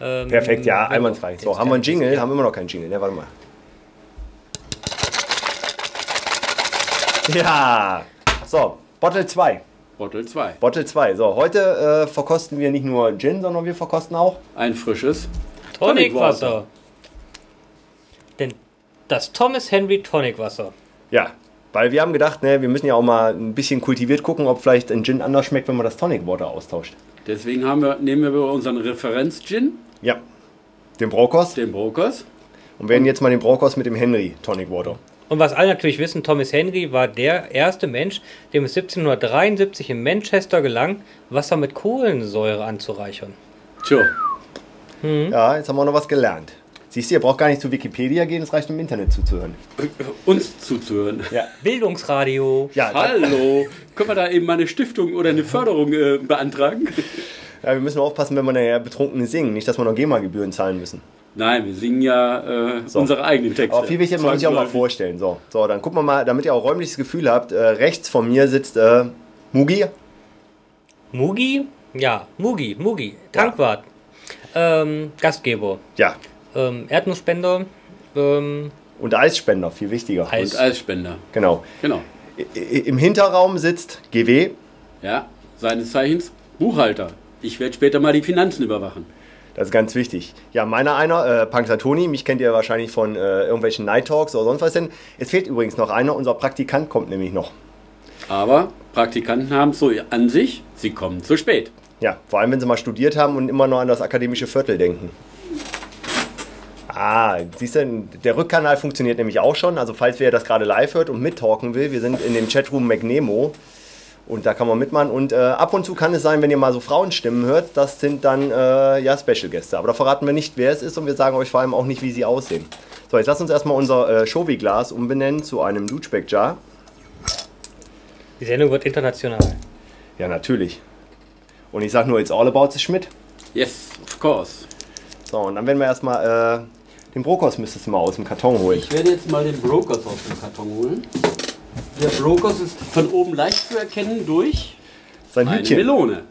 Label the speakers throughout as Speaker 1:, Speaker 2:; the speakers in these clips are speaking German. Speaker 1: Ähm,
Speaker 2: Perfekt, ja,
Speaker 1: genau.
Speaker 2: einwandfrei. So, haben wir einen Jingle? Haben wir immer noch keinen Jingle. Ne, warte mal. Ja. So, Bottle 2.
Speaker 3: Bottle 2.
Speaker 2: Bottle 2. So, heute äh, verkosten wir nicht nur Gin, sondern wir verkosten auch.
Speaker 3: Ein frisches.
Speaker 1: Tonicwasser. Denn das Thomas Henry Tonicwasser.
Speaker 2: Ja. Weil wir haben gedacht, ne, wir müssen ja auch mal ein bisschen kultiviert gucken, ob vielleicht ein Gin anders schmeckt, wenn man das Tonic Water austauscht.
Speaker 3: Deswegen haben wir, nehmen wir unseren Referenz-Gin,
Speaker 2: Ja. Den Braukost.
Speaker 3: den Brokers.
Speaker 2: Und werden jetzt mal den Braukost mit dem Henry Tonic Water.
Speaker 1: Und was alle natürlich wissen, Thomas Henry war der erste Mensch, dem es 1773 in Manchester gelang, Wasser mit Kohlensäure anzureichern.
Speaker 3: Tja,
Speaker 2: Ja, jetzt haben wir noch was gelernt. Siehst du, ihr braucht gar nicht zu Wikipedia gehen, es reicht um im Internet zuzuhören.
Speaker 3: uns zuzuhören.
Speaker 2: Ja.
Speaker 1: Bildungsradio.
Speaker 2: Ja, da-
Speaker 3: Hallo, können wir da eben mal eine Stiftung oder eine Förderung äh, beantragen?
Speaker 2: Ja, wir müssen aufpassen, wenn wir nachher Betrunkene singen. Nicht, dass wir noch GEMA-Gebühren zahlen müssen.
Speaker 3: Nein, wir singen ja äh,
Speaker 2: So.
Speaker 3: unsere eigenen Texte.
Speaker 2: Aber viel wichtiger muss man sich auch mal
Speaker 3: Zwangsläufig.
Speaker 2: vorstellen. So, so, dann gucken wir mal, damit ihr auch räumliches Gefühl habt. Äh, rechts von mir sitzt äh, Mugi.
Speaker 1: Mugi? Ja, Mugi, Mugi. Tankwart. Ähm, Gastgeber.
Speaker 2: Ja.
Speaker 1: Ähm, Erdnussspender. Ähm,
Speaker 2: Und Eisspender, viel wichtiger.
Speaker 1: Eis.
Speaker 3: Und Eisspender,
Speaker 2: Genau.
Speaker 3: genau.
Speaker 2: I i- Im Hinterraum sitzt GW.
Speaker 3: Ja, seines Zeichens Buchhalter. Ich werde später mal die Finanzen überwachen.
Speaker 2: Das ist ganz wichtig. Ja, meiner einer, äh, Punxsutawney, mich kennt ihr wahrscheinlich von äh, irgendwelchen Night Talks oder sonst was denn. Es fehlt übrigens noch einer, unser Praktikant kommt nämlich noch.
Speaker 3: Aber Praktikanten haben es so an sich, sie kommen zu spät.
Speaker 2: Ja, vor allem wenn sie mal studiert haben und immer noch an das akademische Viertel denken. Ah, siehst du, der Rückkanal funktioniert nämlich auch schon. Also falls wer das gerade live hört und mittalken will, wir sind in dem Chatroom McNemo und da kann man mitmachen. Und äh, ab und zu kann es sein, wenn ihr mal so Frauenstimmen hört, das sind dann äh, ja Special-Gäste. Aber da verraten wir nicht, wer es ist und wir sagen euch vor allem auch nicht, wie sie aussehen. So, jetzt lasst uns erstmal unser äh, Shovi-Glas umbenennen zu einem Lutschbeck-Jar.
Speaker 1: die Sendung wird international.
Speaker 2: Ja, natürlich. Und ich sag nur, it's all about the Schmidt.
Speaker 3: Yes, of course.
Speaker 2: So, und dann werden wir erstmal äh, den Brokos müsstest du mal aus dem Karton holen.
Speaker 3: Ich werde jetzt mal den Brokers aus dem Karton holen. Der Brokers ist von oben leicht zu erkennen durch
Speaker 2: Sein
Speaker 3: eine
Speaker 2: Hütchen. Ah.
Speaker 3: Melone.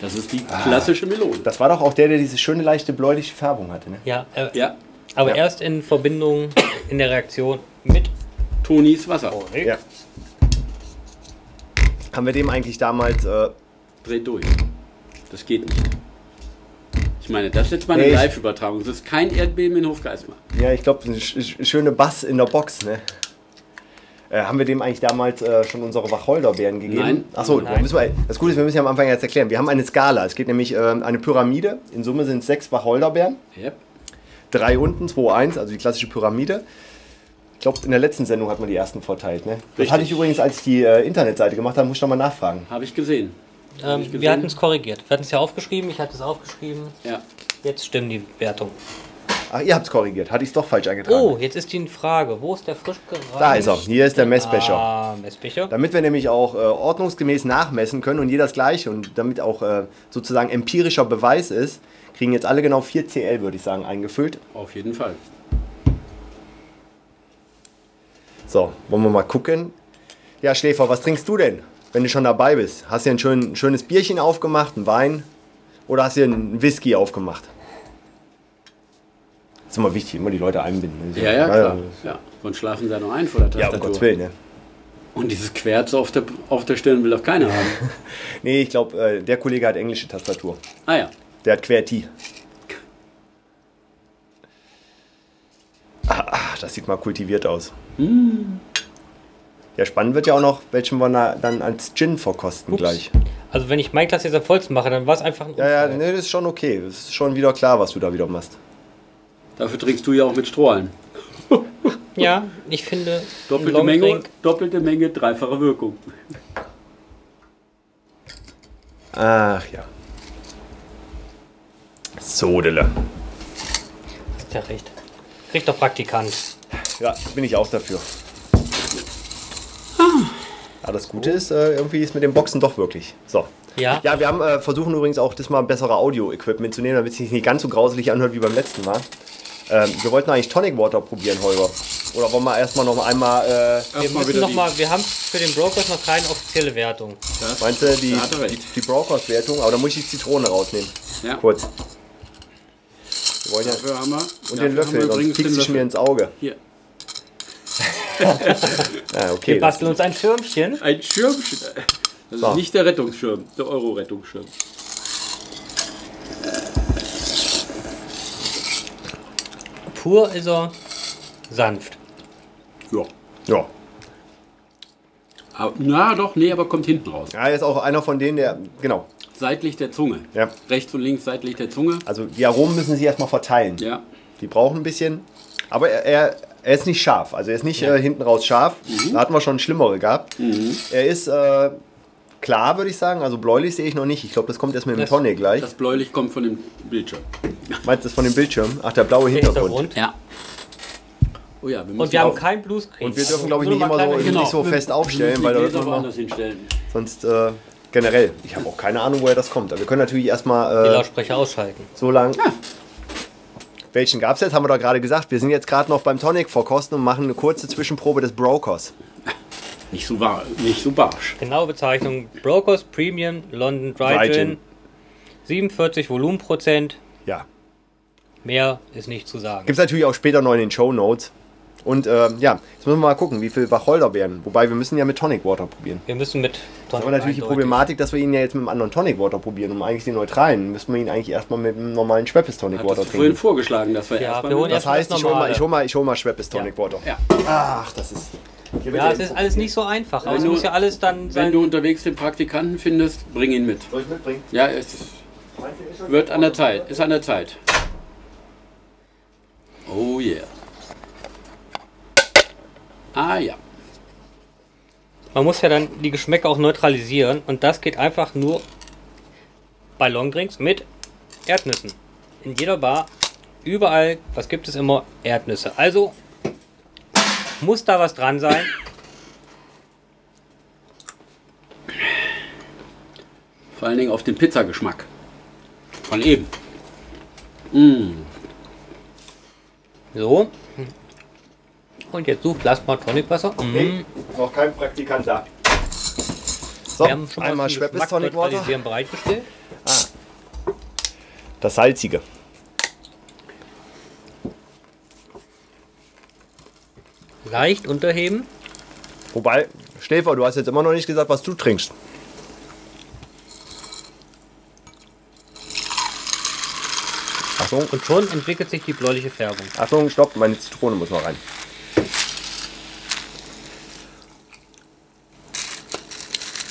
Speaker 3: Das ist die klassische Melone.
Speaker 2: Das war doch auch der, der diese schöne leichte bläuliche Färbung hatte, ne?
Speaker 1: Ja, äh,
Speaker 3: Ja,
Speaker 1: aber
Speaker 2: Ja.
Speaker 1: erst in Verbindung, in der Reaktion mit
Speaker 3: Tonis Wasser.
Speaker 2: Ja. Haben wir dem eigentlich damals. Äh,
Speaker 3: Dreht durch. Das geht nicht. Ich meine, das ist jetzt mal eine
Speaker 2: Nee, ich-
Speaker 3: Live-Übertragung. Das ist kein Erdbeben in Hofgeismar.
Speaker 2: ja, ich glaube, eine sch sch- schöne Bass in der Box, ne? Äh, haben wir dem eigentlich damals äh, schon unsere Wacholderbeeren gegeben?
Speaker 3: Nein.
Speaker 2: Achso,
Speaker 1: Nein.
Speaker 2: das Gute ist, wir müssen ja am Anfang jetzt erklären. Wir haben eine Skala. Es geht nämlich ähm, eine Pyramide. In Summe sind es sechs Wacholderbeeren.
Speaker 3: Yep.
Speaker 2: Drei unten, zwei, eins, also die klassische Pyramide. Ich glaube, in der letzten Sendung hat man die ersten verteilt. Ne? Das
Speaker 3: Richtig.
Speaker 2: hatte ich übrigens, als ich die äh, Internetseite gemacht habe, muss ich nochmal nachfragen.
Speaker 3: Habe ich gesehen. Hab ich
Speaker 1: Ähm, wir
Speaker 3: gesehen.
Speaker 1: hatten es korrigiert. Wir hatten es ja aufgeschrieben, ich hatte es aufgeschrieben.
Speaker 3: Ja.
Speaker 1: Jetzt stimmen die Wertung.
Speaker 2: Ach, ihr habt es korrigiert. Hatte ich es doch falsch eingetragen.
Speaker 1: Oh, jetzt ist die Frage. Wo ist der frisch gereift?
Speaker 2: Da ist er. Hier ist der Messbecher.
Speaker 1: Ah, Messbecher.
Speaker 2: Damit wir nämlich auch äh, ordnungsgemäß nachmessen können und jeder das gleiche und damit auch äh, sozusagen empirischer Beweis ist, kriegen jetzt alle genau 4 CL, würde ich sagen, eingefüllt.
Speaker 3: Auf jeden Fall.
Speaker 2: So, wollen wir mal gucken. Ja, Schläfer, was trinkst du denn, wenn du schon dabei bist? Hast du dir ein schön, schönes Bierchen aufgemacht, einen Wein oder hast du dir einen Whisky aufgemacht? Das ist immer wichtig, immer die Leute einbinden. ne?
Speaker 3: Ja, ja, klar. Ja. Sonst schlafen sie ja noch ein vor der
Speaker 2: Ja,
Speaker 3: Tastatur.
Speaker 2: um Gottes Willen. Ne?
Speaker 3: Und dieses Querz auf der, auf der Stirn will doch keiner haben.
Speaker 2: Nee, ich glaube, äh, der Kollege hat englische Tastatur.
Speaker 3: Ah ja.
Speaker 2: Der hat QWERTY. Ah, ah, das sieht mal kultiviert aus.
Speaker 3: Mm.
Speaker 2: Ja, spannend wird ja auch noch, welchen wir na, dann als Gin verkosten gleich.
Speaker 1: Also wenn ich mein Glas jetzt am vollsten mache, dann war es einfach ein
Speaker 2: Ja, ne. ja,
Speaker 1: Unfall.
Speaker 2: nee, das ist schon okay. Das ist schon wieder klar, was du da wieder machst.
Speaker 3: Dafür trinkst du ja auch mit Strohhalm.
Speaker 1: ja, ich finde, ein
Speaker 3: Doppelte
Speaker 1: Longdrink-
Speaker 3: Menge, doppelte Menge, dreifache Wirkung.
Speaker 2: Ach ja. Sodele.
Speaker 1: Ist ja recht. Riecht doch Praktikant.
Speaker 2: Ja, bin ich auch dafür. Ah, das Gute ist, äh, irgendwie ist mit den Boxen doch wirklich. So.
Speaker 1: Ja.
Speaker 2: Ja, wir haben äh, versuchen übrigens auch diesmal bessere Audio-Equipment zu nehmen, damit es sich nicht ganz so grauselig anhört wie beim letzten Mal. Ähm, wir wollten eigentlich Tonic Water probieren, Holger. Oder wollen wir erstmal noch einmal, äh,
Speaker 1: Wir müssen noch mal, wir haben für den Brokers noch keine offizielle Wertung.
Speaker 2: meinst du, die,
Speaker 3: Da hat er
Speaker 2: die,
Speaker 3: recht.
Speaker 2: die Brauchers-Wertung? Aber da muss ich die Zitrone rausnehmen.
Speaker 3: Ja.
Speaker 2: Kurz. Wir wollen ja,
Speaker 3: Dafür haben wir.
Speaker 2: und
Speaker 3: dafür
Speaker 2: den
Speaker 3: haben wir
Speaker 2: Löffel, sonst
Speaker 3: übrigens den
Speaker 2: piekst ich
Speaker 3: Löffel.
Speaker 2: mir ins Auge.
Speaker 3: Hier.
Speaker 2: Ja,
Speaker 1: Wir
Speaker 2: okay. das-
Speaker 1: basteln uns ein Schirmchen.
Speaker 3: Ein Schirmchen. Das
Speaker 2: So.
Speaker 3: ist nicht der Rettungsschirm, der Euro-Rettungsschirm.
Speaker 1: Pur ist er sanft.
Speaker 3: Ja.
Speaker 2: Ja.
Speaker 3: Aber, na doch, nee, aber kommt hinten raus.
Speaker 2: ja, ist auch einer von denen, der, genau.
Speaker 3: Seitlich der Zunge.
Speaker 2: Ja.
Speaker 3: Rechts und links seitlich der Zunge.
Speaker 2: Also die Aromen müssen sie erstmal verteilen.
Speaker 3: Ja.
Speaker 2: Die brauchen ein bisschen. Aber er, er, er ist nicht scharf. Also er ist nicht äh, hinten raus scharf.
Speaker 3: Mhm.
Speaker 2: Da hatten wir schon schlimmere gehabt. Er ist äh, klar, würde ich sagen. Also bläulich sehe ich noch nicht. Ich glaube, das kommt erst mit dem
Speaker 1: Das-
Speaker 2: Tonne gleich.
Speaker 3: Das bläulich kommt von dem Bildschirm.
Speaker 2: Meinst du das von dem Bildschirm? Ach, der blaue Hintergrund.
Speaker 1: Hintergrund.
Speaker 3: Ja. Oh ja, wir müssen
Speaker 1: Und wir haben
Speaker 3: auch-
Speaker 1: kein Bluescreen.
Speaker 2: Und wir dürfen, glaube ich,
Speaker 1: Nur
Speaker 2: nicht
Speaker 1: noch mal
Speaker 2: immer so,
Speaker 1: kleine-
Speaker 3: Genau.
Speaker 2: nicht so fest aufstellen,
Speaker 3: die
Speaker 2: weil da hört
Speaker 3: Gläser
Speaker 2: man noch,
Speaker 3: woanders hinstellen.
Speaker 2: sonst äh, generell. Ich habe auch keine Ahnung, woher das kommt. Aber wir können natürlich erstmal
Speaker 1: Die
Speaker 2: äh,
Speaker 1: Lautsprecher ausschalten.
Speaker 2: So lang. Welchen gab es jetzt? Haben wir doch gerade gesagt. Wir sind jetzt gerade noch beim Tonic vorkosten und machen eine kurze Zwischenprobe des Brokers.
Speaker 3: Nicht so, wahr, nicht so barsch.
Speaker 1: Genaue Bezeichnung: Brokers Premium London Dry
Speaker 2: Dry
Speaker 1: Gin.
Speaker 2: Gin.
Speaker 1: 47 Volumenprozent.
Speaker 2: Ja.
Speaker 1: Mehr ist nicht zu sagen.
Speaker 2: Gibt es natürlich auch später noch in den Show Notes. Und ähm, ja, jetzt müssen wir mal gucken, wie viel Wacholderbeeren. Wobei wir müssen ja mit Tonic Water probieren.
Speaker 1: Wir müssen mit.
Speaker 2: Das haben wir natürlich die Problematik, dass wir ihn ja jetzt mit einem anderen Tonic Water probieren. Um eigentlich den neutralen müssen wir ihn eigentlich erstmal mit einem normalen Schweppes Tonic
Speaker 3: Hattest
Speaker 2: Water
Speaker 3: du vorhin
Speaker 2: trinken.
Speaker 3: vorgeschlagen, dass wir
Speaker 1: Ja,
Speaker 3: erstmal...
Speaker 1: wir holen
Speaker 3: mit-
Speaker 2: Das
Speaker 1: erst-
Speaker 2: heißt, ich hole mal, ich hol mal, ich hol mal Schweppes Tonic Water.
Speaker 3: ja.
Speaker 2: Ach, das ist.
Speaker 1: Ja, es ist alles nicht so einfach. Aber es
Speaker 3: du-
Speaker 1: muss ja alles dann
Speaker 3: Wenn
Speaker 1: sein.
Speaker 3: du unterwegs den Praktikanten findest, bring ihn mit.
Speaker 2: Soll ich mitbringen?
Speaker 3: Ja, es wird an der Zeit. Ist an der Zeit. Oh yeah. Ah ja.
Speaker 1: Man muss ja dann die Geschmäcker auch neutralisieren. Und das geht einfach nur bei Longdrinks mit Erdnüssen. In jeder Bar, überall, was gibt es immer? Erdnüsse. Also muss da was dran sein.
Speaker 3: Vor allen Dingen auf den Pizzageschmack. Von eben.
Speaker 1: So. Und jetzt sucht Plasma Tonicwasser. Mhm.
Speaker 2: Nee, noch kein Praktikant da. So,
Speaker 1: Wir haben schon mal
Speaker 2: einmal
Speaker 1: zum
Speaker 2: Schweppes
Speaker 1: Geschmack
Speaker 2: Tonic Water.
Speaker 1: neutralisieren bereitgestellt.
Speaker 2: Das Salzige.
Speaker 1: Leicht unterheben.
Speaker 2: Wobei, Schläfer, du hast jetzt immer noch nicht gesagt, was du trinkst. Achtung,
Speaker 1: Und schon entwickelt sich die bläuliche Färbung.
Speaker 2: Achtung, stopp, meine Zitrone muss noch rein.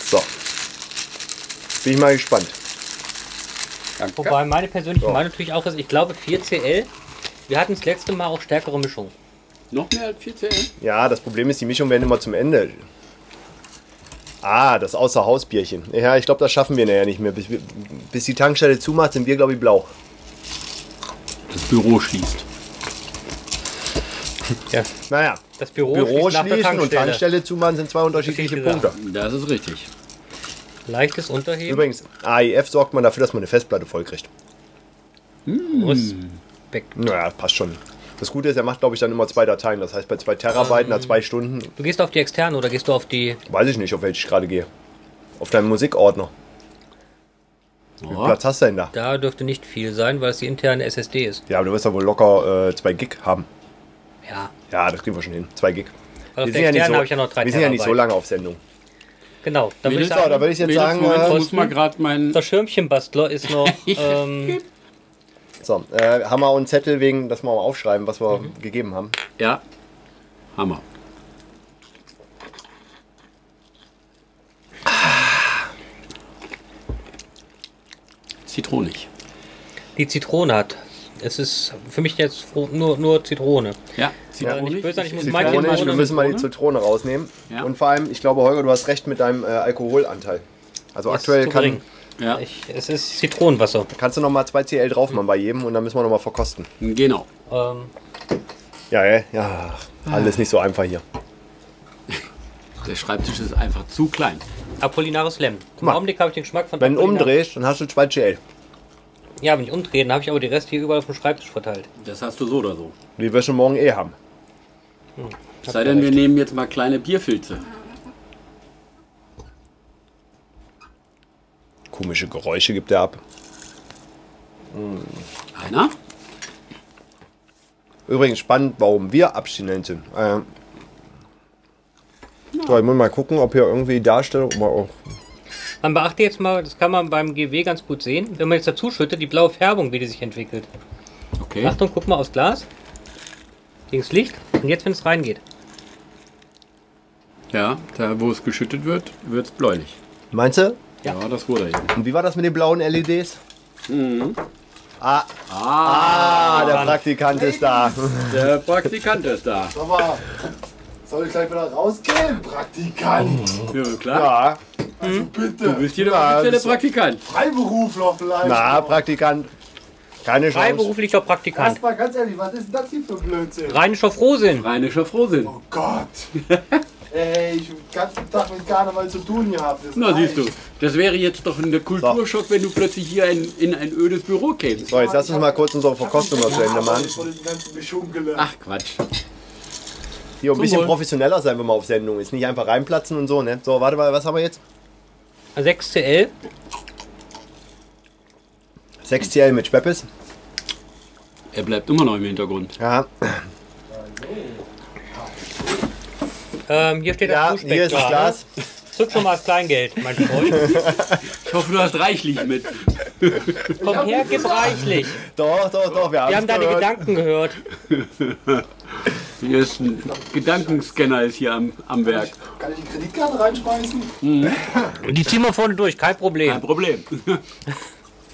Speaker 2: So. Bin ich mal gespannt.
Speaker 3: Danke.
Speaker 1: Wobei meine persönliche
Speaker 2: Ja.
Speaker 1: Meinung natürlich auch ist, ich glaube 4CL, wir hatten das letzte Mal auch stärkere Mischung.
Speaker 3: Noch mehr als 14?
Speaker 2: Ja, das Problem ist, die Mischung werden immer zum Ende. Ah, das Außerhausbierchen. Ja, ich glaube, das schaffen wir nachher nicht mehr. Bis, wir- bis die Tankstelle zumacht, sind wir, glaube ich, blau.
Speaker 3: Das Büro schließt.
Speaker 1: Ja.
Speaker 2: Naja,
Speaker 1: Das Büro,
Speaker 2: Büro
Speaker 1: schließt nach der
Speaker 2: schließen und
Speaker 1: Oh, Tankstelle.
Speaker 2: Tankstelle zumachen sind zwei unterschiedliche
Speaker 1: Richtig gesagt.
Speaker 2: Punkte.
Speaker 3: Das ist richtig.
Speaker 1: Leichtes Unterheben.
Speaker 2: Übrigens, AIF sorgt man dafür, dass man eine Festplatte vollkriegt.
Speaker 1: Respekt.
Speaker 2: Naja, passt schon. Das Gute ist, er macht, glaube ich, dann immer zwei Dateien. Das heißt, bei zwei Terabyte nach zwei Stunden,
Speaker 1: Du gehst auf die externe oder gehst du auf die.
Speaker 2: weiß ich nicht, auf welche ich gerade gehe. Auf deinem Musikordner. Wie viel
Speaker 3: Ja.
Speaker 2: Platz hast du denn da?
Speaker 1: Da dürfte nicht viel sein, weil es die interne SSD ist.
Speaker 2: Ja, aber du wirst ja wohl locker äh, zwei Gig haben.
Speaker 1: Ja.
Speaker 2: Ja, das kriegen wir schon hin. Zwei Gig.
Speaker 1: Weil auf der
Speaker 2: Wir sind, ja
Speaker 1: externen
Speaker 2: nicht, so,
Speaker 1: habe ich ja noch drei
Speaker 2: wir sind ja nicht so
Speaker 1: Terabyte.
Speaker 2: lange auf Sendung.
Speaker 1: Genau. Dann würde ich
Speaker 3: Mädels,
Speaker 2: So, da
Speaker 1: sagen,
Speaker 2: würde ich jetzt
Speaker 3: Mädels,
Speaker 2: sagen,
Speaker 3: Moment, ich
Speaker 2: äh,
Speaker 3: muss mal gerade meinen...
Speaker 1: der Schirmchenbastler ist noch. Ähm,
Speaker 2: so, äh, haben wir auch einen Zettel wegen, dass wir mal aufschreiben, was wir gegeben haben.
Speaker 3: Ja. Hammer. Ah. Zitronig.
Speaker 1: die Zitrone hat. Es ist für mich jetzt fro- nur, nur Zitrone.
Speaker 3: Ja,
Speaker 1: Ja, nicht böse, ich muss Mein
Speaker 2: Zitrone,
Speaker 1: Thema
Speaker 2: wir
Speaker 1: ohne
Speaker 2: müssen mal die Zitrone rausnehmen.
Speaker 3: Ja.
Speaker 2: Und vor allem, ich glaube, Holger, du hast recht mit deinem äh, Alkoholanteil. Also
Speaker 1: Ist
Speaker 2: aktuell
Speaker 1: zu
Speaker 2: kann,
Speaker 1: gering.
Speaker 3: Ja,
Speaker 1: Ich, es ist Zitronenwasser.
Speaker 2: kannst du nochmal 2 CL drauf machen bei jedem und dann müssen wir nochmal verkosten.
Speaker 3: genau.
Speaker 1: Ähm,
Speaker 2: Ja, ja, ja. Alles nicht so einfach hier.
Speaker 3: Der Schreibtisch ist einfach zu klein.
Speaker 1: Apollinaris Lem. Im
Speaker 2: mal.
Speaker 1: Augenblick habe ich den Geschmack von
Speaker 2: Wenn du
Speaker 1: Apollinaris-
Speaker 2: umdrehst, dann hast du 2 CL.
Speaker 1: Ja, wenn ich umdrehe, dann habe ich aber die Reste hier überall auf dem Schreibtisch verteilt.
Speaker 3: Das hast du so oder so.
Speaker 2: Die wirst du morgen eh haben.
Speaker 3: Es sei denn, wir nehmen jetzt mal kleine Bierfilze.
Speaker 2: Komische Geräusche gibt er ab.
Speaker 3: Einer?
Speaker 2: Übrigens spannend, warum wir abstinent sind. Ähm, so, ich muss mal gucken, ob hier irgendwie Darstellung. Oh, oh.
Speaker 1: Man beachte jetzt mal, das kann man beim GW ganz gut sehen, wenn man jetzt dazu schüttet, die blaue Färbung, wie die sich entwickelt.
Speaker 3: Okay.
Speaker 1: Achtung, guck mal aufs Glas. Links Licht. Und jetzt, wenn es reingeht.
Speaker 3: Ja, da wo es geschüttet wird, wird es bläulich.
Speaker 2: Meinst du?
Speaker 1: Ja.
Speaker 3: Ja. das wurde ich.
Speaker 2: Und wie war das mit den blauen LEDs? Ah,
Speaker 1: Ah,
Speaker 2: der Praktikant ist da.
Speaker 3: Der Praktikant ist da.
Speaker 4: Aber soll ich gleich wieder rausgehen, Praktikant?
Speaker 3: Ja, klar.
Speaker 2: Ja,
Speaker 4: Bitte,
Speaker 3: Du bist hier der
Speaker 2: Ja,
Speaker 3: offizielle
Speaker 2: das-
Speaker 3: Praktikant.
Speaker 4: Freiberufler vielleicht.
Speaker 2: na, Praktikant. Keine Chance.
Speaker 1: Freiberuflicher Praktikant.
Speaker 4: Erstmal ganz ehrlich, was ist denn das hier für Blödsinn?
Speaker 1: Rheinischer Frohsinn.
Speaker 3: Rheinischer Frohsinn.
Speaker 4: Oh Gott. Ey, ich hab den ganzen Tag mit Karneval zu tun gehabt. das
Speaker 3: Na, siehst du,
Speaker 4: reicht.
Speaker 3: das wäre jetzt doch ein Kulturschock, wenn du plötzlich hier ein, in ein ödes Büro kämst.
Speaker 2: So, jetzt lass uns mal kurz unsere Verkostung noch zu Ende machen.
Speaker 4: Ich von dem ganzen Geschunkele.
Speaker 3: Ach, Quatsch.
Speaker 2: Hier ein bisschen
Speaker 3: Wohl.
Speaker 2: professioneller sein, wenn man auf Sendung ist. Nicht einfach reinplatzen und so, ne? So, warte mal, was haben wir jetzt?
Speaker 1: 6CL.
Speaker 2: 6CL mit Speppes.
Speaker 3: Er bleibt immer noch im Hintergrund.
Speaker 2: Ja,
Speaker 1: Ähm, hier steht
Speaker 2: ja
Speaker 1: das
Speaker 2: hier ist das Glas.
Speaker 1: Zück schon mal das Kleingeld, mein Freund.
Speaker 3: Ich hoffe, du hast reichlich mit.
Speaker 1: Komm her, gib reichlich.
Speaker 2: Doch, doch, doch, wir,
Speaker 1: Wir haben deine
Speaker 2: gehört.
Speaker 1: Gedanken gehört.
Speaker 3: Hier ist ein Gedankenscanner ist hier am, am Werk.
Speaker 4: Kann ich die Kreditkarte reinschmeißen?
Speaker 1: Die ziehen wir vorne durch, kein
Speaker 3: Kein
Speaker 1: Problem.
Speaker 3: Problem.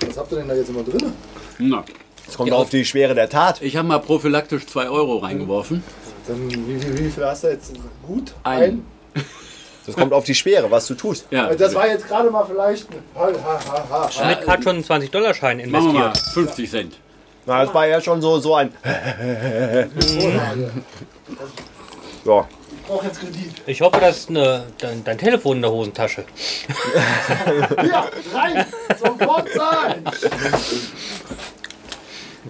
Speaker 4: Was habt ihr denn da jetzt immer drin?
Speaker 3: Na,
Speaker 2: Es kommt auf die Schwere der Tat.
Speaker 3: ich habe mal prophylaktisch 2 Euro reingeworfen.
Speaker 4: Dann, wie, wie, wie viel hast du jetzt? Gut?
Speaker 3: Ein.
Speaker 2: Es kommt auf die Schwere, was du tust.
Speaker 3: Ja,
Speaker 4: Ein? Äh, Das war jetzt gerade mal vielleicht. ein- Ha, ha, ha, ha.
Speaker 1: Schmidt hat schon einen 20-Dollar-Schein
Speaker 3: machen wir mal
Speaker 1: investiert.
Speaker 3: 50 Cent.
Speaker 2: Na, das war ja schon so, so ein. Ja.
Speaker 4: Ich brauch jetzt Kredit.
Speaker 1: Ich hoffe, das ist eine, dein, dein Telefon in der Hosentasche.
Speaker 4: Ja, rein! Sofort sein!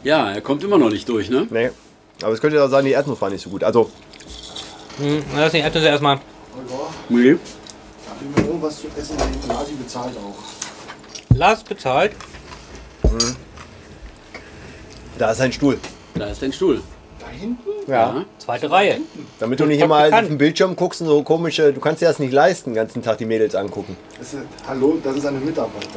Speaker 3: Ja, er kommt immer noch nicht durch, ne?
Speaker 2: Nee. Aber es könnte ja auch sein, die Erdnuss war nicht so gut. Also,
Speaker 1: Hm, lass nicht erst erstmal.
Speaker 3: Nee.
Speaker 4: Hab ich mir irgendwas zu essen in Asi bezahlt auch.
Speaker 1: Lars bezahlt.
Speaker 2: da ist ein Stuhl.
Speaker 3: Da ist dein Stuhl.
Speaker 4: Da hinten?
Speaker 2: Ja.
Speaker 1: Zweite Reihe.
Speaker 2: Damit du nicht immer
Speaker 1: Praktikant.
Speaker 2: auf den Bildschirm guckst und so komische. Du kannst dir das nicht leisten, den ganzen Tag die Mädels angucken.
Speaker 4: Das ist, hallo, das ist eine Mitarbeiterin.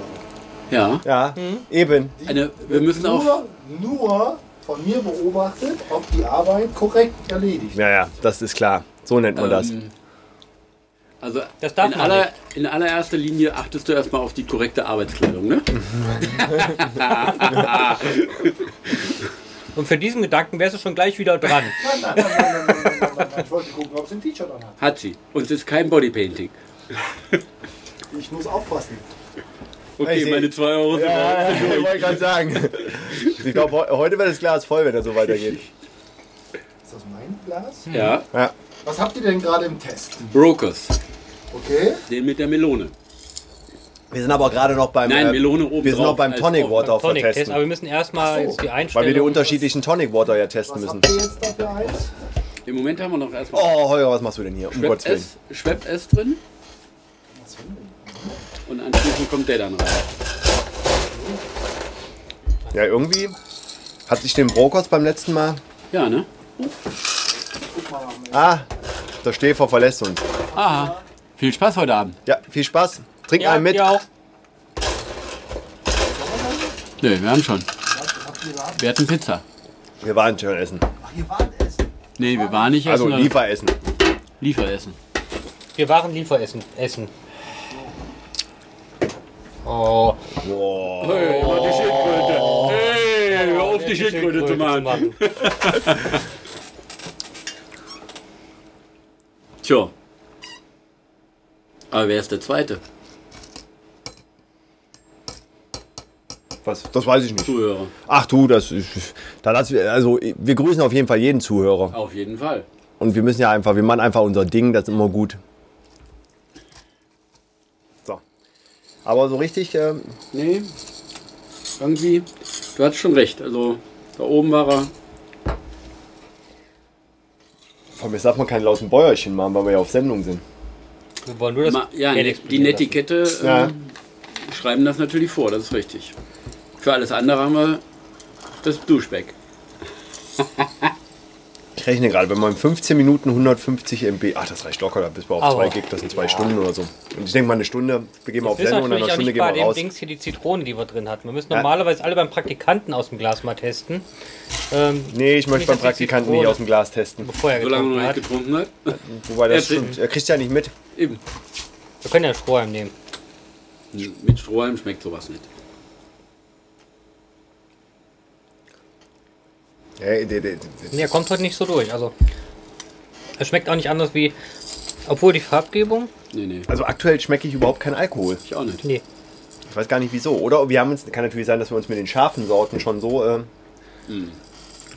Speaker 3: Ja.
Speaker 2: Ja, eben.
Speaker 3: Eine, wir müssen auch.
Speaker 4: Nur, nur von mir beobachtet, ob die Arbeit korrekt erledigt
Speaker 2: Ja, ja, das ist klar. So nennt man das.
Speaker 3: Ähm, Also
Speaker 1: Das darf
Speaker 3: in,
Speaker 1: man
Speaker 3: aller, in allererster Linie achtest du erstmal auf die korrekte Arbeitskleidung, ne?
Speaker 1: Und für diesen Gedanken wärst du schon gleich wieder dran.
Speaker 4: Nein, nein, nein, nein, nein, nein, nein, nein, nein. Ich wollte gucken, ob sie ein T-Shirt anhat.
Speaker 3: Hat sie. Und es ist kein Bodypainting.
Speaker 4: Ich muss aufpassen.
Speaker 2: Ich
Speaker 3: Okay,
Speaker 2: seh-
Speaker 3: meine 2 Euro. sind raus.
Speaker 2: Ja, ich wollte gerade sagen. Ich glaube, heu- heute wird das Glas voll, wenn das so weitergeht.
Speaker 4: Ist das mein Glas?
Speaker 3: Ja.
Speaker 2: Ja.
Speaker 4: Was habt ihr denn gerade im Test?
Speaker 3: Brokers.
Speaker 4: Okay.
Speaker 3: Den mit der Melone.
Speaker 2: Wir sind aber gerade noch beim. äh,
Speaker 3: Nein, Melone oben
Speaker 2: Wir sind noch
Speaker 3: drauf
Speaker 2: beim
Speaker 3: als
Speaker 2: Tonic
Speaker 3: oben.
Speaker 2: Water
Speaker 1: Tonic-Test, aber
Speaker 2: vertesten.
Speaker 1: wir müssen erstmal
Speaker 4: Ach
Speaker 1: jetzt
Speaker 4: so.
Speaker 1: die
Speaker 2: Weil wir die
Speaker 1: Einstellung.
Speaker 2: unterschiedlichen Tonic Water ja testen
Speaker 4: Was
Speaker 2: müssen.
Speaker 4: habt ihr jetzt da für eins?
Speaker 3: Im Moment haben wir noch erstmal
Speaker 2: Oh, Holger, was machst du denn hier? Um Gottes
Speaker 3: Schwepp
Speaker 2: Willen.
Speaker 3: S, Schwepp S drin. Und anschließend kommt der dann rein.
Speaker 2: Ja, irgendwie hatte ich den Brokos beim letzten Mal.
Speaker 3: Ja, ne?
Speaker 2: Ah, der Schäfer verlässt uns.
Speaker 3: Aha. Viel Spaß heute Abend.
Speaker 2: Ja, viel Spaß. Trink
Speaker 1: Ja,
Speaker 2: einen mit.
Speaker 1: ja auch.
Speaker 3: Nö, wir haben schon. Wir hatten Pizza.
Speaker 2: Wir waren schon essen.
Speaker 4: Ach, ihr wart es.
Speaker 3: Nee, wir waren nicht
Speaker 2: Also
Speaker 1: halt.
Speaker 3: essen. aber
Speaker 2: Lieferessen.
Speaker 3: Lieferessen.
Speaker 1: Wir waren Lieferessen. Essen. Oh,
Speaker 3: Hey, oh. die Schildkröte. Hey, hör auf, die Schildkröte zu machen. Tja. Aber wer ist der Zweite
Speaker 2: Was? Das weiß ich nicht.
Speaker 3: Zuhörer?
Speaker 2: Ach du, das ist. Da lass, also wir grüßen auf jeden Fall jeden Zuhörer.
Speaker 3: Auf jeden Fall.
Speaker 2: Und wir müssen ja einfach, wir machen einfach unser Ding, das ist immer gut. So. Aber so richtig, ähm,
Speaker 3: Nee, irgendwie, du hast schon recht. Also, da oben war er.
Speaker 2: von mir darf man kein lauten Bäuerchen machen, weil wir ja auf Sendung sind.
Speaker 1: Wir wollen nur das
Speaker 3: Ma, ja,
Speaker 1: Geld
Speaker 3: ne, die
Speaker 1: explodieren lassen.
Speaker 3: Netiquette
Speaker 2: Ja.
Speaker 3: ähm, schreiben das natürlich vor, das ist richtig. Für alles andere haben wir das Duschback.
Speaker 2: ich rechne gerade, wenn man in 15 Minuten 150 MB, ach, das reicht locker, da bist du auf
Speaker 1: Aber-
Speaker 2: 2 Gig, das sind 2 Stunden oder so. Und ich denke mal, eine Stunde, wir gehen mal auf
Speaker 1: Das ist
Speaker 2: Sendung und in
Speaker 1: natürlich auch
Speaker 2: einer Stunde
Speaker 1: nicht
Speaker 2: gehen
Speaker 1: bei
Speaker 2: wir
Speaker 1: dem
Speaker 2: raus.
Speaker 1: Dings hier die Zitronen, die wir drin hatten. Wir müssen normalerweise alle beim Praktikanten aus dem Glas mal testen. Ähm,
Speaker 2: Nee, ich möchte
Speaker 1: dass
Speaker 2: beim
Speaker 1: die
Speaker 2: Praktikanten
Speaker 1: Zitrone-
Speaker 2: nicht aus dem Glas testen.
Speaker 1: Bevor er
Speaker 3: Solange man
Speaker 1: getrunken
Speaker 3: noch nicht
Speaker 1: hat.
Speaker 3: getrunken hat.
Speaker 2: Wobei das
Speaker 3: Ja,
Speaker 2: stimmt, er kriegt ja nicht mit.
Speaker 3: Eben.
Speaker 1: Wir können ja Strohhalm nehmen.
Speaker 3: Mit Strohhalm schmeckt sowas nicht.
Speaker 2: Hey, de, de,
Speaker 1: Nee, er kommt heute nicht so durch. Also, es schmeckt auch nicht anders wie. Obwohl die Farbgebung.
Speaker 3: Nee, nee.
Speaker 2: Also aktuell schmecke ich überhaupt keinen Alkohol.
Speaker 3: Ich auch nicht.
Speaker 1: Nee.
Speaker 2: Ich weiß gar nicht wieso. Oder wir haben uns, kann natürlich sein, dass wir uns mit den scharfen Sorten schon so. Äh,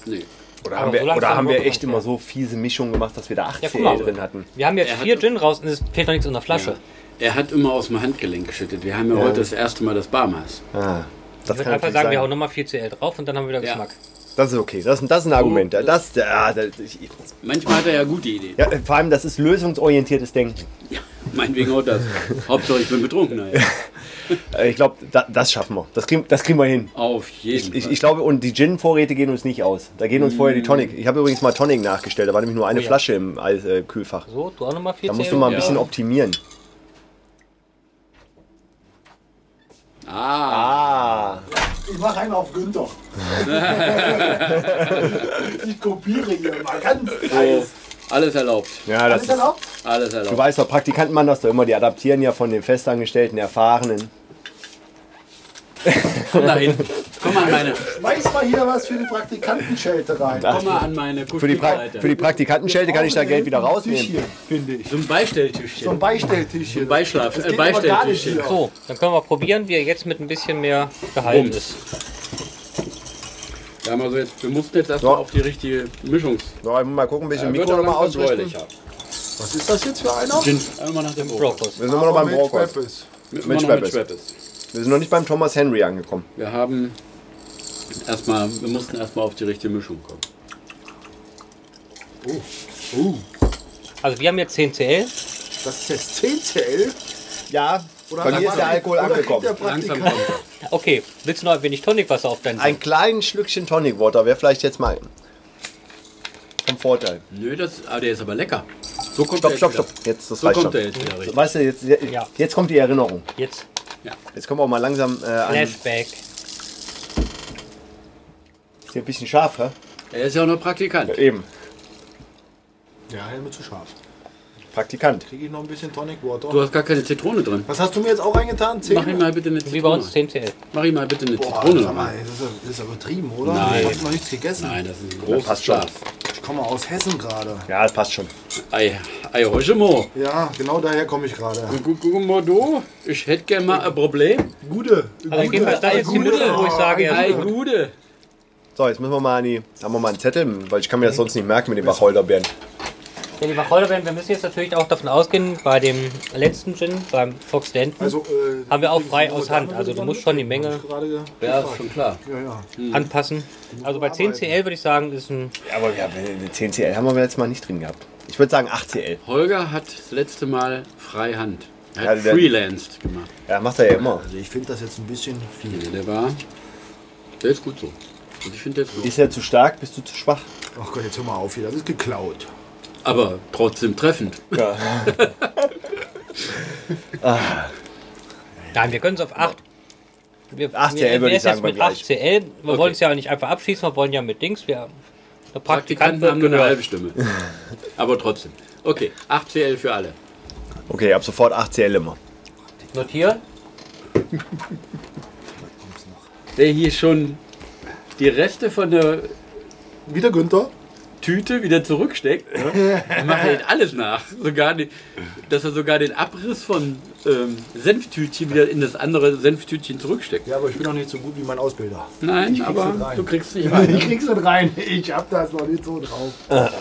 Speaker 3: Nee.
Speaker 2: oder
Speaker 1: Aber
Speaker 2: haben
Speaker 1: so
Speaker 2: wir,
Speaker 1: langsam
Speaker 2: oder haben wir
Speaker 1: wird
Speaker 2: echt
Speaker 1: das,
Speaker 2: immer
Speaker 1: ja.
Speaker 2: so fiese Mischungen gemacht, dass wir da 8
Speaker 1: Ja, guck
Speaker 2: CL
Speaker 1: mal.
Speaker 2: drin hatten.
Speaker 1: Wir haben jetzt
Speaker 3: Er hat
Speaker 1: vier
Speaker 3: so-
Speaker 1: Gin raus und es fehlt noch nichts in der Flasche.
Speaker 3: Er hat immer aus dem Handgelenk geschüttet. Wir haben ja, heute das erste Mal das Barmaß.
Speaker 2: Ah,
Speaker 1: ich
Speaker 2: das
Speaker 1: würde einfach
Speaker 2: kann natürlich
Speaker 1: sagen, wir hauen
Speaker 2: sein.
Speaker 1: nochmal 4 CL drauf und dann haben wir wieder
Speaker 3: Ja.
Speaker 1: Geschmack.
Speaker 2: Das ist okay. Das, das ist ein Argument. Das, ja, das, ich, ich-
Speaker 3: Manchmal hat er ja gute Ideen.
Speaker 2: ja, vor allem, das ist lösungsorientiertes Denken.
Speaker 3: Ja, meinetwegen auch das. Hauptsache, ich bin betrunken. Naja.
Speaker 2: Äh, Ich glaube, da, das schaffen wir. Das kriegen, das kriegen wir hin.
Speaker 3: Auf jeden
Speaker 2: Ich, ich,
Speaker 3: Fall.
Speaker 2: ich glaube, und die Gin-Vorräte gehen uns nicht aus. Da gehen uns vorher die Tonic. Ich habe übrigens mal Tonic nachgestellt. Da war nämlich nur eine
Speaker 1: Oh ja.
Speaker 2: Flasche im Eis- äh, Kühlfach.
Speaker 1: So, du auch nochmal 4
Speaker 2: Da
Speaker 1: CL.
Speaker 2: musst du mal ein
Speaker 3: Ja.
Speaker 2: bisschen optimieren.
Speaker 3: Ah,
Speaker 2: Ah,
Speaker 4: Ich mach einen auf Günther. ich kopiere hier mal ganz
Speaker 3: so,
Speaker 4: heiß.
Speaker 3: alles erlaubt.
Speaker 2: ja, Oh, das
Speaker 4: Alles
Speaker 2: ist,
Speaker 4: erlaubt?
Speaker 3: Alles
Speaker 2: Du
Speaker 3: erlaubt.
Speaker 2: weißt doch, Praktikanten machen das doch immer. Die adaptieren ja von den Festangestellten, Erfahrenen.
Speaker 3: Komm da hin. Komm an meine,
Speaker 4: Schmeiß mal hier was für die Praktikantenschelte rein.
Speaker 3: komm mal an meine
Speaker 2: Für die, pra
Speaker 3: Kuschelseite.
Speaker 2: für die Praktikantenschelte kann ich da Geld wieder rausnehmen.
Speaker 4: Finde ich.
Speaker 3: so ein Beistelltischchen.
Speaker 4: So ein Beistelltisch hier.
Speaker 3: Beischlaf,
Speaker 4: Das
Speaker 3: äh,
Speaker 4: geht aber gar nicht
Speaker 3: Beistelltischchen.
Speaker 4: hier.
Speaker 1: So, dann können wir probieren, wie er jetzt mit ein bisschen mehr Gehalt
Speaker 3: Bums.
Speaker 1: ist.
Speaker 3: Ja, also jetzt, wir mussten jetzt erstmal
Speaker 2: So.
Speaker 3: auf die richtige Mischung.
Speaker 2: So, mal gucken, ein bisschen
Speaker 3: Wird
Speaker 2: Mikro
Speaker 3: auch
Speaker 2: nochmal
Speaker 3: langsam
Speaker 2: ausrichten.
Speaker 3: bläulicher.
Speaker 4: Was ist das jetzt für einer?
Speaker 3: Gin, einmal nach dem Brot.
Speaker 1: Brokkos.
Speaker 2: Wir sind immer noch
Speaker 4: Aber
Speaker 2: beim
Speaker 4: mit
Speaker 2: Brokos.
Speaker 4: Peppes.
Speaker 3: Mit,
Speaker 2: Mit
Speaker 3: immer noch mit
Speaker 2: Schweppes.
Speaker 3: Schweppes.
Speaker 2: Wir sind noch nicht beim Thomas Henry angekommen.
Speaker 3: Wir haben erstmal, wir mussten erstmal auf die richtige Mischung kommen.
Speaker 1: Also, wir haben jetzt 10 CL.
Speaker 4: Das ist jetzt 10 CL.
Speaker 2: Ja, bei mir ist der Alkohol
Speaker 4: oder
Speaker 2: angekommen.
Speaker 4: kriegt der
Speaker 3: Langsam
Speaker 4: Praktikant-
Speaker 3: kommt er.
Speaker 1: Okay, willst du noch ein wenig Tonicwasser auf deinen
Speaker 2: Ein kleines Schlückchen Tonic Water wäre vielleicht jetzt mal vom Vorteil.
Speaker 3: Nö, das, ah, der ist aber lecker. So kommt
Speaker 2: Stopp,
Speaker 3: der
Speaker 2: stopp,
Speaker 3: jetzt wieder.
Speaker 2: stopp. Jetzt, das
Speaker 3: So
Speaker 2: reicht
Speaker 3: kommt er
Speaker 2: schon.
Speaker 3: jetzt wieder richtig.
Speaker 2: Weißt du, jetzt,
Speaker 1: Ja.
Speaker 2: jetzt kommt die Erinnerung.
Speaker 1: Jetzt
Speaker 2: Jetzt kommen wir auch mal langsam äh, an. Ist
Speaker 1: Flashback.
Speaker 2: hier ein bisschen scharf, hä?
Speaker 3: Er ist ja auch noch Praktikant.
Speaker 2: Eben,
Speaker 4: Ja, Helme zu scharf.
Speaker 2: Praktikant.
Speaker 4: Kriege ich noch ein bisschen Tonic
Speaker 3: Du
Speaker 4: Water.
Speaker 3: hast gar keine Zitrone drin.
Speaker 4: Was hast du mir jetzt auch reingetan? 10?
Speaker 3: Mach ihm mal bitte eine
Speaker 1: Wie bei
Speaker 3: Zitrone.
Speaker 1: uns 10 CL. Also,
Speaker 3: Mach ihm mal bitte eine
Speaker 4: Boah,
Speaker 3: Zitrone
Speaker 4: sag mal,
Speaker 3: rein.
Speaker 4: das ist, das ist übertrieben, oder?
Speaker 3: Nein.
Speaker 4: Ich hab noch nichts gegessen.
Speaker 3: Nein, das ist ein großes
Speaker 2: passt schon.
Speaker 3: Glas.
Speaker 4: Ich komme aus Hessen gerade.
Speaker 2: Ja, das passt schon.
Speaker 3: Ei, ei, Hoschemo.
Speaker 4: Ja, genau daher komme ich gerade.
Speaker 3: Guck guck mal, du. Ich hätte gerne mal ein Problem.
Speaker 4: Gute.
Speaker 1: Also, gehen wir da jetzt die
Speaker 3: Gute.
Speaker 1: Mittel, wo ich sage, er
Speaker 3: Ei,
Speaker 1: ist gut.
Speaker 3: Gude.
Speaker 2: So, jetzt müssen wir mal an die. Haben wir mal einen Zettel, weil ich kann mir das sonst nicht merken mit den Wacholderbeeren.
Speaker 1: Ja, die Wacholderbeeren, wir müssen jetzt natürlich auch davon ausgehen, bei dem letzten Gin, beim Fox Denton,
Speaker 4: Also, äh,
Speaker 1: haben wir auch frei
Speaker 4: übrigens,
Speaker 1: aus
Speaker 4: die
Speaker 1: Hand.
Speaker 4: Dame
Speaker 1: Also, du
Speaker 4: dran
Speaker 1: musst schon die
Speaker 4: mitgenommen,
Speaker 1: Menge
Speaker 4: hab ich gerade ge-
Speaker 3: Ja, ist schon klar.
Speaker 4: Ja, ja.
Speaker 1: Mhm. anpassen. Also, bei 10 CL würde ich sagen, ist ein.
Speaker 2: Ja, aber wir haben eine 10 CL haben wir letztes Mal nicht drin gehabt. Ich würde sagen 8 CL.
Speaker 3: Holger hat das letzte Mal Freihand. Er
Speaker 2: Ja,
Speaker 3: hat
Speaker 2: der-
Speaker 3: freelanced gemacht.
Speaker 2: Ja, macht er ja immer.
Speaker 4: Also, ich finde das jetzt ein bisschen viel.
Speaker 3: Nee, der war. Der ist gut so. Und ich finde der ist gut.
Speaker 2: Ist er zu stark? Bist du zu schwach?
Speaker 4: Ach Gott, jetzt hör mal auf hier, das ist geklaut.
Speaker 3: Aber trotzdem treffend.
Speaker 2: Ja.
Speaker 1: Nein, wir können es auf 8. Wir,
Speaker 2: 8
Speaker 1: wir-
Speaker 2: CL würde
Speaker 1: wir essen
Speaker 2: ich
Speaker 1: jetzt
Speaker 2: sagen,
Speaker 1: mit
Speaker 2: wir
Speaker 1: 8 CL. Wir
Speaker 3: Okay.
Speaker 1: wollen es ja auch nicht einfach abschießen, wir wollen ja mit Dings. Wir, der Praktikant
Speaker 3: Praktikanten
Speaker 1: wird
Speaker 3: haben nur eine halbe
Speaker 1: gehört.
Speaker 3: Stimme. Aber trotzdem. Okay, 8 CL für alle.
Speaker 2: Okay, ab sofort 8 CL immer.
Speaker 1: Notieren.
Speaker 3: Der hier schon die Reste von der
Speaker 4: Wieder Günther?
Speaker 3: Tüte wieder zurücksteckt, ne? macht er ihn alles nach. Sogar die, dass er sogar den Abriss von ähm, Senftütchen wieder in das andere Senftütchen zurücksteckt.
Speaker 4: Ja, aber ich bin noch nicht so gut wie mein Ausbilder.
Speaker 3: Nein,
Speaker 4: krieg's nicht
Speaker 3: aber
Speaker 4: rein.
Speaker 3: du kriegst nicht rein.
Speaker 4: Ich
Speaker 3: ne?
Speaker 4: krieg's nicht rein, ich hab das noch nicht so drauf.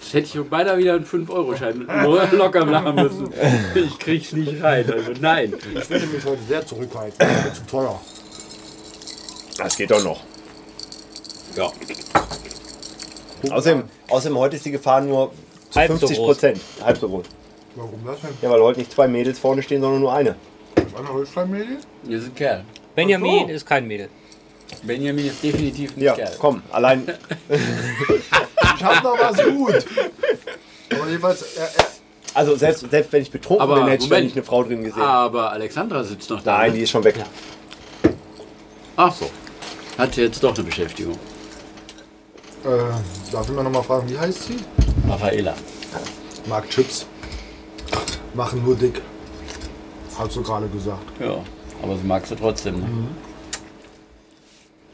Speaker 3: Jetzt hätte ich schon beinahe wieder einen 5-Euro-Schein lo- locker machen müssen. Ich krieg's nicht rein. Also nein.
Speaker 4: Ich werde mich heute sehr zurückhalten, das wird zu teuer.
Speaker 2: Das geht doch noch.
Speaker 3: Ja.
Speaker 2: Außerdem, außerdem heute ist die Gefahr nur zu
Speaker 1: Halb so
Speaker 2: 50
Speaker 1: groß.
Speaker 2: Prozent. Halb so groß.
Speaker 4: Warum das denn?
Speaker 2: Ja, weil heute nicht zwei Mädels vorne stehen, sondern nur eine.
Speaker 4: Das war eine Holzfamilie?
Speaker 3: Wir sind Kerl.
Speaker 1: Benjamin
Speaker 4: Ach so.
Speaker 1: ist kein Mädel.
Speaker 3: Benjamin ist definitiv ein
Speaker 2: Ja,
Speaker 3: Kerl.
Speaker 2: komm, allein.
Speaker 4: Schaffner war so gut. Aber jedenfalls, äh, er, er,
Speaker 2: Also selbst, selbst wenn ich betrunken
Speaker 3: Aber
Speaker 2: bin, hätte ich da
Speaker 3: Moment.
Speaker 2: nicht eine Frau drin gesehen.
Speaker 3: Aber Alexandra sitzt noch da.
Speaker 2: Nein, die ist schon weg.
Speaker 3: Ach so. Hat sie jetzt doch eine Beschäftigung.
Speaker 4: äh, darf ich mal nochmal fragen, wie heißt sie?
Speaker 3: Raffaela.
Speaker 4: Mag Chips. Machen nur dick. Hast du gerade gesagt.
Speaker 3: Ja. Aber sie mag sie trotzdem. Ne?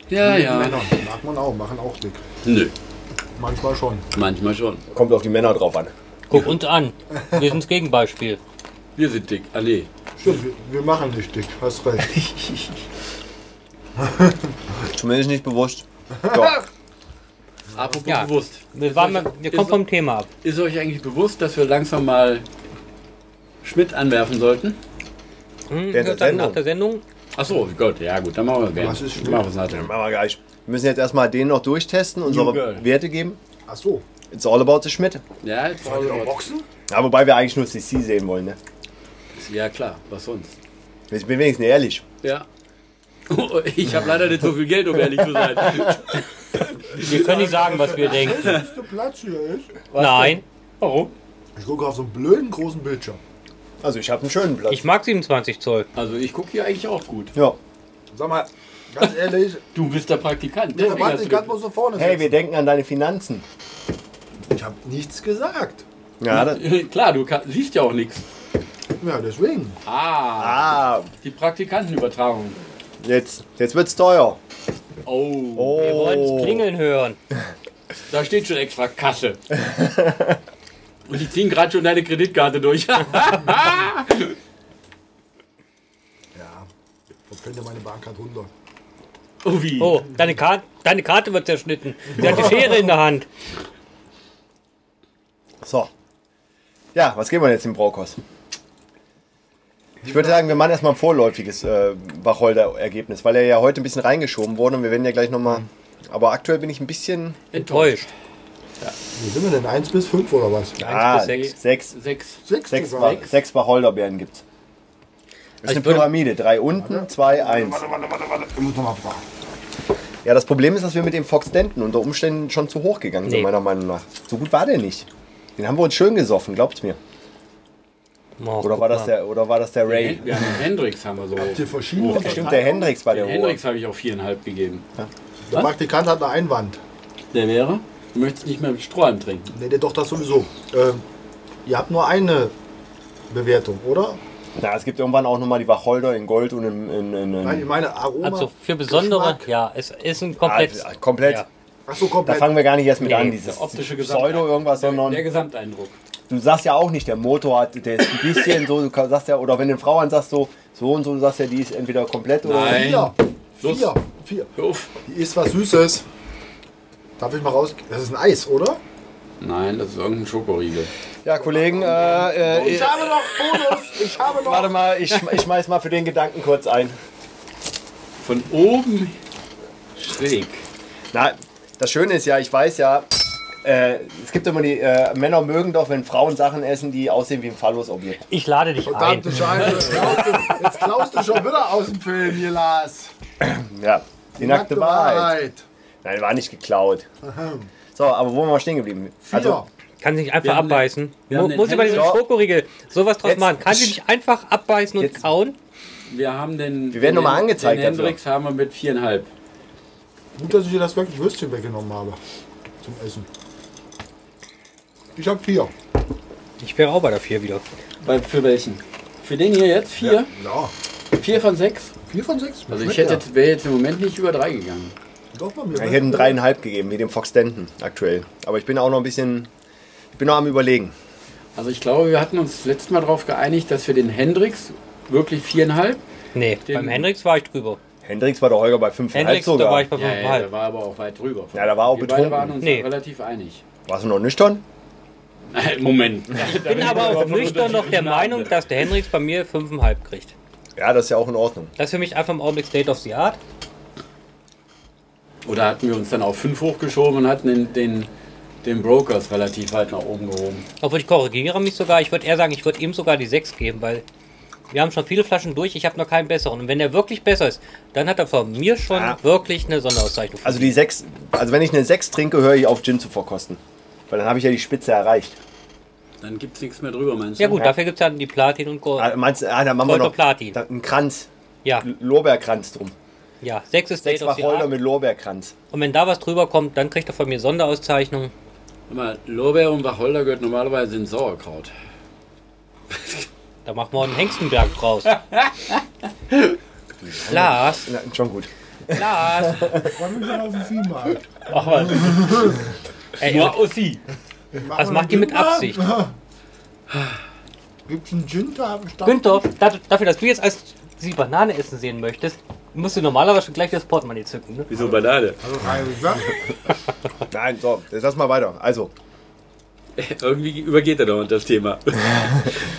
Speaker 3: Ja, ja.
Speaker 4: Männer mag man auch, machen auch dick.
Speaker 3: Nö.
Speaker 4: Manchmal schon.
Speaker 3: Manchmal schon.
Speaker 2: Kommt auf die Männer drauf an.
Speaker 1: Guck uns an. Wir sind das Gegenbeispiel.
Speaker 3: Wir sind dick. Ah, nee.
Speaker 4: Stimmt, wir, wir machen nicht dick, hast recht.
Speaker 2: Zumindest nicht bewusst.
Speaker 1: Hm,
Speaker 2: Ja.
Speaker 3: Apropos
Speaker 1: Ja.
Speaker 3: bewusst.
Speaker 1: Wir, waren, wir kommen vom Thema ab.
Speaker 3: Ist euch eigentlich bewusst, dass wir langsam mal Schmidt anwerfen sollten?
Speaker 1: Hm,
Speaker 2: der
Speaker 1: ich würd sagen,
Speaker 2: Sendung.
Speaker 1: nach der Sendung.
Speaker 3: Ach so, Gott, ja gut, dann machen wir es gerne.
Speaker 4: Was ist Schmidt?
Speaker 3: Machen wir's nachher.
Speaker 2: Aber gleich. Wir müssen jetzt erstmal den noch durchtesten, unsere
Speaker 3: Girl.
Speaker 2: Werte geben.
Speaker 4: Ach so.
Speaker 2: It's all about the Schmidt.
Speaker 3: Ja, halt jetzt wollen wir was.
Speaker 4: Boxen?
Speaker 2: Ja, wobei wir eigentlich nur CC sehen wollen. Ne?
Speaker 3: ja klar, was sonst?
Speaker 2: Ich bin wenigstens ehrlich.
Speaker 3: Ja. Ich habe leider nicht so viel Geld, um ehrlich zu sein.
Speaker 1: Wir können nicht sagen, was wir denken.
Speaker 4: Ist der Platz hier ist?
Speaker 1: Nein.
Speaker 3: Warum?
Speaker 4: Ich gucke auf so einen blöden großen Bildschirm.
Speaker 2: Also ich habe einen schönen Platz.
Speaker 1: Ich mag 27 Zoll.
Speaker 3: Also ich gucke hier eigentlich auch gut.
Speaker 2: ja.
Speaker 4: Sag mal, ganz ehrlich,
Speaker 3: Du bist der Praktikant.
Speaker 4: der
Speaker 3: deswegen
Speaker 4: Mann,
Speaker 3: hast
Speaker 4: ich
Speaker 3: du-
Speaker 4: kann bloß so vorne
Speaker 2: Hey, wir
Speaker 4: sitzen.
Speaker 2: denken an deine Finanzen.
Speaker 4: Ich hab nichts gesagt.
Speaker 2: Ja, das,
Speaker 3: klar, du kann, siehst ja auch nichts.
Speaker 4: Ja, deswegen.
Speaker 3: Ah,
Speaker 2: ah,
Speaker 3: die Praktikantenübertragung.
Speaker 2: jetzt, jetzt wird's teuer.
Speaker 3: Oh,
Speaker 1: Wir wollen es klingeln hören.
Speaker 3: da steht schon extra Kasse. Und die ziehen gerade schon deine Kreditkarte durch.
Speaker 4: Ja, da könnte meine Bahncard 100.
Speaker 3: oh, wie?
Speaker 1: Oh, deine, Karte, deine Karte wird zerschnitten. Sie hat die Schere in der Hand.
Speaker 2: So. Ja, was geben wir jetzt dem Braukos? Ich würde sagen, wir machen erstmal ein vorläufiges äh, Wacholder-Ergebnis, weil er ja heute ein bisschen reingeschoben wurde und wir werden ja gleich nochmal. Aber aktuell bin ich ein bisschen.
Speaker 1: Enttäuscht.
Speaker 4: Wie sind wir denn? 1 bis 5 oder
Speaker 1: Eins
Speaker 4: was?
Speaker 1: bis sechs.
Speaker 2: Ah, sechs.
Speaker 3: Sechs.
Speaker 4: 6
Speaker 2: Sechs,
Speaker 4: sogar.
Speaker 2: Wa- sechs Wacholderbeeren gibt's. Das ist
Speaker 1: Also
Speaker 2: eine
Speaker 1: ich würde-
Speaker 2: Pyramide. Drei unten, zwei, eins.
Speaker 4: Warte, warte, warte, warte. Ich muss nochmal fragen.
Speaker 2: Ja, das Problem ist, dass wir mit dem Fox Denton unter Umständen schon zu hoch gegangen sind,
Speaker 1: Nee.
Speaker 2: meiner Meinung nach. So gut war der nicht. Den haben wir uns schön gesoffen, glaubt's mir.
Speaker 1: Oh,
Speaker 2: Oder
Speaker 1: guck
Speaker 2: war das
Speaker 1: mal.
Speaker 2: der, oder war das der Ray?
Speaker 3: Wir haben den Hendrix haben wir so.
Speaker 4: Habt ihr verschiedene
Speaker 3: hoch.
Speaker 4: Unterteilungen?
Speaker 2: Oh, Stimmt, der Hendrix war der
Speaker 3: Den
Speaker 2: Hohe.
Speaker 3: Hendrix habe ich auch viereinhalb gegeben.
Speaker 4: Der Praktikant hat einen Einwand.
Speaker 3: Der wäre? Du möchtest nicht mehr mit Strohhalm trinken.
Speaker 4: Nee, der doch das sowieso. Ähm, ihr habt nur eine Bewertung, oder?
Speaker 2: Na, es gibt irgendwann auch nochmal die Wacholder in Gold und in. in, in, in
Speaker 4: Nein, ich meine Aroma.
Speaker 1: Also für besondere,
Speaker 4: Geschmack.
Speaker 1: ja, es ist ein
Speaker 2: Ah,
Speaker 1: komplett.
Speaker 2: ah, komplett.
Speaker 1: Ja.
Speaker 4: Ach so,
Speaker 2: Da
Speaker 4: komplett.
Speaker 2: fangen wir gar nicht erst mit
Speaker 1: Nee,
Speaker 2: an, dieses
Speaker 3: Der optische Gesamteindruck.
Speaker 2: Pseudo irgendwas, sondern
Speaker 3: Der Gesamteindruck.
Speaker 2: du sagst ja auch nicht, der Motor hat, der ist ein bisschen so, du kann- sagst ja, oder wenn du eine Frau ansagst, so, so und so, du sagst ja, die ist entweder komplett oder.
Speaker 3: Nein.
Speaker 4: Vier.
Speaker 3: Schluss.
Speaker 4: Vier. Vier.
Speaker 3: Hör auf.
Speaker 4: Die ist was Süßes. Darf ich mal raus? Das ist ein Eis, oder?
Speaker 3: Nein, das ist irgendein Schokoriegel.
Speaker 2: Ja, Kollegen, äh, äh,
Speaker 4: Ich habe noch Bonus. Ich habe noch.
Speaker 2: warte mal, ich, schm- ich schmeiß mal für den Gedanken kurz ein.
Speaker 3: Von oben schräg.
Speaker 2: Na, das Schöne ist ja, ich weiß ja, äh, es gibt immer die, äh, Männer mögen doch, wenn Frauen Sachen essen, die aussehen wie ein Falllosobjekt.
Speaker 1: Ich lade dich ein.
Speaker 4: Verdammte Scheiße. Jetzt klaust du- Jetzt klaust du schon wieder aus dem Film hier, Lars.
Speaker 2: Ja, die nackte Wahrheit.
Speaker 4: Wahrheit.
Speaker 2: Nein, war nicht geklaut. So, aber wo waren wir stehen geblieben?
Speaker 4: Vier. Also,
Speaker 1: Kann sie nicht
Speaker 3: Wir
Speaker 1: einfach
Speaker 3: haben den-
Speaker 1: abbeißen.
Speaker 3: wir haben
Speaker 1: Mu-
Speaker 3: den
Speaker 1: Muss sie bei diesem
Speaker 2: Händler-
Speaker 1: Schokoriegel sowas draus
Speaker 2: Jetzt-
Speaker 1: machen. Kann sie nicht einfach abbeißen und
Speaker 2: Jetzt-
Speaker 1: kauen?
Speaker 3: Wir haben den.
Speaker 2: Wir werden
Speaker 3: den,
Speaker 2: noch mal angezeigt
Speaker 3: Den
Speaker 2: dafür.
Speaker 3: Hendrix haben wir mit viereinhalb.
Speaker 4: gut, dass ich dir das wirklich Würstchen weggenommen habe. Zum Essen. Ich habe vier.
Speaker 1: Ich wäre auch bei der 4 wieder.
Speaker 3: Bei, für welchen? Für den hier jetzt vier?
Speaker 4: Ja.
Speaker 3: Vier von sechs?
Speaker 4: Vier von sechs.
Speaker 3: Also
Speaker 4: Schmeckt
Speaker 3: ich hätte
Speaker 4: ja.
Speaker 3: jetzt, wäre jetzt im Moment nicht über drei gegangen.
Speaker 4: Doch bei mir.
Speaker 2: Ja, ich hätte einen dreieinhalb gegeben, wie dem Fox Denton aktuell. Aber ich bin auch noch ein bisschen, ich bin noch am überlegen.
Speaker 3: Also ich glaube, wir hatten uns letztes Mal darauf geeinigt, dass wir den Hendrix wirklich viereinhalb.
Speaker 1: Nee,
Speaker 3: Den-
Speaker 1: beim Hendrix war ich drüber.
Speaker 2: Hendrix war der Holger bei fünfeinhalb
Speaker 1: Hendrix, da
Speaker 2: sogar.
Speaker 1: war ich bei
Speaker 3: Ja, ja,
Speaker 1: 5,5.
Speaker 3: der war aber auch weit drüber.
Speaker 2: Ja, der war auch
Speaker 3: wir
Speaker 2: betrunken.
Speaker 3: beide waren uns
Speaker 1: Nee.
Speaker 3: relativ einig.
Speaker 2: Warst du noch nüchtern?
Speaker 3: Moment.
Speaker 1: ich bin aber auch nüchtern noch der Meinung, dass der Hendrix bei mir 5,5 kriegt.
Speaker 2: Ja, das ist ja auch in Ordnung.
Speaker 1: Das ist für mich einfach im Augenblick State of the Art.
Speaker 3: Oder hatten wir uns dann auf 5 hochgeschoben und hatten den, den, den Brokers relativ weit nach oben gehoben.
Speaker 1: Obwohl ich korrigiere mich sogar. Ich würde eher sagen, ich würde ihm sogar die 6 geben, weil Wir haben schon viele Flaschen durch, ich habe noch keinen besseren. Und wenn der wirklich besser ist, dann hat er von mir schon
Speaker 2: Ah.
Speaker 1: wirklich eine Sonderauszeichnung.
Speaker 2: Also die sechs, also wenn ich eine 6 trinke, höre ich auf Gin zu verkosten. Weil dann habe ich ja die Spitze erreicht.
Speaker 3: Dann gibt es nichts mehr drüber, meinst du?
Speaker 1: ja gut, dafür gibt es dann die Platin und Gold.
Speaker 2: Ah, meinst du, ah, da machen wir
Speaker 1: Gold und
Speaker 2: noch
Speaker 1: Platin.
Speaker 2: da, einen Kranz,
Speaker 1: Ja,
Speaker 2: Lorbeerkranz drum.
Speaker 1: ja. Sechs ist
Speaker 2: Also, Sechs
Speaker 1: State of the
Speaker 2: Wacholder
Speaker 1: Art.
Speaker 2: mit Lorbeerkranz.
Speaker 1: Und wenn da was drüber kommt, dann kriegt er von mir Sonderauszeichnung.
Speaker 3: Sag mal, Lorbeer und Wacholder gehört normalerweise in Sauerkraut.
Speaker 1: Da machen wir einen Hengstenberg draus. Lars,
Speaker 2: Na, schon gut.
Speaker 1: Lars.
Speaker 4: Wollen wir mal auf den Viehmarkt?
Speaker 1: Ach, was. Ey,
Speaker 3: Moi aussi.
Speaker 1: das macht Also die mit Absicht.
Speaker 4: Gibt es einen Gin da am Stand?
Speaker 1: Günther, da- dafür, dass du jetzt als sie Banane essen sehen möchtest, musst du normalerweise schon gleich das Portemonnaie zücken. Ne?
Speaker 3: Wieso Banane?
Speaker 4: Also, keine Sache.
Speaker 2: Nein, so, jetzt lass mal weiter. Also,
Speaker 3: Irgendwie übergeht er doch das Thema.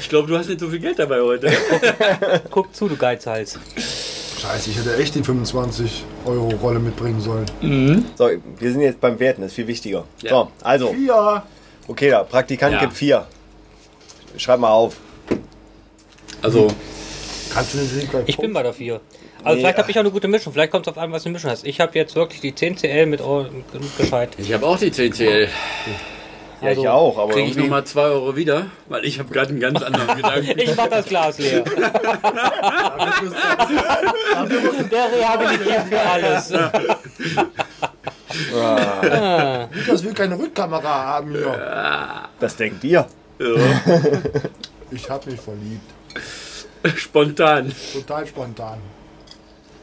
Speaker 3: Ich glaube, du hast nicht so viel Geld dabei heute. ne?
Speaker 1: Guck zu, du Geizhals.
Speaker 4: Scheiße, ich hätte echt die 25-Euro-Rolle mitbringen sollen.
Speaker 2: so, wir sind jetzt beim Werten, das ist viel wichtiger.
Speaker 3: Ja.
Speaker 2: So, also,
Speaker 4: Ja.
Speaker 2: okay, da, Praktikant
Speaker 3: Ja.
Speaker 2: gibt vier. Schreib mal auf.
Speaker 3: Also,
Speaker 4: Kannst du den Link bei
Speaker 1: Ich bin mal dafür. Also
Speaker 2: Nee,
Speaker 1: vielleicht
Speaker 2: ach.
Speaker 1: habe ich auch eine gute Mischung. Vielleicht kommt es auf an, was du Mischung hast. Ich habe jetzt wirklich die 10 CL mit, Or- mit gescheit.
Speaker 3: ich habe auch die CCL.
Speaker 2: Ja,
Speaker 1: Also,
Speaker 2: ich auch, aber
Speaker 3: Kriege ich
Speaker 2: irgendwie-
Speaker 3: nochmal 2 Euro wieder? Weil ich habe gerade einen ganz anderen Gedanken.
Speaker 1: Ich mach das Glas leer. Der rehabilitiert für alles.
Speaker 4: Das will keine Rückkamera haben hier.
Speaker 2: das denkt ihr.
Speaker 3: Ja,
Speaker 4: Ich hab mich verliebt.
Speaker 3: spontan.
Speaker 4: Total spontan.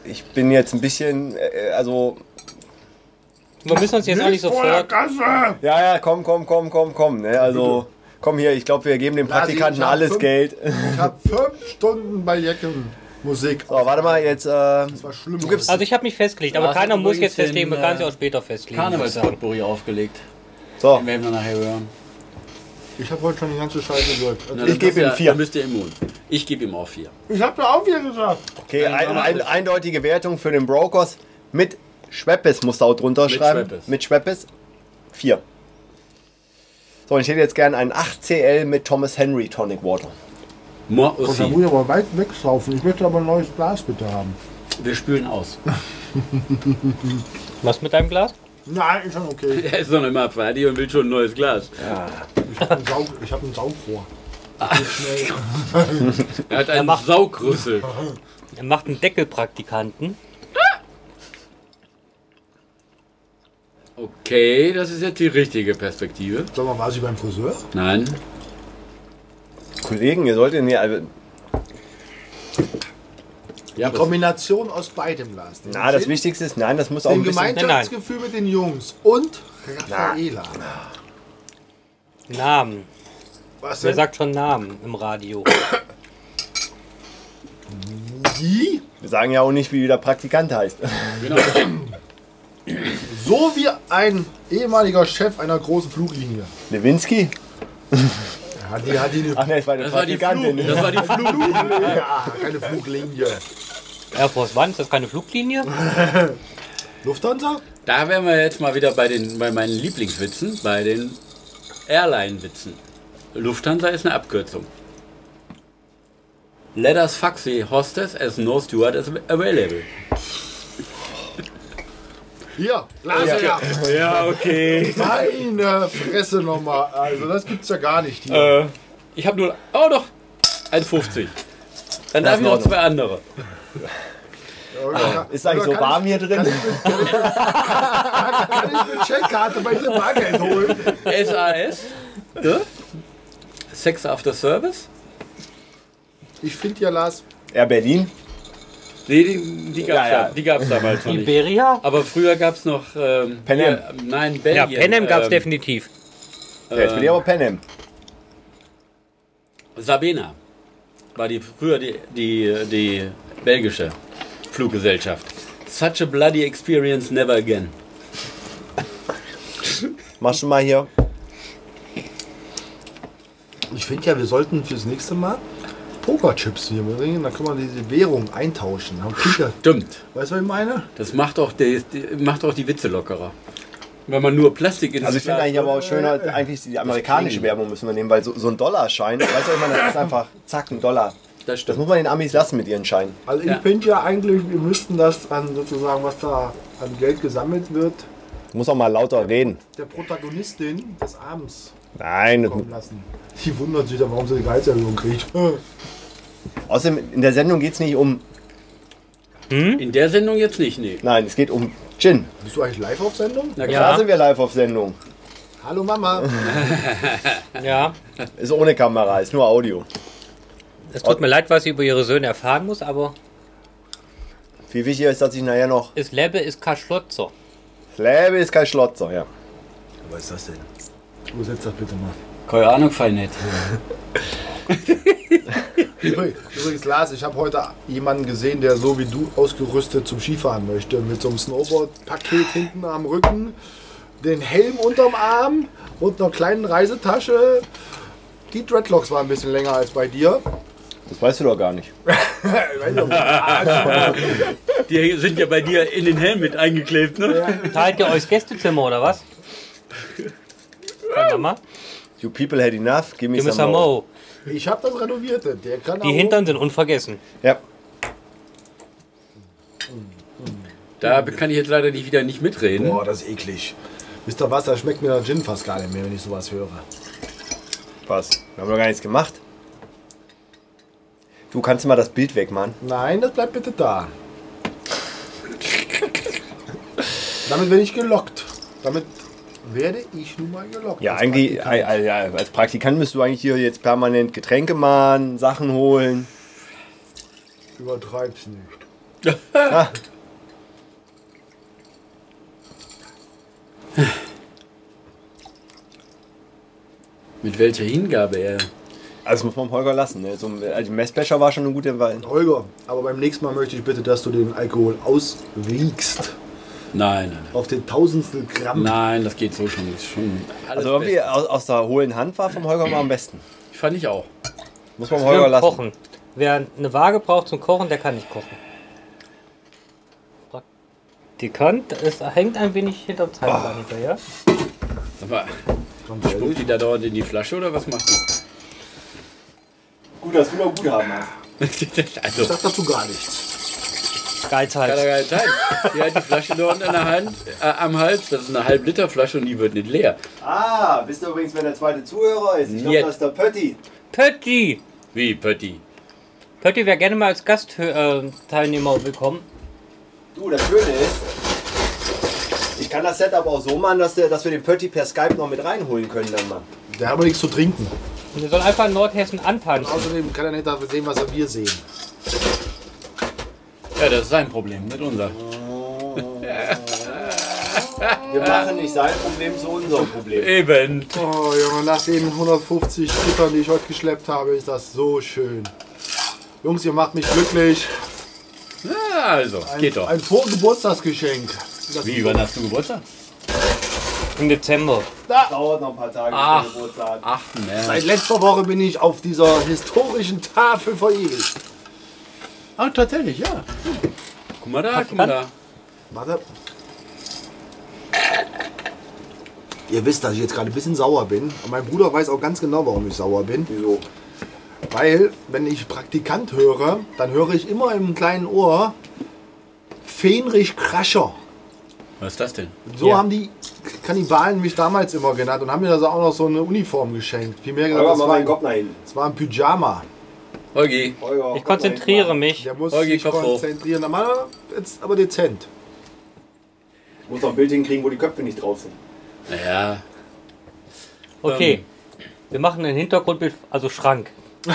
Speaker 2: Ich bin jetzt ein bisschen, äh, also,
Speaker 1: Wir müssen uns jetzt auch nicht
Speaker 4: vor der
Speaker 1: sofort.
Speaker 4: Kasse!
Speaker 2: ja, ja, komm, komm, komm, komm, komm. Ne? Also, komm hier, ich glaube, wir geben dem
Speaker 4: Lars,
Speaker 2: Praktikanten
Speaker 4: ich hab
Speaker 2: alles
Speaker 4: fünf-
Speaker 2: Geld.
Speaker 4: Ich hab fünf Stunden bei Jecken Musik.
Speaker 2: So, warte mal, jetzt, äh,
Speaker 4: war schlimm.
Speaker 2: du gibst
Speaker 1: Also ich habe mich festgelegt, aber
Speaker 5: Lars hat
Speaker 1: keiner muss
Speaker 5: übrigens
Speaker 1: jetzt festlegen, man
Speaker 5: den,
Speaker 1: kann sich
Speaker 5: äh,
Speaker 1: auch später festlegen. würde ich sagen.
Speaker 5: Karnevalspotpourri aufgelegt.
Speaker 2: So,
Speaker 5: Den werden wir nachher hören.
Speaker 4: Ich hab heute schon die ganze Scheiße gehört.
Speaker 3: Na,
Speaker 4: Also,
Speaker 3: dann
Speaker 2: Ich gebe
Speaker 3: bist
Speaker 2: ihm
Speaker 3: ja-
Speaker 2: vier.
Speaker 3: Dann bist du immun. Ich gebe ihm auch vier.
Speaker 4: ich hab da auch wieder gesagt.
Speaker 2: okay, ein, ein, eindeutige Wertung für den Brokers mit Schweppes musst du auch drunter
Speaker 3: Mit
Speaker 2: schreiben.
Speaker 3: Schweppes.
Speaker 2: Mit Schweppes. Vier. So, und ich hätte jetzt gerne einen 8CL mit Thomas Henry Tonic Water.
Speaker 3: Moi
Speaker 4: Und da
Speaker 3: aussi.
Speaker 4: muss ich aber weit wegsaufen. Ich möchte aber ein neues Glas bitte haben.
Speaker 3: Wir spülen aus.
Speaker 1: Was mit deinem Glas?
Speaker 4: Nein, ist schon okay.
Speaker 3: Er ist noch nicht mal fertig und will schon ein neues Glas.
Speaker 4: Ich hab ein, Saug ich hab ein Saugrohr. Ah.
Speaker 3: Er hat einen
Speaker 1: macht-
Speaker 3: Saugrüssel.
Speaker 1: Er macht einen Deckelpraktikanten.
Speaker 3: Okay, das ist jetzt die richtige Perspektive.
Speaker 4: Sag mal, war sie beim Friseur?
Speaker 3: Nein.
Speaker 2: Kollegen, ihr solltet nee, also,
Speaker 3: Ja,
Speaker 4: Die
Speaker 3: aber
Speaker 4: Kombination aus beidem, Lars. Den
Speaker 2: na, Ah, das
Speaker 4: Gin,
Speaker 2: Wichtigste ist, nein, das muss auch
Speaker 4: Den
Speaker 2: ein bisschen.
Speaker 4: Gemeinschaftsgefühl mit den Jungs und Raffaela.
Speaker 1: Namen.
Speaker 4: Was
Speaker 1: Wer
Speaker 4: denn?
Speaker 1: sagt schon Namen im Radio?
Speaker 4: die?
Speaker 2: Wir sagen ja auch nicht, wie der Praktikant heißt.
Speaker 3: genau.
Speaker 4: So wie ein ehemaliger Chef einer großen Fluglinie.
Speaker 2: Lewinsky?
Speaker 4: Ja, die hat die
Speaker 2: Ach
Speaker 4: eine,
Speaker 2: ne, ich war der
Speaker 3: Das war die
Speaker 2: Praktikantin.
Speaker 3: Flug. Das war die Flug.
Speaker 4: ja, keine Fluglinie.
Speaker 1: Air Force One, ist das keine Fluglinie?
Speaker 4: Lufthansa?
Speaker 3: Da wären wir jetzt mal wieder bei, den, bei meinen Lieblingswitzen, bei den Airline-Witzen. Lufthansa ist eine Abkürzung. Let us faxi hostess as no steward is available.
Speaker 4: Hier, Lars, ja.
Speaker 3: Ja, okay.
Speaker 4: Meine Fresse nochmal. Also, das gibt's ja gar nicht hier.
Speaker 3: äh, ich habe nur. Oh doch! 1,50. Dann
Speaker 2: Das
Speaker 3: darf
Speaker 2: ist
Speaker 3: ich
Speaker 2: in
Speaker 3: noch
Speaker 2: Ordnung.
Speaker 3: zwei andere.
Speaker 4: Oder-
Speaker 2: Ist eigentlich so
Speaker 4: oder
Speaker 2: warm hier drin?
Speaker 4: Kann ich eine Checkkarte bei dir Bargeld holen?
Speaker 3: SAS. ne? Sex after service.
Speaker 4: Ich finde ja, Lars,
Speaker 2: Air Berlin?
Speaker 3: Nee, die, die
Speaker 2: Ja,
Speaker 3: gab's
Speaker 2: ja.
Speaker 3: da- die gab's damals noch nicht.
Speaker 1: Iberia?
Speaker 3: Aber früher gab es noch. Ähm,
Speaker 2: Pan Am.
Speaker 3: hier, nein,
Speaker 1: Ja,
Speaker 3: Belgien.
Speaker 1: Penem gab es
Speaker 3: ähm,
Speaker 1: definitiv.
Speaker 2: Ja,
Speaker 3: Äh.
Speaker 2: jetzt bin ich aber Panem.
Speaker 3: Sabena war die früher die, die, die belgische Fluggesellschaft. Such a bloody experience never again.
Speaker 2: Machst du mal hier.
Speaker 4: ich finde ja, wir sollten fürs nächste Mal Pokerchips hier bringen. Dann kann man diese Währung eintauschen. Dann kriegt er-
Speaker 3: Stimmt.
Speaker 4: Weißt du, was ich meine?
Speaker 3: Das macht auch die, die, macht auch die Witze lockerer. Wenn man nur Plastik ins
Speaker 2: Also ich finde
Speaker 3: Glas-
Speaker 2: eigentlich aber auch schöner, eigentlich die amerikanische Werbung müssen wir nehmen, weil so, so ein Dollarschein, weißt du, ich meine, das ist einfach, zack, ein Dollar.
Speaker 3: das
Speaker 2: Das
Speaker 3: stimmt.
Speaker 2: muss man den Amis lassen mit ihren Scheinen.
Speaker 4: Also ich
Speaker 3: Ja.
Speaker 4: finde ja eigentlich, wir müssten das an sozusagen, was da an Geld gesammelt wird,
Speaker 2: Muss auch mal lauter reden.
Speaker 4: der Protagonistin des Abends
Speaker 2: Nein, das,
Speaker 4: kommen lassen. Die wundert sich dann, warum sie eine Gehaltserhöhung kriegt.
Speaker 2: außerdem in der Sendung geht es nicht um.
Speaker 3: In der Sendung jetzt nicht, nee.
Speaker 2: Nein, es geht um Gin.
Speaker 4: Bist du eigentlich live auf Sendung?
Speaker 3: Na
Speaker 2: Da
Speaker 1: Ja.
Speaker 2: sind wir live auf Sendung.
Speaker 4: Hallo Mama.
Speaker 1: Ja,
Speaker 2: Ist ohne Kamera, ist nur Audio.
Speaker 1: es tut mir leid, was sie über ihre Söhne erfahren muss, aber
Speaker 2: Viel wichtiger ist, dass ich nachher noch.
Speaker 1: es lebe ist kein Schlotzer.
Speaker 2: Lebe ist kein Schlotzer, ja.
Speaker 4: Was ist das denn? Übersetzt das bitte mal.
Speaker 3: Keine Ahnung, fein nicht.
Speaker 4: Übrig- Übrigens, Lars, ich habe heute jemanden gesehen, der so wie du ausgerüstet zum Skifahren möchte. Mit so einem Snowboard-Paket hinten am Rücken, den Helm unterm Arm und einer kleinen Reisetasche. Die Dreadlocks waren ein bisschen länger als bei dir.
Speaker 2: Das weißt du doch gar nicht.
Speaker 4: Ich weiß nicht,
Speaker 3: Die sind ja bei dir in den Helm mit eingeklebt, ne?
Speaker 1: Teilt ihr euch das Gästezimmer oder was? Von Mama?
Speaker 2: You people had enough, give me,
Speaker 1: Give me
Speaker 2: some
Speaker 1: some
Speaker 2: more.
Speaker 1: more.
Speaker 4: ich habe das renoviert. Der kann
Speaker 1: Die
Speaker 4: auch-
Speaker 1: Hintern sind unvergessen.
Speaker 2: Ja.
Speaker 3: Da kann ich jetzt leider nicht wieder nicht mitreden.
Speaker 4: Boah, das ist eklig. Wisst ihr was, da schmeckt mir der Gin fast gar nicht mehr, wenn ich sowas höre.
Speaker 2: Was? Wir haben doch gar nichts gemacht. Du kannst du mal das Bild wegmachen.
Speaker 4: Nein, das bleibt bitte da. Damit werde ich gelockt. Damit werde ich nun mal gelockt.
Speaker 2: Ja,
Speaker 4: Das
Speaker 2: eigentlich,
Speaker 4: Praktikant.
Speaker 2: ei- ei- ja, als Praktikant müsst du eigentlich hier jetzt permanent Getränke machen, Sachen holen.
Speaker 4: Übertreib's nicht.
Speaker 3: Mit welcher Hingabe er.
Speaker 2: Also das muss man dem Holger lassen. Ne? So, ein- also Messbecher war schon eine gute Wahl. Also
Speaker 4: Holger, aber beim nächsten Mal möchte ich bitte, dass du den Alkohol auswiegst.
Speaker 3: Nein, nein,
Speaker 4: Auf den tausendstel Gramm.
Speaker 3: nein. Nein, das geht so schon. Das ist schon alles
Speaker 2: Also irgendwie
Speaker 3: best.
Speaker 2: aus, aus der hohlen Hand war vom Holger mal am besten.
Speaker 3: Fand ich auch.
Speaker 2: Muss man dem Holger
Speaker 1: Für
Speaker 2: lassen.
Speaker 1: Kochen. Wer eine Waage braucht zum Kochen, der kann nicht kochen. Praktikant, es hängt ein wenig hinterm Zeitplan hinterher.
Speaker 3: Sag mal,
Speaker 4: Ganz ehrlich.
Speaker 3: guckt die da dauernd in die Flasche oder was macht die?
Speaker 2: Gut, dass du noch gut haben hast.
Speaker 4: Ich
Speaker 3: also,
Speaker 4: sag dazu gar nichts.
Speaker 3: kann er
Speaker 1: Geizhals.
Speaker 3: gar nicht sein. Die hat die Flasche dauernd an der Hand, äh, am Hals. Das ist eine halb Liter Flasche und die wird nicht leer.
Speaker 2: Ah, wisst ihr übrigens, wer der zweite Zuhörer ist? Ich glaube,
Speaker 3: Jetzt.
Speaker 2: das ist der Pötti.
Speaker 1: Pötti!
Speaker 3: Wie, Pötti?
Speaker 1: Pötti wäre gerne mal als Gastteilnehmer willkommen.
Speaker 2: Du, das Schöne ist, ich kann das Setup auch so machen, dass, der, dass wir den Pötti per Skype noch mit reinholen können dann mal.
Speaker 4: Der hat aber nichts zu trinken.
Speaker 1: Und wir sollen einfach in Nordhessen
Speaker 4: Und
Speaker 1: antanzen.
Speaker 4: außerdem kann er nicht dafür sehen, was er wir sehen.
Speaker 3: Ja, das ist sein Problem, nicht unser.
Speaker 2: Wir machen nicht sein Problem zu unserem Problem.
Speaker 3: Eben.
Speaker 4: Oh Junge, nach den 150 Zittern, die ich heute geschleppt habe, ist das so schön. Jungs, ihr macht mich glücklich.
Speaker 3: Ja, also,
Speaker 4: Ein,
Speaker 3: geht doch.
Speaker 4: Ein Vorgeburtstagsgeschenk.
Speaker 1: Also-
Speaker 4: Das
Speaker 3: Wie, wann hast du Geburtstag?
Speaker 1: Im Dezember.
Speaker 2: Dauert noch ein paar Tage bis zum Geburtstag.
Speaker 3: 8. März.
Speaker 4: Seit letzter Woche bin ich auf dieser historischen Tafel verewigt.
Speaker 3: Ah, tatsächlich, ja. Guck mal da, guck mal da.
Speaker 4: Warte. Ihr wisst, dass ich jetzt gerade ein bisschen sauer bin. Und mein Bruder weiß auch ganz genau, warum ich sauer bin. Wieso? Weil, wenn ich Praktikant höre, dann höre ich immer im kleinen Ohr Fenrich Krascher.
Speaker 3: Was ist das denn?
Speaker 4: So
Speaker 1: Ja.
Speaker 4: haben die Kannibalen mich damals immer genannt und haben mir da so auch noch so eine Uniform geschenkt. Vielmehr gesagt,
Speaker 2: Holger,
Speaker 4: das
Speaker 2: mach mal
Speaker 4: war,
Speaker 2: den
Speaker 4: ein,
Speaker 2: Kopf nach hinten.
Speaker 4: das war ein Pyjama.
Speaker 3: Holgi,
Speaker 2: Holger,
Speaker 1: Ich konzentriere mich.
Speaker 4: Der muss
Speaker 3: Holgi,
Speaker 4: sich
Speaker 3: Kopf hoch.
Speaker 4: konzentrieren. Na, Mann, Jetzt aber dezent.
Speaker 2: Ich muss noch ein Bild hinkriegen, wo die Köpfe nicht drauf sind.
Speaker 3: Naja, Ähm.
Speaker 1: Okay. Wir machen ein Hintergrundbild, also Schrank.
Speaker 4: Ja.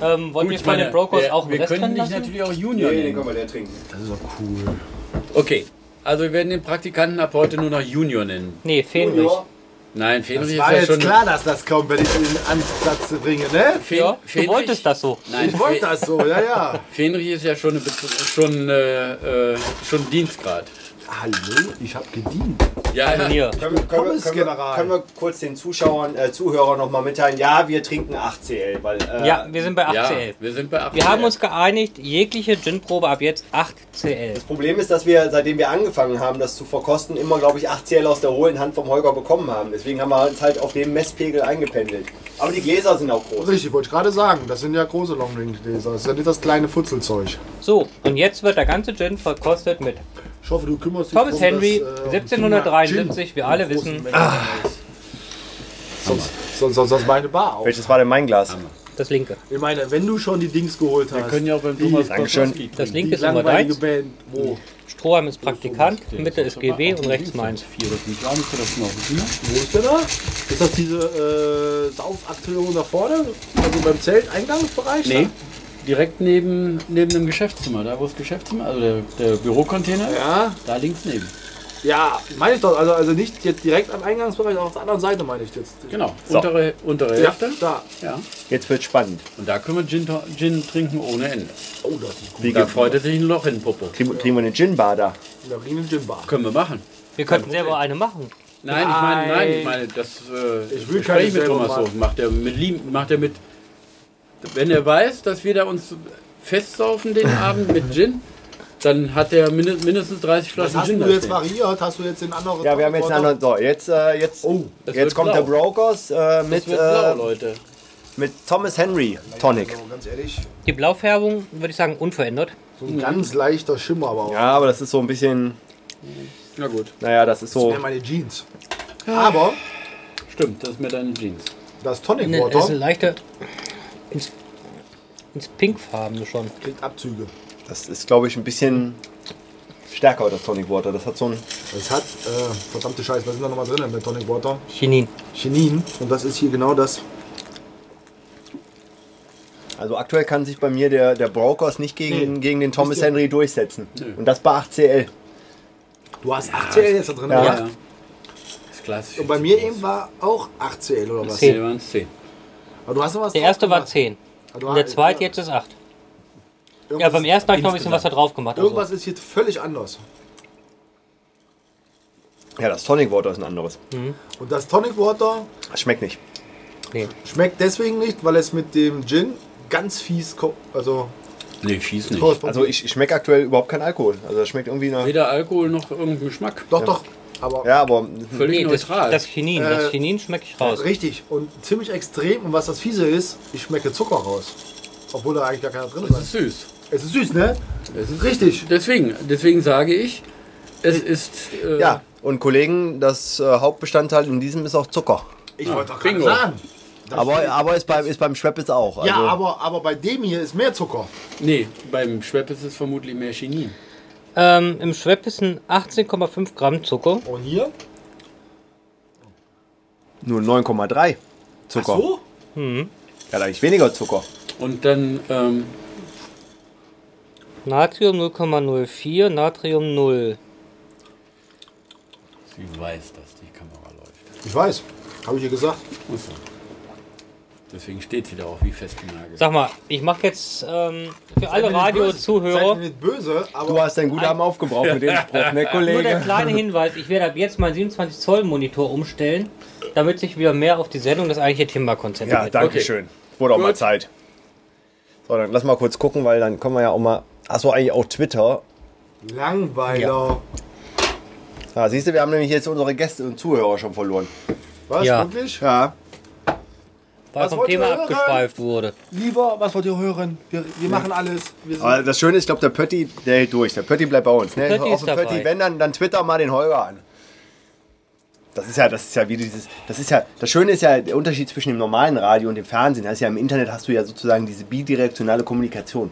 Speaker 1: Ähm, wollen wir
Speaker 3: ich
Speaker 1: jetzt bei den Brokers
Speaker 3: wir,
Speaker 1: auch einen
Speaker 3: wir
Speaker 1: Rest
Speaker 3: können
Speaker 1: drin
Speaker 3: dich
Speaker 1: lassen?
Speaker 3: natürlich auch Junior
Speaker 2: Nee, den
Speaker 3: nennen.
Speaker 2: können wir leer trinken.
Speaker 4: Das ist doch cool.
Speaker 3: Okay, also wir werden den Praktikanten ab heute nur noch Junior nennen.
Speaker 1: Nee, Fähnrich.
Speaker 3: Nein, Fenrich
Speaker 4: Das
Speaker 3: ist
Speaker 4: war
Speaker 3: ja
Speaker 4: jetzt
Speaker 3: schon...
Speaker 4: klar, dass das kommt, wenn ich ihn an den Platz bringe, ne?
Speaker 3: Fen-
Speaker 1: Ja, du
Speaker 3: Fenrich-
Speaker 1: wolltest das so.
Speaker 3: Nein,
Speaker 4: Ich wollte das so, ja, ja.
Speaker 3: Fenrich ist ja schon, eine Bez- schon, äh, äh, schon Dienstgrad.
Speaker 4: Hallo, ich hab gedient.
Speaker 3: Ja,
Speaker 1: Hier.
Speaker 2: Können, wir- können, wir- können, wir-
Speaker 4: Pommesgeneral.
Speaker 2: können wir kurz den Zuschauern, äh, Zuhörern nochmal mitteilen, ja, wir trinken 8CL, weil äh,
Speaker 1: Ja, wir sind bei
Speaker 3: ja
Speaker 1: 8CL.
Speaker 3: wir sind bei 8
Speaker 1: Wir haben uns geeinigt, jegliche Gin-Probe ab jetzt 8CL.
Speaker 2: das Problem ist, dass wir, seitdem wir angefangen haben, das zu verkosten, immer, glaube ich, 8CL aus der hohlen Hand vom Holger bekommen haben. Deswegen haben wir uns halt auf dem Messpegel eingependelt. Aber die Gläser sind auch groß.
Speaker 4: Also Richtig, wollte ich gerade sagen. Das sind ja große Longdrink-Gläser. Das ist ja nicht das kleine Futzelzeug.
Speaker 1: So, und jetzt wird der ganze Gin verkostet mit
Speaker 4: Ich hoffe, du kümmerst dich
Speaker 1: Thomas
Speaker 4: drum,
Speaker 1: Henry,
Speaker 4: dass, äh, um
Speaker 1: 1773, wir alle
Speaker 4: Gin großen
Speaker 1: wissen,
Speaker 4: Mengen ist. Sonst, sonst, sonst, sonst meine Bar auf.
Speaker 2: Welches war denn mein Glas?
Speaker 1: das linke.
Speaker 4: Ich meine, wenn du schon die Dings geholt hast.
Speaker 3: Wir können ja auch beim
Speaker 4: die,
Speaker 3: Thomas
Speaker 2: Dankeschön.
Speaker 3: Koslowski
Speaker 1: Das
Speaker 3: trinken.
Speaker 1: linke
Speaker 4: die
Speaker 1: ist Nummer
Speaker 4: langweilige
Speaker 1: 1,
Speaker 4: Band. Wo?
Speaker 1: Strohhalm ist Praktikant,
Speaker 3: Der
Speaker 1: Mitte ist
Speaker 3: aber
Speaker 1: GW
Speaker 3: auch
Speaker 1: und
Speaker 3: ein
Speaker 1: rechts
Speaker 3: Riesen-
Speaker 1: meins.
Speaker 3: Vier, das liegt auch nicht so, das noch nicht.
Speaker 4: Wo ist der da? Ist das diese äh, Saufaktion da vorne? Also beim Zelt, Eingangsbereich?
Speaker 3: Nee, direkt neben, neben dem Geschäftszimmer, da wo das Geschäftszimmer, also der, der Bürocontainer,
Speaker 4: Ja,
Speaker 3: da links neben.
Speaker 4: Ah, ja, meine ich doch. Also, also nicht jetzt direkt am Eingangsbereich, auch auf der anderen Seite meine ich jetzt.
Speaker 3: Genau,
Speaker 2: So.
Speaker 3: untere, untere
Speaker 4: Ja,
Speaker 3: Hälfte.
Speaker 4: da.
Speaker 3: Ja.
Speaker 2: Jetzt wird's spannend.
Speaker 3: Und da können wir Gin, to- Gin trinken ohne Ende.
Speaker 4: Oh, das ist gut.
Speaker 2: Wie
Speaker 3: Da
Speaker 2: geht's?
Speaker 3: freut er sich ein Loch in den Popo.
Speaker 2: Kriegen, kriegen wir eine Gin-Bar da?
Speaker 4: Da ging eine Gymbar.
Speaker 3: Können wir machen.
Speaker 1: Wir könnten selber eine machen.
Speaker 3: Nein, ich meine, nein,
Speaker 4: Nein.
Speaker 3: ich meine, das äh,
Speaker 4: Ich
Speaker 3: spreche
Speaker 4: will keine
Speaker 3: ich mit
Speaker 4: selber
Speaker 3: Thomas so.
Speaker 4: machen.
Speaker 3: Macht er mit Lieb, macht er mit. Wenn er weiß, dass wir da uns festsaufen den Abend mit Gin, dann hat er mindest, mindestens 30
Speaker 4: Was
Speaker 3: Flaschen
Speaker 4: hast
Speaker 3: Gin.
Speaker 4: du
Speaker 3: da
Speaker 4: jetzt
Speaker 3: stehen.
Speaker 4: variiert? Hast du jetzt den anderen?
Speaker 2: Ja, wir haben jetzt einen anderen. So, jetzt, äh, jetzt,
Speaker 3: Oh, das
Speaker 2: jetzt
Speaker 3: wird
Speaker 2: kommt
Speaker 3: blau.
Speaker 2: der Brokers äh,
Speaker 3: Das
Speaker 2: mit,
Speaker 3: wird blau,
Speaker 2: äh,
Speaker 3: Leute.
Speaker 2: mit Thomas Henry Tonic.
Speaker 4: Also, ganz ehrlich,
Speaker 1: Die Blaufärbung würde ich sagen unverändert.
Speaker 4: so ein ganz leichter Schimmer, aber auch.
Speaker 2: Ja, aber das ist so ein bisschen.
Speaker 3: Na gut,
Speaker 2: Naja, das ist
Speaker 4: Das
Speaker 2: so.
Speaker 4: wären meine Jeans. Aber
Speaker 3: stimmt, das ist mir deine Jeans.
Speaker 4: das
Speaker 1: Eine,
Speaker 4: Tonic
Speaker 1: ist eine
Speaker 4: Water
Speaker 1: leichte ins, ins Pinkfarbene schon.
Speaker 4: kriegt Abzüge.
Speaker 2: Das ist, glaube ich, ein bisschen stärker, das Tonic Water. Das hat so ein.
Speaker 4: Das hat, äh, verdammte Scheiße, was ist da nochmal drin mit Tonic Water?
Speaker 1: Chinin.
Speaker 4: Chinin. Und das ist hier genau das.
Speaker 2: Also aktuell kann sich bei mir der, der Brokers nicht gegen,
Speaker 4: Nee.
Speaker 2: gegen den Thomas
Speaker 4: Wisst ihr-
Speaker 2: Henry durchsetzen.
Speaker 3: Nö.
Speaker 2: Und das bei 8CL.
Speaker 4: Du hast 8CL jetzt da drin
Speaker 2: Ja.
Speaker 4: ja.
Speaker 3: Ja.
Speaker 4: gemacht.
Speaker 3: Das ist klassisch.
Speaker 4: Und bei mir eben war auch 8CL oder was?
Speaker 1: Zehn.
Speaker 3: Nee, waren es 10.
Speaker 4: Aber du hast noch was
Speaker 1: Der
Speaker 4: drauf
Speaker 1: erste war
Speaker 4: gemacht.
Speaker 1: 10.
Speaker 4: Ah, du
Speaker 1: Und der
Speaker 4: hast-
Speaker 1: zweite jetzt ist 8.
Speaker 4: Irgendwas
Speaker 1: Ja, beim
Speaker 4: ist-
Speaker 1: ersten habe ich noch ein bisschen
Speaker 3: Insgesamt.
Speaker 1: was da drauf gemacht. Also.
Speaker 4: Irgendwas ist hier völlig anders.
Speaker 2: Ja, das Tonic Water ist ein anderes.
Speaker 4: Und das Tonic Water
Speaker 2: Das schmeckt nicht.
Speaker 1: Nee.
Speaker 4: schmeckt deswegen nicht, weil es mit dem Gin ganz fies ko also
Speaker 3: Nee, schieß nicht.
Speaker 4: korrespondiert.
Speaker 2: Also ich, ich schmecke aktuell überhaupt keinen Alkohol. Also das schmeckt irgendwie nach.
Speaker 3: Weder Alkohol noch irgendein Geschmack.
Speaker 4: doch, doch. Aber
Speaker 2: Ja, aber
Speaker 3: Völlig
Speaker 1: Nee, das,
Speaker 3: neutral.
Speaker 1: das Chinin. Das
Speaker 4: Äh,
Speaker 1: Chinin schmecke ich raus.
Speaker 4: richtig. Und ziemlich extrem. Und was das fiese ist, ich schmecke Zucker raus. Obwohl da eigentlich gar keiner drin
Speaker 3: das ist
Speaker 4: ist.
Speaker 3: süß.
Speaker 4: Es ist süß, ne?
Speaker 3: Es ist
Speaker 4: Richtig.
Speaker 3: Deswegen, deswegen sage ich, es ist. Äh,
Speaker 2: ja. Und Kollegen, das äh, Hauptbestandteil in diesem ist auch Zucker.
Speaker 4: Ich
Speaker 3: Ah,
Speaker 4: wollte doch gerade
Speaker 3: Bingo.
Speaker 4: sagen. Das
Speaker 2: Aber,
Speaker 4: steht-
Speaker 2: aber ist, bei, ist beim Schweppes auch. Also,
Speaker 4: ja, aber, aber bei dem hier ist mehr Zucker.
Speaker 3: Nee, beim Schwepp ist es vermutlich mehr Chinin.
Speaker 1: Ähm, Im Schwepp ist ein 18,5 Gramm Zucker.
Speaker 4: Und hier?
Speaker 2: Nur 9,3 Zucker.
Speaker 4: Ach so?
Speaker 2: Ja, da hab ich weniger Zucker.
Speaker 3: Und dann, ähm,
Speaker 1: Natrium 0,04, Natrium 0.
Speaker 3: sie weiß, dass die Kamera läuft.
Speaker 4: Ich weiß. Habe ich ihr gesagt.
Speaker 3: Muss so. Deswegen steht sie da auch wie festgenagelt.
Speaker 1: Sag mal, ich mache jetzt ähm, für alle
Speaker 4: Seid mir nicht böse. Seid
Speaker 1: Radio-Zuhörer
Speaker 4: mir nicht böse, aber
Speaker 2: Du hast deinen Guthaben aufgebraucht mit dem Spruch, ne,
Speaker 1: nur der
Speaker 2: Kollege?
Speaker 1: kleine Hinweis: Ich werde ab jetzt meinen 27 Zoll Monitor umstellen, damit sich wieder mehr auf die Sendung das eigentliche Thema
Speaker 2: Ja,
Speaker 1: konzentriert.
Speaker 2: danke schön. Wurde auch mal
Speaker 3: Gut.
Speaker 2: Zeit. So, dann lass mal kurz gucken, weil dann können wir ja auch mal. Achso, eigentlich auch Twitter.
Speaker 4: Langweiler.
Speaker 2: Ja, siehst du, wir haben nämlich jetzt unsere Gäste und Zuhörer schon verloren.
Speaker 4: Was,
Speaker 1: Ja.
Speaker 4: wirklich?
Speaker 2: Ja.
Speaker 1: weil
Speaker 4: Was
Speaker 1: vom
Speaker 4: wollt
Speaker 1: Thema
Speaker 4: ihr hören?
Speaker 1: abgeschweift wurde.
Speaker 4: Lieber, was wollt ihr hören? Wir, wir machen alles. Wir sind
Speaker 2: Aber das Schöne ist, ich glaube, der Pötti, der hält durch. Der Pötti bleibt bei uns. Ne?
Speaker 1: Pötti
Speaker 2: Auf
Speaker 1: ist
Speaker 2: den
Speaker 1: dabei.
Speaker 2: Pötti, wenn, dann, dann twitter mal den Holger an. Das ist ja, das ist ja wie dieses, das ist ja, das Schöne ist ja der Unterschied zwischen dem normalen Radio und dem Fernsehen. Das ist ja im Internet hast du ja sozusagen diese bidirektionale Kommunikation.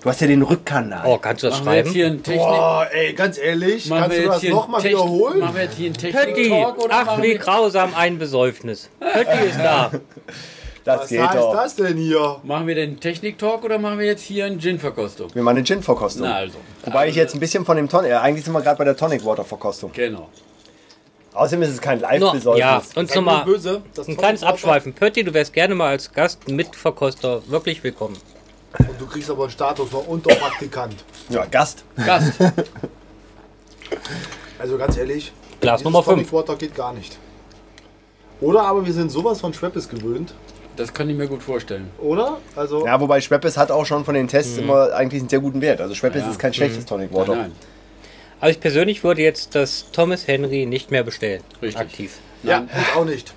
Speaker 2: Du hast ja den Rückkanal.
Speaker 1: Oh, kannst du das
Speaker 3: Machen wir jetzt
Speaker 1: schreiben?
Speaker 3: hier einen Technik.
Speaker 4: Boah, ey, ganz ehrlich,
Speaker 3: machen
Speaker 4: kannst
Speaker 3: wir
Speaker 4: du
Speaker 3: jetzt
Speaker 4: das
Speaker 3: hier einen
Speaker 4: nochmal
Speaker 3: Technik-
Speaker 4: wiederholen?
Speaker 3: Machen wir jetzt hier einen
Speaker 1: Pötti,
Speaker 3: Technik-Talk oder
Speaker 1: ach
Speaker 3: machen
Speaker 1: wie
Speaker 3: wir
Speaker 1: grausam ein Besäufnis. Pötti ist da.
Speaker 2: das
Speaker 4: Was
Speaker 2: geht
Speaker 4: heißt
Speaker 2: doch.
Speaker 4: das denn hier?
Speaker 3: Machen wir den Technik-Talk oder machen wir jetzt hier einen Gin-Verkostung?
Speaker 2: Wir machen eine Gin-Verkostung.
Speaker 3: Na also.
Speaker 2: Wobei ich jetzt ein bisschen von dem Tonic, äh, eigentlich sind wir gerade bei der Tonic-Water-Verkostung.
Speaker 3: Genau.
Speaker 2: Außerdem ist es kein
Speaker 1: No,
Speaker 2: live
Speaker 1: ja, und
Speaker 4: Seid nur
Speaker 1: nochmal
Speaker 4: böse, das
Speaker 1: ein
Speaker 4: Zeug
Speaker 1: kleines
Speaker 4: ist auch-
Speaker 1: Abschweifen. Pötti, du wärst gerne mal als Gast mit Verkoster wirklich willkommen.
Speaker 4: Und du kriegst aber einen Status noch unter Praktikant.
Speaker 2: ja, Gast.
Speaker 3: Gast.
Speaker 4: Also ganz ehrlich,
Speaker 1: Glas
Speaker 4: dieses
Speaker 1: Nummer
Speaker 4: Tonic
Speaker 1: 5.
Speaker 4: Water geht gar nicht. Oder aber wir sind sowas von Schweppes gewöhnt,
Speaker 3: Das kann ich mir gut vorstellen.
Speaker 4: oder? Also
Speaker 2: Ja, wobei Schweppes hat auch schon von den Tests immer eigentlich einen sehr guten Wert. Also Schweppes
Speaker 3: Mhm. Ja. Mhm.
Speaker 2: ist kein schlechtes Tonic-Water.
Speaker 3: Nein.
Speaker 1: Aber Also ich persönlich würde jetzt das Thomas Henry nicht mehr bestellen.
Speaker 3: Richtig.
Speaker 1: Aktiv.
Speaker 4: Ja,
Speaker 3: Nein.
Speaker 4: ich auch nicht.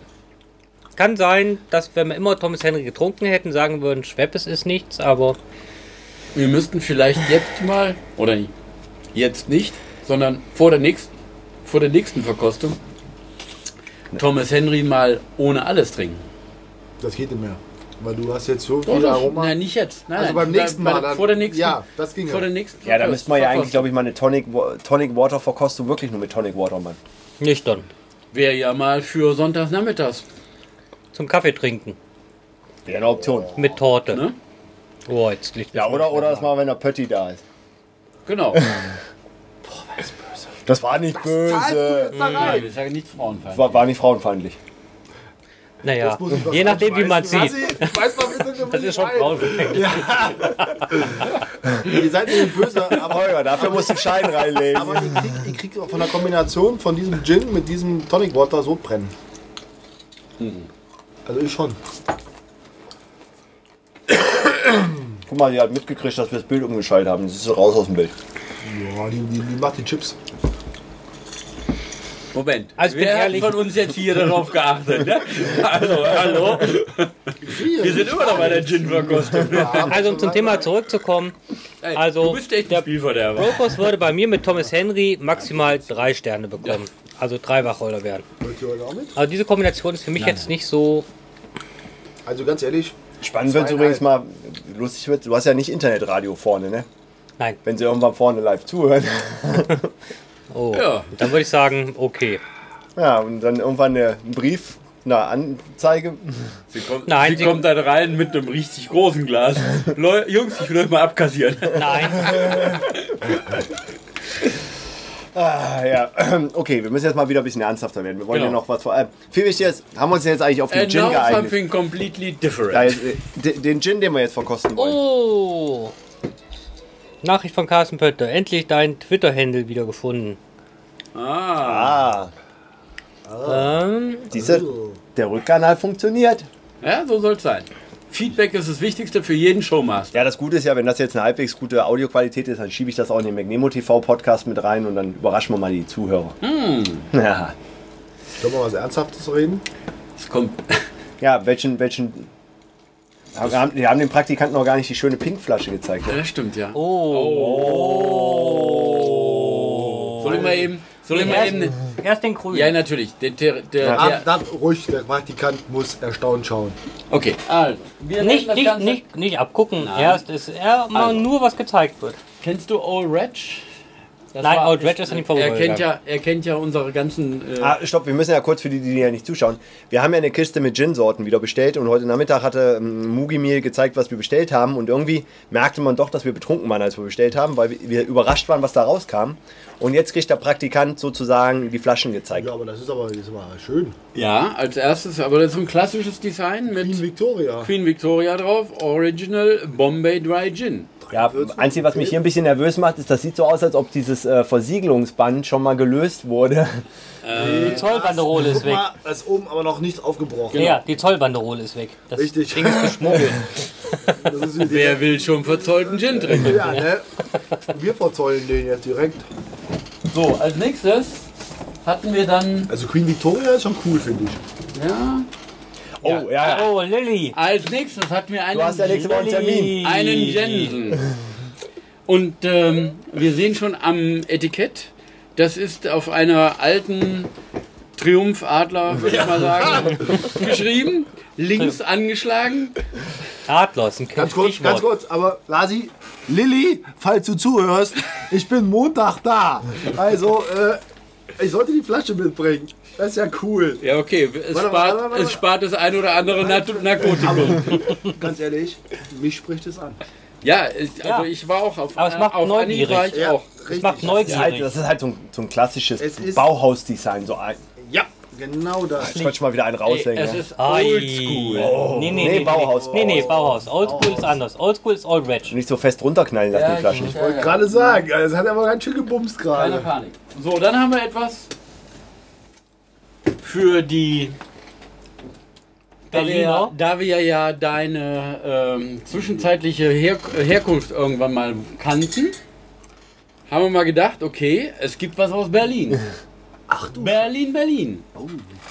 Speaker 1: kann sein, dass wenn wir immer Thomas Henry getrunken hätten, sagen würden, Schweppes ist nichts, aber
Speaker 3: Wir müssten vielleicht jetzt mal, oder nicht, jetzt nicht, sondern vor der nächsten, vor der nächsten Verkostung Thomas Henry mal ohne alles trinken.
Speaker 4: Das geht nicht mehr. Weil du hast jetzt so viel Aroma.
Speaker 3: Nein, nicht jetzt. Nein,
Speaker 4: also
Speaker 3: nein,
Speaker 4: beim
Speaker 3: bei-
Speaker 4: nächsten
Speaker 3: bei
Speaker 4: Mal.
Speaker 3: der-
Speaker 4: Dann,
Speaker 3: Vor der nächsten.
Speaker 4: Ja, das ging
Speaker 3: Vor
Speaker 4: ja. Äh,
Speaker 3: der nächsten.
Speaker 2: Ja, da müsste man ja eigentlich,
Speaker 3: Verkostung.
Speaker 2: glaube ich, mal eine Tonic, Wa- Tonic Water Verkostung wirklich nur mit Tonic Water, Mann.
Speaker 1: nicht dann.
Speaker 3: Wäre ja mal für Sonntagnachmittags.
Speaker 1: Zum Kaffee trinken.
Speaker 2: Wäre eine Option.
Speaker 1: Mit Torte.
Speaker 3: Ne?
Speaker 1: Oh, jetzt liegt
Speaker 2: Ja,
Speaker 1: das
Speaker 2: oder,
Speaker 1: nicht
Speaker 2: oder
Speaker 1: mehr
Speaker 2: das machen wir, wenn der Pötti da ist.
Speaker 3: Genau.
Speaker 2: Das war nicht
Speaker 4: Zahlst du
Speaker 2: böse.
Speaker 4: jetzt da rein?
Speaker 3: Nein, ich sage nichts Frauenfeind.
Speaker 2: War, war nicht frauenfeindlich.
Speaker 1: da. Naja,
Speaker 4: Äh, muss ich was
Speaker 1: je nachdem, wie man
Speaker 4: anschmeißen.
Speaker 1: sieht.
Speaker 4: Lass ich- weiß mal bitte,
Speaker 1: Das ist schon braun.
Speaker 4: Ihr seid nicht böse, aber,
Speaker 2: Holger, Oh dafür musst du einen Schein reinlegen.
Speaker 4: aber ihr, kriegt, ihr kriegt auch von der Kombination von diesem Gin mit diesem Tonic Water so brennen. Also ich schon.
Speaker 2: Guck mal, die hat mitgekriegt, dass wir das Bild umgeschaltet haben. Jetzt ist sie raus aus dem Bild.
Speaker 4: Ja, die, die, die macht die Chips.
Speaker 3: Moment.
Speaker 1: Also, ich bin
Speaker 3: Wer hat
Speaker 1: ehrlich-
Speaker 3: von uns jetzt hier darauf geachtet? Ne? Also, hallo. Wir sind immer noch bei der Gin-Verkostung. Ne?
Speaker 1: Also um zum Thema zurückzukommen.
Speaker 3: Ey,
Speaker 1: Also,
Speaker 3: du bist echt
Speaker 1: der-
Speaker 3: ein Spielverderber.
Speaker 1: Brokos würde bei mir mit Thomas Henry maximal drei Sterne bekommen. Also drei Wacholder werden.
Speaker 4: Wollt ihr heute auch mit?
Speaker 1: Also diese Kombination ist für mich jetzt nicht so.
Speaker 4: Also ganz ehrlich,
Speaker 2: Spannend wird übrigens mal, lustig wird, du hast ja nicht Internetradio vorne, ne?
Speaker 1: Nein.
Speaker 2: Wenn sie irgendwann vorne live zuhören.
Speaker 1: Oh.
Speaker 3: Ja.
Speaker 1: Dann würde ich sagen, okay.
Speaker 2: Ja, und dann irgendwann eine- einen Brief, eine Anzeige.
Speaker 3: Sie kommt,
Speaker 1: Nein,
Speaker 3: sie
Speaker 1: sie-
Speaker 3: kommt dann rein mit einem richtig großen Glas. Leu Jungs, ich will euch mal abkassieren.
Speaker 1: Nein.
Speaker 2: Ah, ja. Okay, wir müssen jetzt mal wieder ein bisschen ernsthafter werden. Wir wollen
Speaker 3: Genau. Äh,
Speaker 2: ja noch was vor allem. Viel wichtiger ist, haben wir uns jetzt eigentlich auf den
Speaker 3: And
Speaker 2: Gin
Speaker 3: now
Speaker 2: geeinigt.
Speaker 3: something completely
Speaker 2: Ja,
Speaker 3: different.
Speaker 2: jetzt, äh, de- den Gin, den wir jetzt verkosten wollen.
Speaker 1: Oh. Nachricht von Carsten Pötter. Endlich dein Twitter-Handle wieder gefunden.
Speaker 3: Ah,
Speaker 2: Ah,
Speaker 1: Ähm,
Speaker 2: siehste, der Rückkanal funktioniert.
Speaker 3: ja, so soll's sein. Feedback ist das Wichtigste für jeden Showmaster.
Speaker 2: Ja, das Gute ist ja, wenn das jetzt eine halbwegs gute Audioqualität ist, dann schiebe ich das auch in den McNemo TV Podcast mit rein und dann überraschen wir mal die Zuhörer. Ja.
Speaker 4: sollen wir mal was Ernsthaftes reden?
Speaker 3: Es kommt.
Speaker 2: ja, welchen, welchen. Haben, haben- wir haben dem Praktikanten noch gar nicht die schöne Pinkflasche gezeigt. Ne?
Speaker 3: Ja, stimmt, ja.
Speaker 1: oh.
Speaker 3: Soll ich mal eben. Soll ich mal
Speaker 1: Erst,
Speaker 3: eben.
Speaker 1: erst den grünen.
Speaker 3: Ja, natürlich. Der, der, der,
Speaker 4: Ja. Ah,
Speaker 3: der,
Speaker 4: Da, ruhig, der Praktikant muss erstaunt schauen.
Speaker 3: okay, also. Wir nennen
Speaker 1: nicht,
Speaker 3: das
Speaker 1: nicht,
Speaker 3: Ganze-
Speaker 1: nicht, nicht abgucken. Erst ist er mal
Speaker 3: Also.
Speaker 1: nur, was gezeigt wird.
Speaker 3: Kennst du Old Ratch? Das
Speaker 1: Nein,
Speaker 3: war-
Speaker 1: Old Ratch ist an ihm
Speaker 3: er kennt,
Speaker 1: vorbeigegangen.
Speaker 3: ja, er kennt ja unsere ganzen. Äh,
Speaker 2: Ah, stopp, wir müssen ja kurz für die, die ja nicht zuschauen. Wir haben ja eine Kiste mit Gin-Sorten wieder bestellt und heute Nachmittag hatte ähm, Mugi mir gezeigt, was wir bestellt haben und irgendwie merkte man doch, dass wir betrunken waren, als wir bestellt haben, weil wir, wir überrascht waren, was da rauskam. Und jetzt kriegt der Praktikant sozusagen die Flaschen gezeigt.
Speaker 4: Ja, aber das ist aber, das ist aber schön.
Speaker 3: Ja, als erstes, aber das ist so ein klassisches Design
Speaker 4: Queen
Speaker 3: mit
Speaker 4: Victoria.
Speaker 3: Queen Victoria drauf, Original Bombay Dry Gin.
Speaker 2: Ja, einzige, was mich hier ein bisschen nervös macht, ist, das sieht so aus, als ob dieses äh, Versiegelungsband schon mal gelöst wurde.
Speaker 1: Die Zollbanderole ist
Speaker 4: Guck
Speaker 1: weg.
Speaker 4: mal, das ist oben aber noch nicht aufgebrochen.
Speaker 1: Ja, die Zollbanderole ist weg. Das
Speaker 4: Richtig.
Speaker 1: Ding ist geschmuggelt.
Speaker 4: Das ist wie
Speaker 3: Wer will schon verzollten Gin trinken?
Speaker 4: Ja, ne? Wir verzollen den jetzt direkt.
Speaker 3: So, als nächstes hatten wir dann.
Speaker 4: Also Queen Victoria ist schon cool, finde ich.
Speaker 3: Ja,
Speaker 2: Oh, ja.
Speaker 1: Oh, Lilly.
Speaker 3: als nächstes hatten wir einen,
Speaker 2: Du hast ja nächste Woche einen Termin.
Speaker 1: Lilly.
Speaker 3: einen Jensen. Und ähm, wir sehen schon am Etikett, das ist auf einer alten Triumphadler, würde ich mal sagen, geschrieben, links angeschlagen.
Speaker 1: Adlers, ein
Speaker 4: Ganz kurz, ganz kurz, aber Lasi, Lilly, falls du zuhörst, ich bin Montag da. Also, äh, ich sollte die Flasche mitbringen. Das ist ja cool.
Speaker 3: Ja, okay, es,
Speaker 4: Warte,
Speaker 3: spart,
Speaker 4: warte, warte,
Speaker 3: es
Speaker 4: warte.
Speaker 3: spart das ein oder andere Nat- Narkotikum.
Speaker 4: Ganz ehrlich, mich spricht es an.
Speaker 3: Ja, ich- also
Speaker 1: Ja.
Speaker 3: ich war auch auf,
Speaker 1: Aber es
Speaker 3: äh,
Speaker 1: macht
Speaker 3: auf Anhieb war
Speaker 1: neugierig.
Speaker 3: ich auch.
Speaker 4: richtig.
Speaker 1: macht
Speaker 2: Das ist halt,
Speaker 1: neugierig.
Speaker 2: das ist halt so, ein, so ein klassisches
Speaker 4: Es ist-
Speaker 2: Bauhausdesign. So ein,
Speaker 4: Ja, genau das.
Speaker 2: ich wollte schon mal wieder einen
Speaker 3: Ey,
Speaker 2: raushängen.
Speaker 3: es
Speaker 2: ne?
Speaker 3: ist
Speaker 1: Ah,
Speaker 3: oldschool.
Speaker 4: Oh.
Speaker 1: Nee, nee,
Speaker 2: Nee,
Speaker 1: nee, nee,
Speaker 2: Bauhaus,
Speaker 1: Nee, nee, Bauhaus. Oldschool ist anders. Oldschool ist Old Ratchet.
Speaker 2: Nicht so fest runterknallen lassen, die Flaschen.
Speaker 4: Ich wollte gerade sagen, es hat aber ganz schön gebumst
Speaker 3: Keine
Speaker 4: gerade.
Speaker 3: Panik. So, dann haben wir etwas für die
Speaker 1: Berliner.
Speaker 3: Da wir ja deine ähm, zwischenzeitliche Her Herkunft irgendwann mal kannten, haben wir mal gedacht, okay, es gibt was aus Berlin. Berlin, Berlin.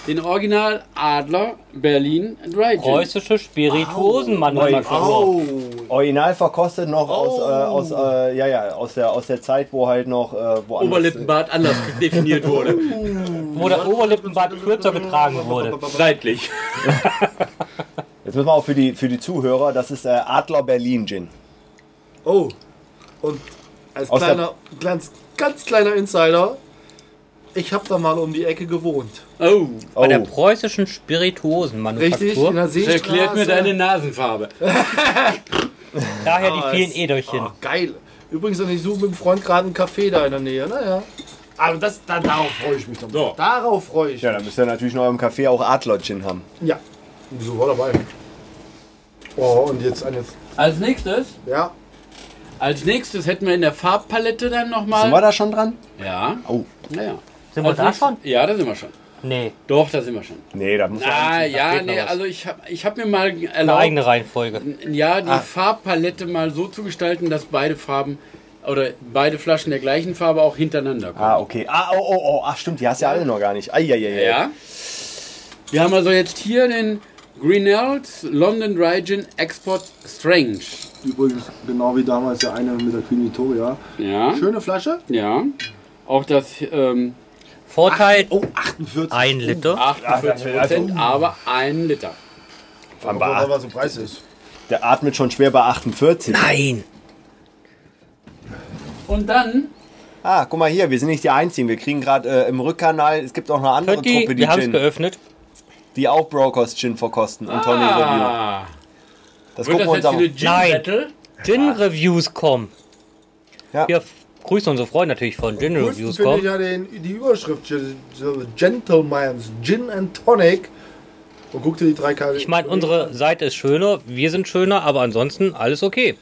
Speaker 3: Den Original Adler Berlin Dry Gin.
Speaker 1: Preußische
Speaker 4: Oh.
Speaker 1: Spirituosenmanufaktur.
Speaker 2: Original verkostet noch aus, äh, aus, äh, ja, ja, aus, der, aus der Zeit, wo halt noch äh, woanders.
Speaker 3: Oberlippenbart anders definiert wurde.
Speaker 1: Wo der Oberlippenbart kürzer getragen wurde.
Speaker 3: Seitlich.
Speaker 2: Jetzt müssen wir auch für die, für die Zuhörer, das ist äh, Adler Berlin Gin.
Speaker 4: Oh, und als
Speaker 2: Aus der-
Speaker 4: kleiner, ganz, ganz kleiner Insider, ich habe da mal um die Ecke gewohnt.
Speaker 3: Oh,
Speaker 1: Bei der
Speaker 2: Oh.
Speaker 1: preußischen
Speaker 4: Richtig, in
Speaker 1: Spirituosenmanufaktur.
Speaker 4: der Seestraße.
Speaker 3: erklärt mir deine Nasenfarbe.
Speaker 1: Daher die
Speaker 4: Ah,
Speaker 1: vielen
Speaker 4: es-
Speaker 1: Ederchen.
Speaker 4: Ah, geil. Übrigens, und ich suche mit dem Freund gerade einen Café da in der Nähe. Naja. Aber das, da, darauf freue ich mich doch.
Speaker 3: So.
Speaker 4: Darauf freue ich
Speaker 2: Ja,
Speaker 4: mich.
Speaker 2: dann müsst ihr natürlich in eurem Café auch Adler Gin haben.
Speaker 4: Ja. Wieso war dabei? Oh, und jetzt eine.
Speaker 3: Als nächstes,
Speaker 4: Ja.
Speaker 3: als nächstes hätten wir in der Farbpalette dann
Speaker 2: Sind wir
Speaker 3: nochmal.
Speaker 2: da schon dran?
Speaker 3: Ja.
Speaker 2: Oh.
Speaker 3: Naja.
Speaker 1: Sind
Speaker 4: Also
Speaker 1: wir da schon?
Speaker 3: Ja, da sind wir schon.
Speaker 1: Nee,
Speaker 3: Doch, da sind wir schon.
Speaker 2: Nee, da muss man.
Speaker 3: Ah, ja,
Speaker 1: geht noch
Speaker 3: nee,
Speaker 1: was.
Speaker 3: also ich habe ich hab mir mal
Speaker 1: eine
Speaker 3: erlaubt,
Speaker 1: eigene Ah. Reihenfolge.
Speaker 3: ja, die Farbpalette mal so zu gestalten, dass beide Farben oder beide Flaschen der gleichen Farbe auch hintereinander kommen.
Speaker 2: Ah, okay. Ah, oh, oh, oh. Ach, stimmt, die hast du ja alle noch gar nicht. Eieiei.
Speaker 3: Ja. Wir haben also jetzt hier den Greenells London Dry Gin Export Strange.
Speaker 4: Übrigens, genau wie damals der eine mit der Queen Victoria.
Speaker 3: Ja.
Speaker 4: Schöne Flasche.
Speaker 3: Ja. Auch das ähm,
Speaker 1: Vorteil,
Speaker 4: Oh, 48.
Speaker 1: ein Liter.
Speaker 3: 48
Speaker 2: Also-
Speaker 3: Prozent, aber ein Liter.
Speaker 2: Vor allem bei
Speaker 4: Aber
Speaker 2: acht-
Speaker 4: was so Preis ist.
Speaker 2: Der atmet schon schwer bei 48.
Speaker 1: Nein.
Speaker 3: Und dann
Speaker 2: Ah, guck mal hier, wir sind nicht die Einzigen. Wir kriegen gerade äh, im Rückkanal, es gibt auch eine andere
Speaker 1: Pötti,
Speaker 2: Truppe, die
Speaker 1: wir haben es
Speaker 2: Gin,
Speaker 1: geöffnet.
Speaker 2: die auch Brokers Gin verkosten und Tony Review.
Speaker 3: ah,
Speaker 2: Das
Speaker 3: wird
Speaker 2: gucken wir
Speaker 3: das
Speaker 2: uns
Speaker 3: jetzt
Speaker 2: an.
Speaker 3: eine
Speaker 1: Nein.
Speaker 3: Gin Battle?
Speaker 1: Gin-Reviews kommen.
Speaker 2: Ja.
Speaker 1: Wir grüßen unsere Freunde natürlich von
Speaker 4: Coolsten
Speaker 1: Gin-Reviews
Speaker 4: finde ich
Speaker 1: kommen.
Speaker 4: ja den, die Überschrift Ge- Ge- Gentleman's Gin and Tonic. Und guck dir die drei Karten.
Speaker 1: Ich meine, unsere Seite ist schöner, wir sind schöner, aber ansonsten alles okay. Ähm,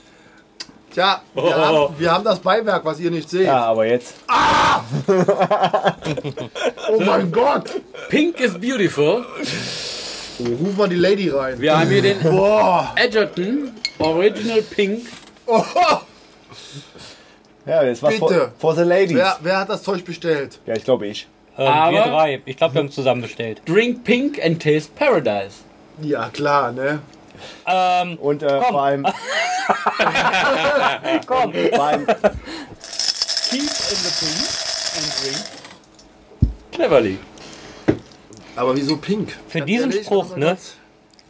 Speaker 4: Tja, wir, haben, wir haben das Beiwerk, was ihr nicht seht.
Speaker 2: Ja, aber jetzt.
Speaker 4: Oh mein Gott! Oh,
Speaker 3: Pink is beautiful.
Speaker 4: Ruf mal die Lady rein.
Speaker 3: Wir haben hier den
Speaker 4: Boah!
Speaker 3: Edgerton Original Pink.
Speaker 2: Ja, jetzt was for,
Speaker 4: Bitte.
Speaker 2: for the Ladies.
Speaker 4: Wer,
Speaker 2: Ja,
Speaker 4: wer hat das Zeug bestellt?
Speaker 2: ich glaube ich.
Speaker 1: Ähm, wir
Speaker 3: Aber-
Speaker 1: drei. Ich glaube, wir haben es zusammen bestellt.
Speaker 3: Drink Pink and Taste Paradise.
Speaker 4: Ja, klar, ne?
Speaker 1: Ähm,
Speaker 2: Und äh, vor allem.
Speaker 1: komm.
Speaker 2: Vor allem
Speaker 3: Keep in the pink and drink cleverly.
Speaker 4: Aber wieso pink?
Speaker 1: Für diesen
Speaker 4: ehrlich,
Speaker 1: Spruch,
Speaker 4: also
Speaker 1: ne?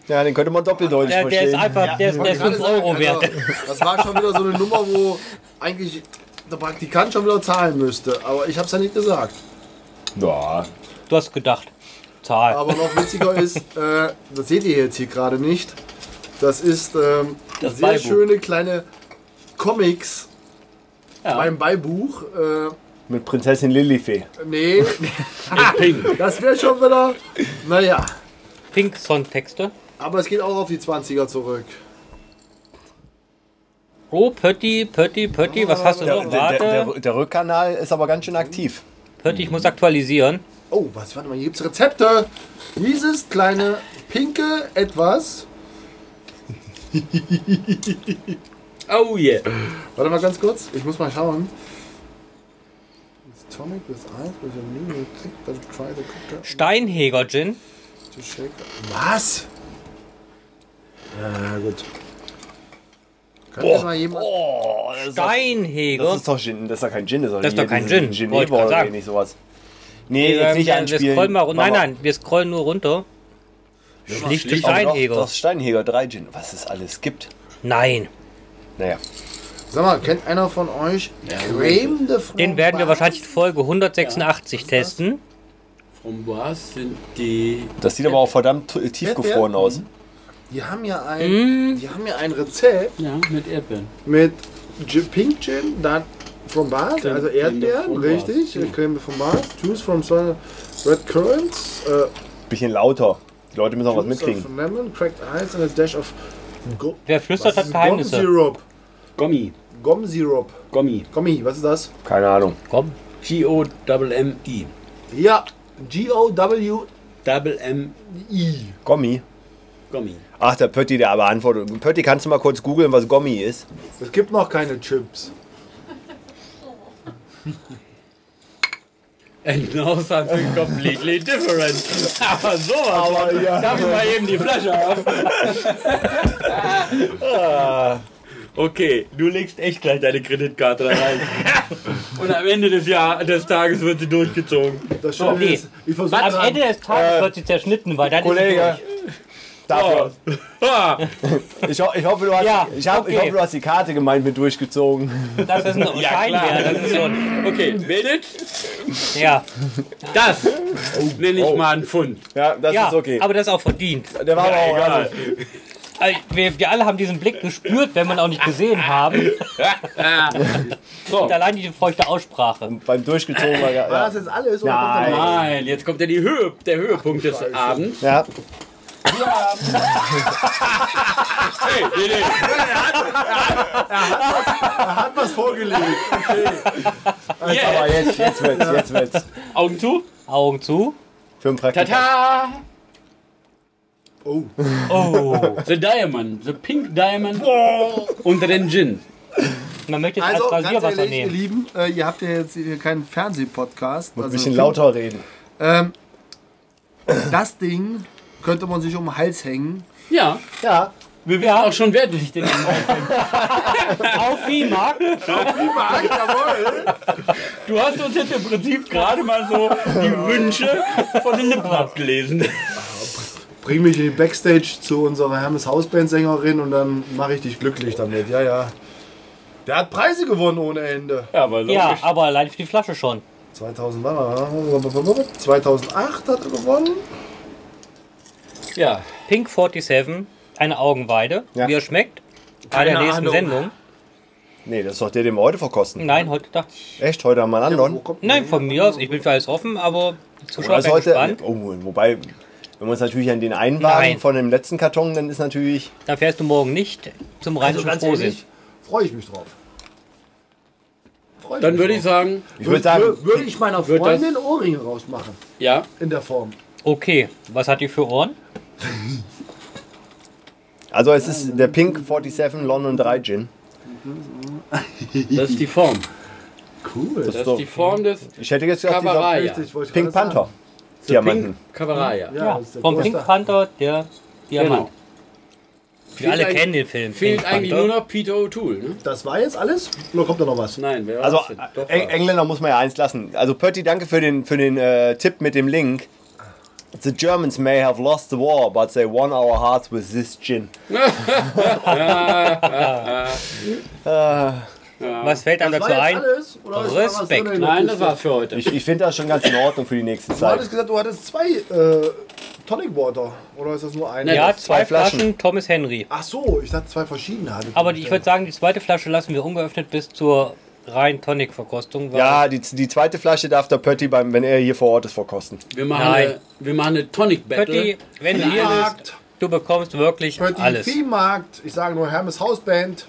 Speaker 2: ja, den könnte man doppeldeutig
Speaker 1: Der, der
Speaker 2: verstehen.
Speaker 1: ist einfach, der ist, der ist 5 Euro wert.
Speaker 4: Also, das war schon wieder so eine Nummer, wo eigentlich der Praktikant schon wieder zahlen müsste. Aber ich hab's ja nicht gesagt.
Speaker 2: ja,
Speaker 1: Du hast gedacht. Zahl.
Speaker 4: Aber noch witziger ist, äh, das seht ihr jetzt hier gerade nicht. Das ist ähm,
Speaker 3: Das
Speaker 4: sehr
Speaker 3: Beibuch.
Speaker 4: schöne kleine Comics
Speaker 3: Ja.
Speaker 4: beim Beibuch. Äh,
Speaker 2: mit Prinzessin Lilifee.
Speaker 4: nee,
Speaker 3: Pink.
Speaker 4: das wäre schon wieder. Naja,
Speaker 1: Pink Songtexte.
Speaker 4: aber es geht auch auf die 20er zurück.
Speaker 1: Oh, Pötti, Pötti, Pötti, was hast du
Speaker 2: Der,
Speaker 1: noch?
Speaker 2: der, der,
Speaker 1: Warte.
Speaker 2: der, der Rückkanal ist aber ganz schön aktiv.
Speaker 1: Pötti, ich muss aktualisieren.
Speaker 4: Oh, was? Warte mal, hier gibt's Rezepte. Dieses kleine pinke Etwas.
Speaker 3: Oh yeah.
Speaker 4: Warte mal ganz kurz, ich muss mal schauen. This Tonic with ice with a new click, but try the cocktail
Speaker 1: Steinheger Gin.
Speaker 4: to shake. Was? Ja, gut. Kann mir mal jemand.
Speaker 2: Das
Speaker 1: Oh, Steinheger.
Speaker 2: ist doch Gin, das ist doch kein Gin, das ist doch,
Speaker 1: ne? Das ist doch
Speaker 2: hier
Speaker 1: kein
Speaker 2: dieses
Speaker 1: Gin,
Speaker 2: Gin
Speaker 1: wollte ich
Speaker 2: Ebor
Speaker 1: gerade
Speaker 2: oder
Speaker 1: sagen.
Speaker 2: nicht sowas. Nee, jetzt nicht
Speaker 1: Ähm, wir
Speaker 2: anspielen.
Speaker 1: scrollen mal runter. Nein,
Speaker 2: Mach mal.
Speaker 1: nein, wir scrollen nur runter. Schlichte
Speaker 3: schlicht.
Speaker 2: Aber
Speaker 1: Steinheger.
Speaker 2: Doch, doch Steinheger, drei Gin, was es alles gibt.
Speaker 1: Nein.
Speaker 2: Naja,
Speaker 4: Sag mal, kennt einer von euch Creme de France?
Speaker 1: Den werden wir wahrscheinlich in Folge 186 testen.
Speaker 3: Framboise sind die.
Speaker 2: das sieht aber auch verdammt t- tiefgefroren aus.
Speaker 4: Die haben ja
Speaker 1: Mhm.
Speaker 4: ein, die haben ja ein Rezept
Speaker 3: Ja, mit Erdbeeren.
Speaker 4: mit Gi- Pink Gin, dann from Bars,
Speaker 3: Creme-
Speaker 4: also
Speaker 3: Creme de
Speaker 4: Erdbeeren,
Speaker 3: Framboise.
Speaker 4: richtig,
Speaker 3: Mhm.
Speaker 4: Creme von Bars, Juice from Sun, Red Currants, äh,
Speaker 2: Bisschen lauter. Die Leute müssen auch was
Speaker 4: Juice
Speaker 2: mitkriegen.
Speaker 4: of Lemon, cracked ice and a dash of Go
Speaker 1: Wer flüstert, hat Geheimnisse.
Speaker 4: Gom-Sirup.
Speaker 3: Gommi.
Speaker 4: Gom-Sirup.
Speaker 3: Gommi.
Speaker 4: Gommi, was ist das?
Speaker 2: Keine Ahnung.
Speaker 1: Komm.
Speaker 3: G-O-M-M-I.
Speaker 4: Ja, G-O-W-I.
Speaker 3: E. Double M
Speaker 2: Gommi.
Speaker 3: Gommi.
Speaker 2: Ach, der Pötti, der aber antwortet. Pötti, kannst du mal kurz googeln, was Gommi ist?
Speaker 4: Es gibt noch keine Chips.
Speaker 3: And now something completely different. Aber sowas.
Speaker 2: Aber
Speaker 3: von.
Speaker 2: ja.
Speaker 3: Darf ich mal eben die Flasche auf? Ah. okay, du legst echt gleich deine Kreditkarte da rein. Und am Ende des, Jahr, des Tages wird sie durchgezogen.
Speaker 4: Das Schöne
Speaker 1: Okay.
Speaker 4: ist, ich versuche
Speaker 1: Am Ende des
Speaker 2: Äh,
Speaker 1: Tages wird sie zerschnitten, weil dann
Speaker 2: Kollege,
Speaker 1: ist
Speaker 2: dafür.
Speaker 3: Ha!
Speaker 2: Ich, ho ich, hoffe, du hast,
Speaker 1: Ja,
Speaker 2: ich, hab, ich
Speaker 1: okay.
Speaker 2: hoffe, du hast die Karte gemeint mit durchgezogen.
Speaker 1: sie durch. Das ist ein
Speaker 3: Ja,
Speaker 1: Scheinwehr.
Speaker 3: klar.
Speaker 1: Das ist so ein,
Speaker 3: Okay, bildet
Speaker 1: ja,
Speaker 3: das nenne ich mal einen Pfund.
Speaker 2: Ja, das
Speaker 1: ja
Speaker 2: ist okay.
Speaker 1: aber das ist auch verdient.
Speaker 2: Der war aber auch
Speaker 3: Egal.
Speaker 2: also,
Speaker 1: Also, Wir, wir alle haben diesen Blick gespürt, wenn wir ihn auch nicht gesehen haben.
Speaker 3: So.
Speaker 1: Und allein die feuchte Aussprache.
Speaker 2: beim durchgezogen war ja.
Speaker 4: War
Speaker 2: ja.
Speaker 4: das jetzt alles? Oder kommt da
Speaker 2: Nein.
Speaker 4: noch was?
Speaker 3: Nein, jetzt kommt ja die Höhe, der Höhepunkt des Abends.
Speaker 2: ja.
Speaker 3: Hey, nee, nee.
Speaker 4: Hat was vorgelegt.
Speaker 2: Aber jetzt, jetzt wird's, jetzt wird's.
Speaker 3: Augen zu.
Speaker 1: Augen zu.
Speaker 2: Für einen Praktikanten.
Speaker 3: Tata!
Speaker 4: Oh.
Speaker 1: Oh,
Speaker 3: The Diamond, The Pink Diamond und den Gin.
Speaker 1: man möchte es
Speaker 4: Also,
Speaker 1: als
Speaker 4: ganz
Speaker 1: Rasierwasser
Speaker 4: ehrlich, ihr
Speaker 1: nehmen.
Speaker 4: Lieben, äh, ihr habt ja jetzt hier keinen Fernsehpodcast.
Speaker 2: Ein
Speaker 4: Also,
Speaker 2: bisschen lauter reden.
Speaker 4: Ähm, das Ding könnte man sich um den Hals hängen.
Speaker 3: Ja,
Speaker 2: Ja,
Speaker 3: wir wissen auch schon, wer sich den
Speaker 1: Auf wie, Marc?
Speaker 4: Jawohl!
Speaker 3: Du hast uns jetzt im Prinzip gerade mal so die Wünsche von den Lippen abgelesen.
Speaker 4: Bring mich in die Backstage zu unserer Hermes Hausbandsängerin und dann mache ich dich glücklich damit. Ja, ja. Der hat Preise gewonnen ohne Ende.
Speaker 3: Ja, aber logisch.
Speaker 1: Ja, aber allein für die Flasche schon.
Speaker 4: 2000 wann war er? 2008 hat er gewonnen.
Speaker 3: Ja.
Speaker 1: Pink 47, eine Augenweide.
Speaker 2: Ja.
Speaker 1: Wie er schmeckt? Bei der
Speaker 5: Keine
Speaker 1: nächsten
Speaker 5: Ahnung.
Speaker 1: Sendung.
Speaker 2: nee, das ist doch der, den wir heute verkosten.
Speaker 1: Nein, heute dachte ich.
Speaker 2: Echt, heute haben wir einen
Speaker 4: Wo
Speaker 2: anderen.
Speaker 4: kommt
Speaker 1: Nein, von mir aus. Ich bin für alles offen, aber die
Speaker 2: Oder
Speaker 1: Zuschauer
Speaker 2: ist
Speaker 1: werden
Speaker 2: heute,
Speaker 1: gespannt.
Speaker 2: oh, wobei, wenn wir uns natürlich an den einen wagen
Speaker 1: Nein.
Speaker 2: von dem letzten Karton, dann ist natürlich.
Speaker 1: Dann fährst du morgen nicht zum
Speaker 5: Also
Speaker 1: Rheinischen
Speaker 5: ganz
Speaker 1: Frohsinn.
Speaker 5: ehrlich,
Speaker 4: Freue ich mich drauf. Freu ich
Speaker 3: Dann
Speaker 4: mich
Speaker 3: würde ich
Speaker 4: drauf.
Speaker 3: sagen,
Speaker 2: Ich würde sagen,
Speaker 4: Wür- würde ich meiner
Speaker 3: Wird das-
Speaker 4: Freundin Ohrringe rausmachen.
Speaker 3: ja,
Speaker 4: In der Form.
Speaker 1: Okay, was hat die für Ohren?
Speaker 2: also es ist der Pink 47 London 3 Gin.
Speaker 3: das ist die Form.
Speaker 4: Cool.
Speaker 3: Das
Speaker 2: So.
Speaker 3: ist die Form des
Speaker 2: Ich hätte jetzt gesagt, dieser
Speaker 3: Kabaraya.
Speaker 4: Richtig, wollte ich
Speaker 2: Pink
Speaker 4: gerade
Speaker 2: Panther.
Speaker 4: sagen.
Speaker 3: The
Speaker 2: Diamanten.
Speaker 3: Pink Kabaraya.
Speaker 4: Ja,
Speaker 1: Ja,
Speaker 4: das ist der
Speaker 1: vom
Speaker 4: Poster.
Speaker 1: Pink Panther, der Diamant.
Speaker 3: Genau.
Speaker 1: Wir alle
Speaker 3: eigentlich-
Speaker 1: kennen den Film.
Speaker 3: Fehlt
Speaker 1: Pink
Speaker 3: eigentlich
Speaker 1: Panther.
Speaker 3: nur noch Peter O'Toole, ne?
Speaker 4: Das war jetzt alles? Oder kommt da noch was?
Speaker 3: Nein, wer war
Speaker 2: Also
Speaker 3: das denn?
Speaker 2: Eng- Engländer muss man ja eins lassen. Also Pötti, danke für den, für den äh, Tipp mit dem Link. The Germans may have lost the war, but they won our hearts with this gin.
Speaker 1: Was fällt einem
Speaker 4: Das war
Speaker 1: dazu
Speaker 4: jetzt
Speaker 1: ein?
Speaker 4: alles? Oder ist da was
Speaker 1: Respekt.
Speaker 4: drin?
Speaker 3: Nein, das war's für heute.
Speaker 2: Ich, ich finde das schon ganz in Ordnung für die nächste
Speaker 4: Du hattest
Speaker 2: Zeit.
Speaker 4: gesagt, du hattest zwei äh, Tonic Water. Oder ist das nur eine?
Speaker 1: Ja,
Speaker 3: das-
Speaker 1: zwei
Speaker 2: zwei Flaschen.
Speaker 1: Flaschen Thomas Henry.
Speaker 4: Ach so, ich dachte zwei verschiedene hatte.
Speaker 1: Aber die, ich würde sagen, die zweite Flasche lassen wir ungeöffnet bis zur rein Tonic-Verkostung. weil-
Speaker 2: Ja, die, die zweite Flasche darf der Pötti, beim, wenn er hier vor Ort ist, verkosten.
Speaker 3: Wir machen,
Speaker 1: Nein.
Speaker 3: Eine, wir machen eine Tonic Battle.
Speaker 1: Pötti, wenn du hier bist,
Speaker 4: Viehmarkt.
Speaker 1: du bekommst wirklich
Speaker 4: Hört die
Speaker 1: alles.
Speaker 4: Viehmarkt. Ich sage nur Hermes Hausband.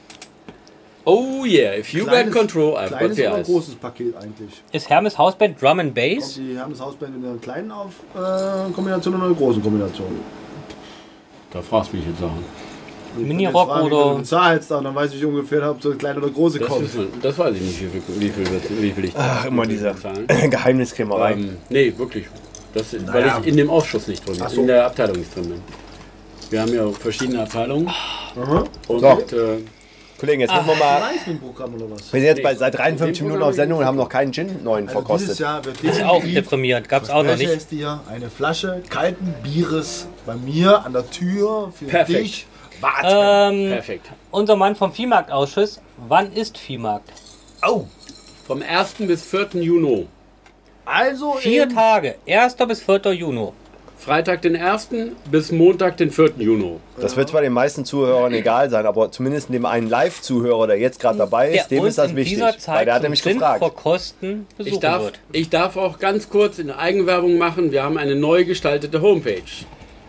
Speaker 3: Oh yeah, if you got
Speaker 4: Kleines-
Speaker 3: control, I've got
Speaker 4: Kleines
Speaker 3: the
Speaker 4: oder
Speaker 3: eyes.
Speaker 4: großes Paket eigentlich?
Speaker 1: Ist Hermes Hausband Drum and
Speaker 4: Kommt
Speaker 1: Bass?
Speaker 4: die Hermes Hausband in einer kleinen auf, äh, Kombination oder einer großen Kombination?
Speaker 3: Da fragst du mich jetzt auch.
Speaker 1: Mini-Rock
Speaker 4: Wenn du jetzt fragen, wie
Speaker 1: oder-
Speaker 4: Du bezahlst, dann, dann weiß ich ungefähr, ob so eine kleine oder große
Speaker 3: Das,
Speaker 4: kommt.
Speaker 3: wissen wir- das weiß ich nicht, wie viel, wie viel, das- wie viel ich Ach,
Speaker 2: Immer diese
Speaker 3: Zahlen.
Speaker 2: Geheimniskrämerei.
Speaker 3: Ähm, nee, wirklich. Das, Weil ich in dem Ausschuss nicht drin bin,
Speaker 4: so.
Speaker 3: in der Abteilung nicht drin bin. Wir haben ja verschiedene Abteilungen. Und
Speaker 2: So.
Speaker 3: äh,
Speaker 2: Kollegen, jetzt müssen wir mal.
Speaker 4: Live im Programm oder was?
Speaker 2: Wir sind jetzt bei,
Speaker 3: Nee.
Speaker 2: seit 53 Minuten auf Sendung und haben noch keinen Gin neuen
Speaker 4: Also dieses
Speaker 2: verkostet.
Speaker 4: Jahr wird
Speaker 1: Ist auch
Speaker 4: definitiv
Speaker 1: deprimierend, gab's auch noch
Speaker 4: Welche
Speaker 1: nicht.
Speaker 4: ist dir eine Flasche kalten Bieres bei mir an der Tür für
Speaker 3: Perfekt.
Speaker 4: dich. Warte.
Speaker 1: Ähm,
Speaker 3: perfekt.
Speaker 1: unser Mann vom Viehmarktausschuss, wann ist Viehmarkt?
Speaker 4: Au.
Speaker 3: Vom 1. bis 4. Juni.
Speaker 4: Also
Speaker 1: Vier
Speaker 4: in-
Speaker 1: Tage, 1. bis 4. Juni.
Speaker 3: Freitag den 1. bis Montag den 4. Juni.
Speaker 2: Das wird zwar den meisten Zuhörern egal sein, aber zumindest dem einen Live-Zuhörer, der jetzt gerade dabei
Speaker 1: Der
Speaker 2: ist, dem
Speaker 1: uns
Speaker 2: ist das
Speaker 1: in
Speaker 2: wichtig.
Speaker 1: dieser Zeit
Speaker 2: Weil der hat
Speaker 1: zum
Speaker 2: nämlich
Speaker 1: Sinn
Speaker 2: gefragt.
Speaker 1: vor Kosten besuchen
Speaker 3: Ich darf,
Speaker 1: wird.
Speaker 3: ich darf auch ganz kurz in Eigenwerbung machen, wir haben eine neu gestaltete Homepage.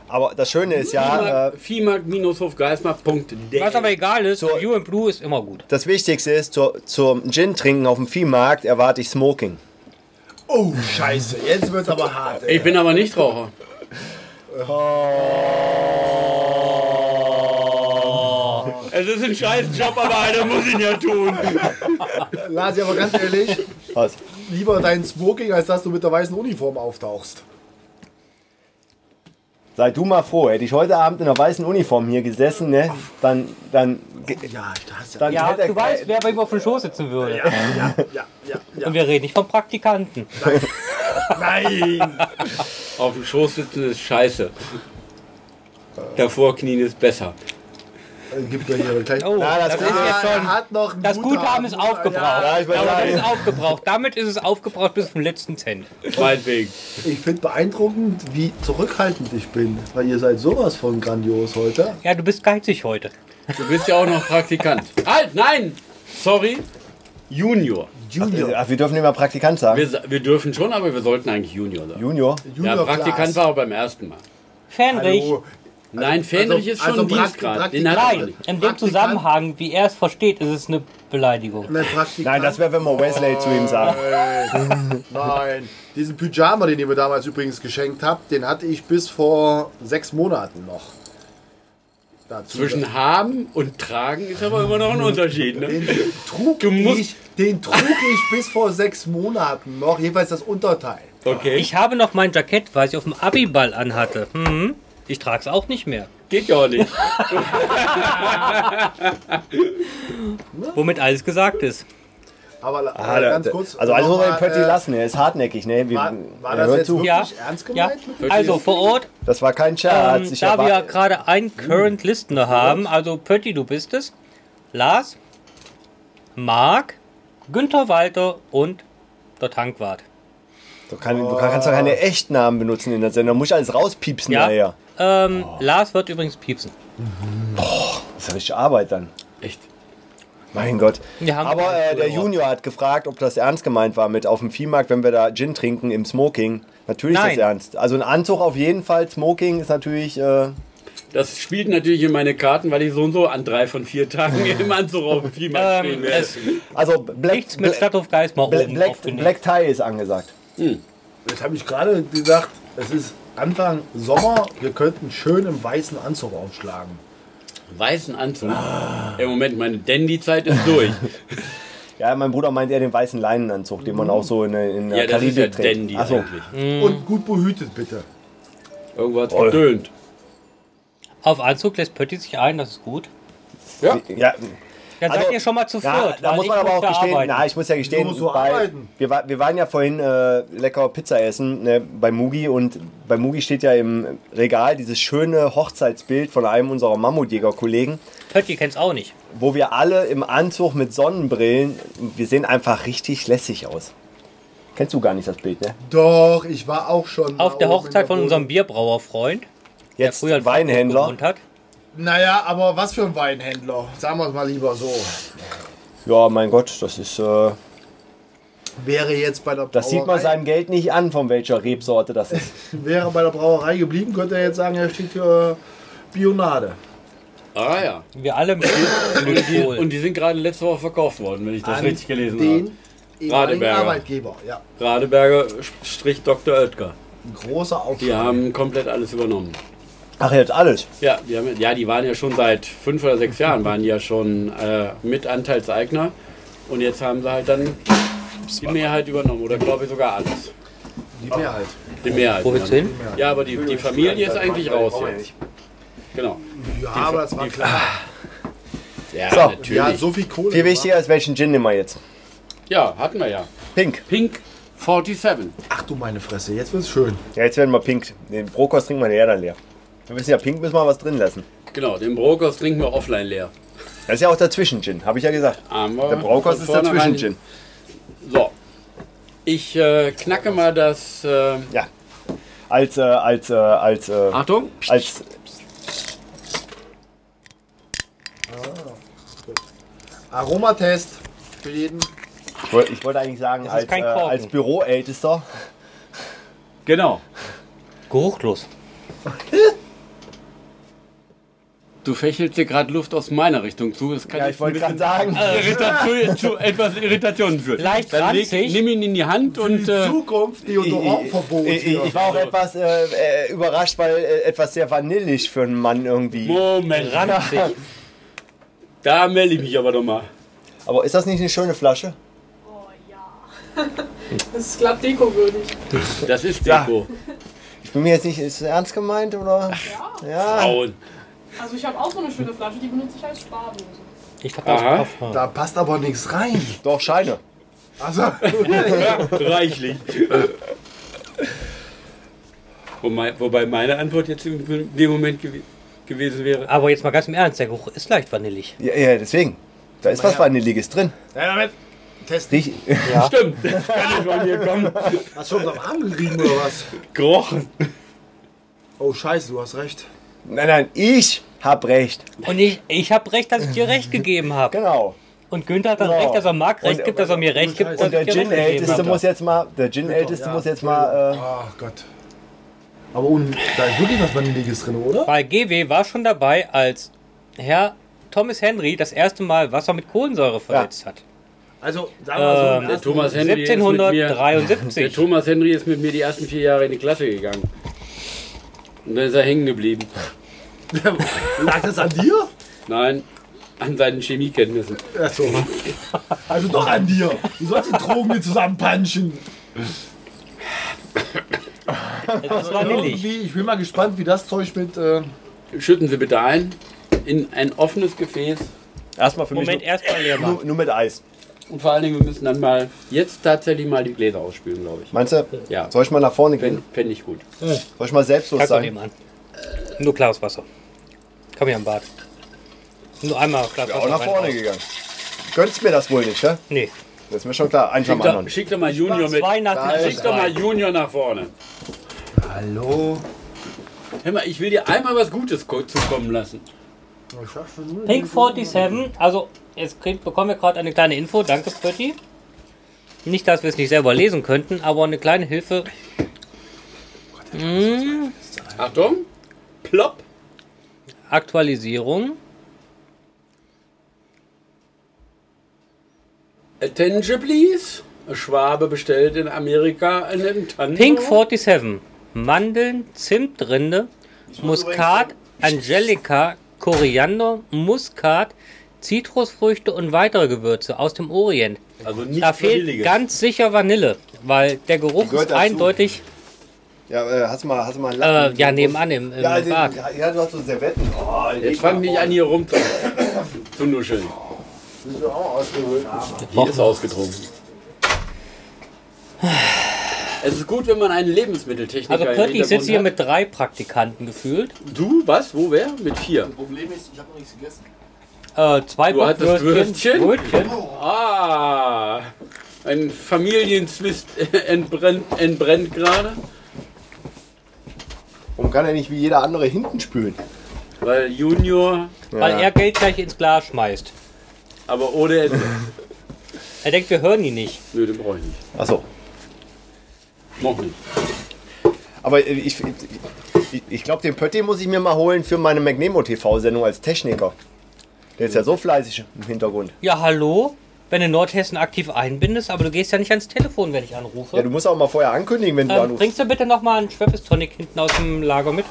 Speaker 2: Aber das Schöne ist ja, äh,
Speaker 3: Viehmarkt-hofgeismar.de
Speaker 1: Was aber egal ist,
Speaker 2: So-
Speaker 1: Blue and Blue ist immer gut.
Speaker 2: das Wichtigste ist, zur, zum Gin-Trinken auf dem Viehmarkt erwarte ich Smoking.
Speaker 4: Oh, scheiße. Jetzt wird's aber hart. Ey.
Speaker 3: Ich bin aber nicht Raucher.
Speaker 4: Oh.
Speaker 3: Es ist ein scheiß Job, aber einer muss ihn ja tun.
Speaker 4: Lars, aber ganz ehrlich,
Speaker 2: Was?
Speaker 4: Lieber dein Smoking, als dass du mit der weißen Uniform auftauchst.
Speaker 2: Sei du mal froh, hätte ich heute Abend in einer weißen Uniform hier gesessen, ne? Dann, dann,
Speaker 4: Ja, ich hasse
Speaker 2: dann
Speaker 1: Ja,
Speaker 2: hätte er-
Speaker 1: du weißt, wer bei ihm auf dem Schoß sitzen würde.
Speaker 4: Ja, ja, ja, ja, ja.
Speaker 1: Und wir reden nicht von Praktikanten.
Speaker 4: Nein!
Speaker 3: Auf dem Schoß sitzen ist scheiße. Davor knien ist besser.
Speaker 4: Dann gibt er hier gleich.
Speaker 1: Oh,
Speaker 2: Na, das
Speaker 1: das, ist
Speaker 2: Guthaben-
Speaker 1: jetzt schon.
Speaker 4: hat noch ein
Speaker 1: Das Guthaben ist aufgebraucht.
Speaker 2: Ja, ich weiß
Speaker 1: Aber das
Speaker 2: nicht.
Speaker 1: ist aufgebraucht. Damit ist es aufgebraucht bis zum letzten Cent.
Speaker 3: Meinetwegen.
Speaker 4: Ich finde beeindruckend, wie zurückhaltend ich bin. Weil ihr seid sowas von grandios heute.
Speaker 1: Ja, du bist geizig heute.
Speaker 3: Du bist ja auch noch Praktikant. Halt, nein! Sorry. Junior.
Speaker 4: Junior.
Speaker 2: Ach, wir dürfen immer Praktikant sagen.
Speaker 3: Wir, sa- wir dürfen schon, aber wir sollten eigentlich Junior sagen.
Speaker 2: Junior.
Speaker 3: Ja,
Speaker 4: Junior
Speaker 3: Praktikant
Speaker 4: Class.
Speaker 3: war auch beim ersten Mal.
Speaker 1: Fähnrich.
Speaker 4: Hallo.
Speaker 3: Nein, Fähnrich ist schon
Speaker 4: also
Speaker 3: ein
Speaker 4: Praktik-
Speaker 3: Dienstgrad. Den
Speaker 4: Praktikant.
Speaker 3: hat er noch
Speaker 1: Nein,
Speaker 3: nicht.
Speaker 1: in dem
Speaker 4: Praktikant.
Speaker 1: Zusammenhang, wie er es versteht, ist es eine Beleidigung.
Speaker 4: Nein, Praktikant. Äh,
Speaker 2: Nein, das wäre, wenn man Wesley zu ihm sagt.
Speaker 4: Nein. Diesen Pyjama, den ihr mir damals übrigens geschenkt habt, den hatte ich bis vor sechs Monaten noch. Dazu.
Speaker 3: Zwischen haben und tragen ist aber immer noch ein Unterschied. Ne?
Speaker 4: Den trug,
Speaker 3: Du musst-
Speaker 4: ich, den trug ich bis vor sechs Monaten noch, jeweils das Unterteil.
Speaker 3: Okay.
Speaker 1: Ich habe noch mein Jackett, was ich auf dem Abiball anhatte. Hm, ich trage es auch nicht mehr.
Speaker 3: Geht ja auch nicht.
Speaker 1: Womit alles gesagt ist.
Speaker 4: Aber la-
Speaker 2: Ah, da,
Speaker 4: Äh, ganz
Speaker 2: da,
Speaker 4: kurz.
Speaker 2: also alles muss man
Speaker 4: nochmal,
Speaker 2: den Pötti
Speaker 4: äh,
Speaker 2: lassen, er ist hartnäckig, ne? Wir,
Speaker 4: War, war
Speaker 2: er
Speaker 4: das
Speaker 2: hört
Speaker 4: jetzt
Speaker 2: zu.
Speaker 4: wirklich
Speaker 1: Ja.
Speaker 4: ernst
Speaker 1: Ja,
Speaker 4: gemeint? mit dem?
Speaker 1: also vor Ort,
Speaker 2: Das war kein Scherz.
Speaker 1: ähm,
Speaker 2: ich
Speaker 1: da wir
Speaker 2: erwarte-
Speaker 1: gerade
Speaker 4: Hm.
Speaker 1: einen Current Listener haben, also Pötti, du bist es, Lars, Marc, Günther Walter und der Tankwart.
Speaker 2: du, kann, du kannst doch keine Echtnamen benutzen in der Sendung, da muss ich alles rauspiepsen
Speaker 1: Oh. Ja.
Speaker 2: nachher.
Speaker 1: Ähm,
Speaker 4: Oh.
Speaker 1: Lars wird übrigens piepsen.
Speaker 2: Das ist ja richtig Arbeit dann.
Speaker 3: Echt?
Speaker 2: Mein Gott.
Speaker 1: Wir haben
Speaker 2: Aber
Speaker 1: keinen
Speaker 2: äh, der
Speaker 1: Zuhörer.
Speaker 2: Junior hat gefragt, ob das ernst gemeint war mit auf dem Viehmarkt, wenn wir da Gin trinken im Smoking. Natürlich ist
Speaker 1: Nein.
Speaker 2: das ernst. Also ein Anzug auf jeden Fall. Smoking ist natürlich. Äh,
Speaker 3: Das spielt natürlich in meine Karten, weil ich so und so an drei von vier Tagen im Anzug auf dem Viehmarkt stehen
Speaker 1: Ähm,
Speaker 3: werde.
Speaker 1: es,
Speaker 2: also Black,
Speaker 1: nichts mit Oh,
Speaker 2: Black,
Speaker 1: Stadthof Geismar
Speaker 2: Black,
Speaker 1: oben
Speaker 2: Black,
Speaker 1: aufgenommen.
Speaker 2: Black Tie ist angesagt.
Speaker 4: Jetzt habe ich gerade gesagt, es ist Anfang Sommer, wir könnten schön im weißen Anzug aufschlagen.
Speaker 3: Weißen Anzug. Im Moment, meine Dandy-Zeit ist durch.
Speaker 2: Ja, mein Bruder meint eher den weißen Leinenanzug,
Speaker 1: Mhm.
Speaker 2: den man auch so in, der- in der
Speaker 3: ja, das ist ja
Speaker 2: Karibik trägt.
Speaker 3: Dandy
Speaker 2: Ach so.
Speaker 3: eigentlich.
Speaker 1: Hm.
Speaker 4: Und gut behütet bitte.
Speaker 3: Irgendwo hat's gedöhnt.
Speaker 1: Auf Anzug lässt Pötti sich ein, das ist gut.
Speaker 3: Ja.
Speaker 2: Ja,
Speaker 1: Dann
Speaker 2: Also,
Speaker 1: seid ihr schon mal zu
Speaker 2: Ja,
Speaker 1: viert.
Speaker 2: da
Speaker 1: weil
Speaker 2: muss
Speaker 1: ich
Speaker 2: man aber
Speaker 1: muss
Speaker 2: auch
Speaker 1: da
Speaker 2: gestehen,
Speaker 1: arbeiten.
Speaker 2: na, ich muss ja gestehen,
Speaker 4: Du musst so
Speaker 2: bei,
Speaker 4: arbeiten.
Speaker 2: wir, war, wir waren ja vorhin äh, lecker Pizza essen ne, bei Mugi und bei Mugi steht ja im Regal dieses schöne Hochzeitsbild von einem unserer Mammutjäger-Kollegen,
Speaker 1: Pötti kennt's auch nicht.
Speaker 2: wo wir alle im Anzug mit Sonnenbrillen, wir sehen einfach richtig lässig aus. Kennst du gar nicht das Bild, ne?
Speaker 4: Doch, ich war auch schon.
Speaker 1: Auf
Speaker 4: da
Speaker 1: der
Speaker 3: oh,
Speaker 4: oben in
Speaker 1: Hochzeit von
Speaker 4: Bude.
Speaker 1: unserem Bierbrauerfreund, der
Speaker 2: Jetzt
Speaker 1: früher in Frankfurt
Speaker 2: Weinhändler.
Speaker 1: gewohnt hat.
Speaker 4: Naja, aber was für ein Weinhändler. Sagen wir es mal lieber so.
Speaker 2: Ja, mein Gott, das ist, äh,
Speaker 4: Wäre jetzt bei der
Speaker 2: das sieht man
Speaker 4: Brauerei-
Speaker 2: seinem Geld nicht an, von welcher Rebsorte das ist.
Speaker 4: Wäre bei der Brauerei geblieben, könnte er jetzt sagen, er steht für Bionade.
Speaker 3: Ah ja.
Speaker 1: Wir alle mit
Speaker 3: Und die,
Speaker 1: Alkohol.
Speaker 3: und die sind gerade letzte Woche verkauft worden, wenn ich das
Speaker 4: An
Speaker 3: richtig gelesen habe.
Speaker 4: Den ehemaligen
Speaker 3: Radeberger.
Speaker 4: Arbeitgeber, ja.
Speaker 3: Radeberger Strich Dr. Oetker.
Speaker 4: Ein großer
Speaker 3: Die
Speaker 4: Aufschlag.
Speaker 3: haben komplett alles übernommen.
Speaker 2: Ach, jetzt alles.
Speaker 3: Ja, die haben, ja, die waren ja schon seit fünf oder sechs Jahren, waren die ja schon äh, Mitanteilseigner. Und jetzt haben sie halt dann die Mehrheit übernommen. Oder glaube ich sogar alles.
Speaker 4: Die Mehrheit.
Speaker 3: Die Mehrheit.
Speaker 1: Wo willst du hin?
Speaker 3: ne? Ja, aber die, die Familie ist eigentlich raus jetzt. Genau.
Speaker 4: Ja, aber das war klar.
Speaker 3: Ja,
Speaker 2: So,
Speaker 4: Die hat
Speaker 3: natürlich.
Speaker 4: so viel Kohle.
Speaker 2: Viel
Speaker 4: gemacht.
Speaker 2: wichtiger ist, welchen Gin nehmen wir jetzt?
Speaker 3: Ja, hatten wir ja.
Speaker 2: Pink.
Speaker 3: Pink 47.
Speaker 4: Ach du meine Fresse, jetzt wird's schön.
Speaker 2: Ja, jetzt werden wir pink. Den Brokos trinken wir ja dann leer. Wir wissen ja, pink müssen wir was drin lassen.
Speaker 3: Genau, den Brokos trinken wir offline leer.
Speaker 2: Das ist ja auch dazwischen Gin, habe ich ja gesagt.
Speaker 3: Haben wir
Speaker 2: Der Brokos
Speaker 3: von
Speaker 2: ist dazwischen
Speaker 3: vornherein-
Speaker 2: Gin.
Speaker 3: So. Ich äh, knacke mal das. Äh,
Speaker 2: Ja. Als, äh, als, äh, als, äh,
Speaker 3: Achtung.
Speaker 2: als,
Speaker 4: Aromatest für jeden.
Speaker 2: ich wollte, ich wollte eigentlich sagen,
Speaker 1: ist
Speaker 2: als, äh,
Speaker 1: kein Korken.
Speaker 2: als Büroältester.
Speaker 3: Genau.
Speaker 1: Geruchlos.
Speaker 3: Du fächelst dir gerade Luft aus meiner Richtung zu. Das kann
Speaker 2: Ja,
Speaker 3: ja,
Speaker 2: ich wollte gerade sagen,
Speaker 3: Irritation, zu etwas Irritationen führen.
Speaker 1: Leicht
Speaker 3: Dann leg,
Speaker 1: ranzig.
Speaker 3: nimm ihn in die Hand und äh,
Speaker 4: Zukunft
Speaker 2: ich,
Speaker 4: Deodorantverbot.
Speaker 2: ich, ich, ich war auch etwas äh, äh, überrascht, weil äh, etwas sehr vanillig für einen Mann irgendwie.
Speaker 3: Moment,
Speaker 1: Ranzig.
Speaker 3: da melde ich mich aber nochmal.
Speaker 2: Aber ist das nicht eine schöne Flasche?
Speaker 5: Oh, Das ist, glaube dekowürdig.
Speaker 3: Das ist Deko.
Speaker 2: Ich bin mir jetzt nicht, ist das ernst gemeint oder?
Speaker 5: Ja.
Speaker 2: Ja.
Speaker 3: Frauen.
Speaker 5: Also ich habe auch so eine schöne Flasche, die benutze ich als Spardose.
Speaker 1: Ich hab
Speaker 3: Aha.
Speaker 1: das Kopf.
Speaker 4: Da passt aber nichts rein.
Speaker 2: Doch, Scheine.
Speaker 4: äh. Also,
Speaker 3: Reichlich. Wobei, wobei meine Antwort jetzt in dem Moment gew gewesen wäre.
Speaker 1: Aber jetzt mal ganz im Ernst, der Geruch ist leicht vanillig.
Speaker 2: Ja, ja deswegen. Da ist was
Speaker 4: Ja.
Speaker 2: Vanilliges drin.
Speaker 4: ja, damit. Testen.
Speaker 2: Riech,
Speaker 3: Stimmt, das kann nicht von mir kommen.
Speaker 4: Hast du schon am Arm gerieben oder was?
Speaker 3: Gerochen.
Speaker 4: Oh, Scheiße, du hast recht.
Speaker 2: nein, nein, ich hab recht.
Speaker 1: Und ich, ich habe recht, dass ich dir recht gegeben habe.
Speaker 2: Genau.
Speaker 1: Und Günther hat dann
Speaker 2: Genau.
Speaker 1: recht, dass er Marc recht
Speaker 2: Und-
Speaker 1: gibt, dass er mir recht gibt.
Speaker 4: und
Speaker 1: dass
Speaker 2: Und der
Speaker 1: ich dir recht gegeben
Speaker 2: Gin-Älteste
Speaker 1: habe.
Speaker 2: muss jetzt mal, der Gin-Älteste
Speaker 4: Ja,
Speaker 2: muss jetzt mal, äh,
Speaker 4: Oh Gott. Aber un da ist wirklich was Vanilliges drin, oder?
Speaker 1: Bei GW war schon dabei, als Herr Thomas Henry das erste Mal Wasser mit Kohlensäure versetzt hat.
Speaker 4: Also, sagen wir mal so,
Speaker 1: Ähm,
Speaker 4: im ersten-
Speaker 3: Thomas Henry ist mit Der
Speaker 1: 1773.
Speaker 3: Thomas Henry ist mit mir die ersten vier Jahre in die Klasse gegangen. Und dann ist er hängen geblieben.
Speaker 4: Lag das an dir?
Speaker 3: Nein, an seinen Chemiekenntnissen.
Speaker 4: Achso. Also doch an dir. Du sollst die Drogen nicht zusammenpanschen.
Speaker 1: Das war millig.
Speaker 4: Irgendwie, ich bin mal gespannt, wie das Zeug mit. Äh,
Speaker 3: Schütten Sie bitte ein in ein offenes Gefäß.
Speaker 2: erstmal für
Speaker 1: Moment,
Speaker 2: mich
Speaker 1: erstmal leer
Speaker 2: nur,
Speaker 1: machen.
Speaker 2: nur, nur mit Eis.
Speaker 3: Und vor allen Dingen, wir müssen dann mal jetzt tatsächlich mal die Gläser ausspülen, glaube ich.
Speaker 2: Meinst du?
Speaker 3: Ja.
Speaker 2: Soll ich mal nach vorne gehen?
Speaker 3: Fände ich gut.
Speaker 2: Soll ich mal selbstlos
Speaker 1: Kannst du
Speaker 2: sein?
Speaker 1: nebenan. Nur klares Wasser. Komm hier am Bad. Nur einmal klares
Speaker 2: Ja,
Speaker 1: Wasser.
Speaker 2: auch nach
Speaker 1: rein.
Speaker 2: vorne gegangen. Gönnst mir das wohl nicht, ja?
Speaker 1: Nee.
Speaker 2: Das ist mir schon klar. Einfach
Speaker 3: Schick
Speaker 2: mal
Speaker 3: doch,
Speaker 2: anderen.
Speaker 3: schick doch mal Junior mit.
Speaker 1: Zwei nach
Speaker 3: Schick doch mal Junior nach vorne.
Speaker 4: Hallo.
Speaker 3: Hör mal, ich will dir einmal was Gutes ko- zukommen lassen.
Speaker 1: Pink 47, also jetzt krieg, bekommen wir gerade eine kleine Info, danke Pretty. Nicht, dass wir es nicht selber lesen könnten, aber eine kleine Hilfe.
Speaker 3: Achtung. Plopp.
Speaker 1: Aktualisierung.
Speaker 3: Attention, please. Ein Schwabe bestellt in Amerika einen Tango.
Speaker 1: Pink 47, Mandeln, Zimtrinde, Muskat, Angelica, Koriander, Muskat, Zitrusfrüchte und weitere Gewürze aus dem Orient.
Speaker 3: Also nicht
Speaker 1: Da fehlt
Speaker 3: billiges.
Speaker 1: ganz sicher Vanille, weil der Geruch
Speaker 2: gehört
Speaker 1: ist
Speaker 2: dazu.
Speaker 1: eindeutig.
Speaker 2: Ja, äh, hast du mal, hast du mal einen
Speaker 1: Äh,
Speaker 2: Lappen?
Speaker 1: ja, nebenan im, im
Speaker 2: Ja, den,
Speaker 1: Bad.
Speaker 2: ja, ja, du hast so Servetten. Oh,
Speaker 3: Jetzt fang nicht an, hier rum zu, zu nuscheln. Die ist ausgetrunken. Es ist gut, wenn man einen Lebensmitteltechniker
Speaker 1: Also
Speaker 3: im
Speaker 1: Pötti, ich sitze hier
Speaker 3: Hintergrund
Speaker 1: mit drei Praktikanten gefühlt.
Speaker 3: hat. Du, was? Wo, wer? Mit vier.
Speaker 4: Problem ist, ich habe noch nichts gegessen.
Speaker 1: Äh, zwei
Speaker 3: Du hattest
Speaker 1: Bockwürstchen,
Speaker 3: Würstchen?
Speaker 1: Brötchen.
Speaker 3: Ah, ein Familienzwist entbrennt, entbrennt gerade,
Speaker 2: Warum kann er nicht wie jeder andere hinten spülen?
Speaker 3: weil Junior,
Speaker 1: Weil er Geld gleich ins Glas schmeißt.
Speaker 3: aber ohne Ende.
Speaker 1: Er denkt, wir hören ihn nicht.
Speaker 3: Nö, den brauche ich nicht.
Speaker 2: Achso.
Speaker 3: Noch nicht.
Speaker 2: Aber äh, ich, ich, ich glaube, den Pötti muss ich mir mal holen für meine McNemo TV-Sendung als Techniker. Der ist ja so fleißig im Hintergrund.
Speaker 1: Ja, hallo? Wenn du Nordhessen aktiv einbindest, aber du gehst ja nicht ans Telefon, wenn ich anrufe.
Speaker 2: Ja, du musst auch mal vorher ankündigen, wenn du
Speaker 1: ähm,
Speaker 2: anrufst.
Speaker 1: bringst du bitte nochmal einen Schweppes Tonic hinten aus dem Lager mit?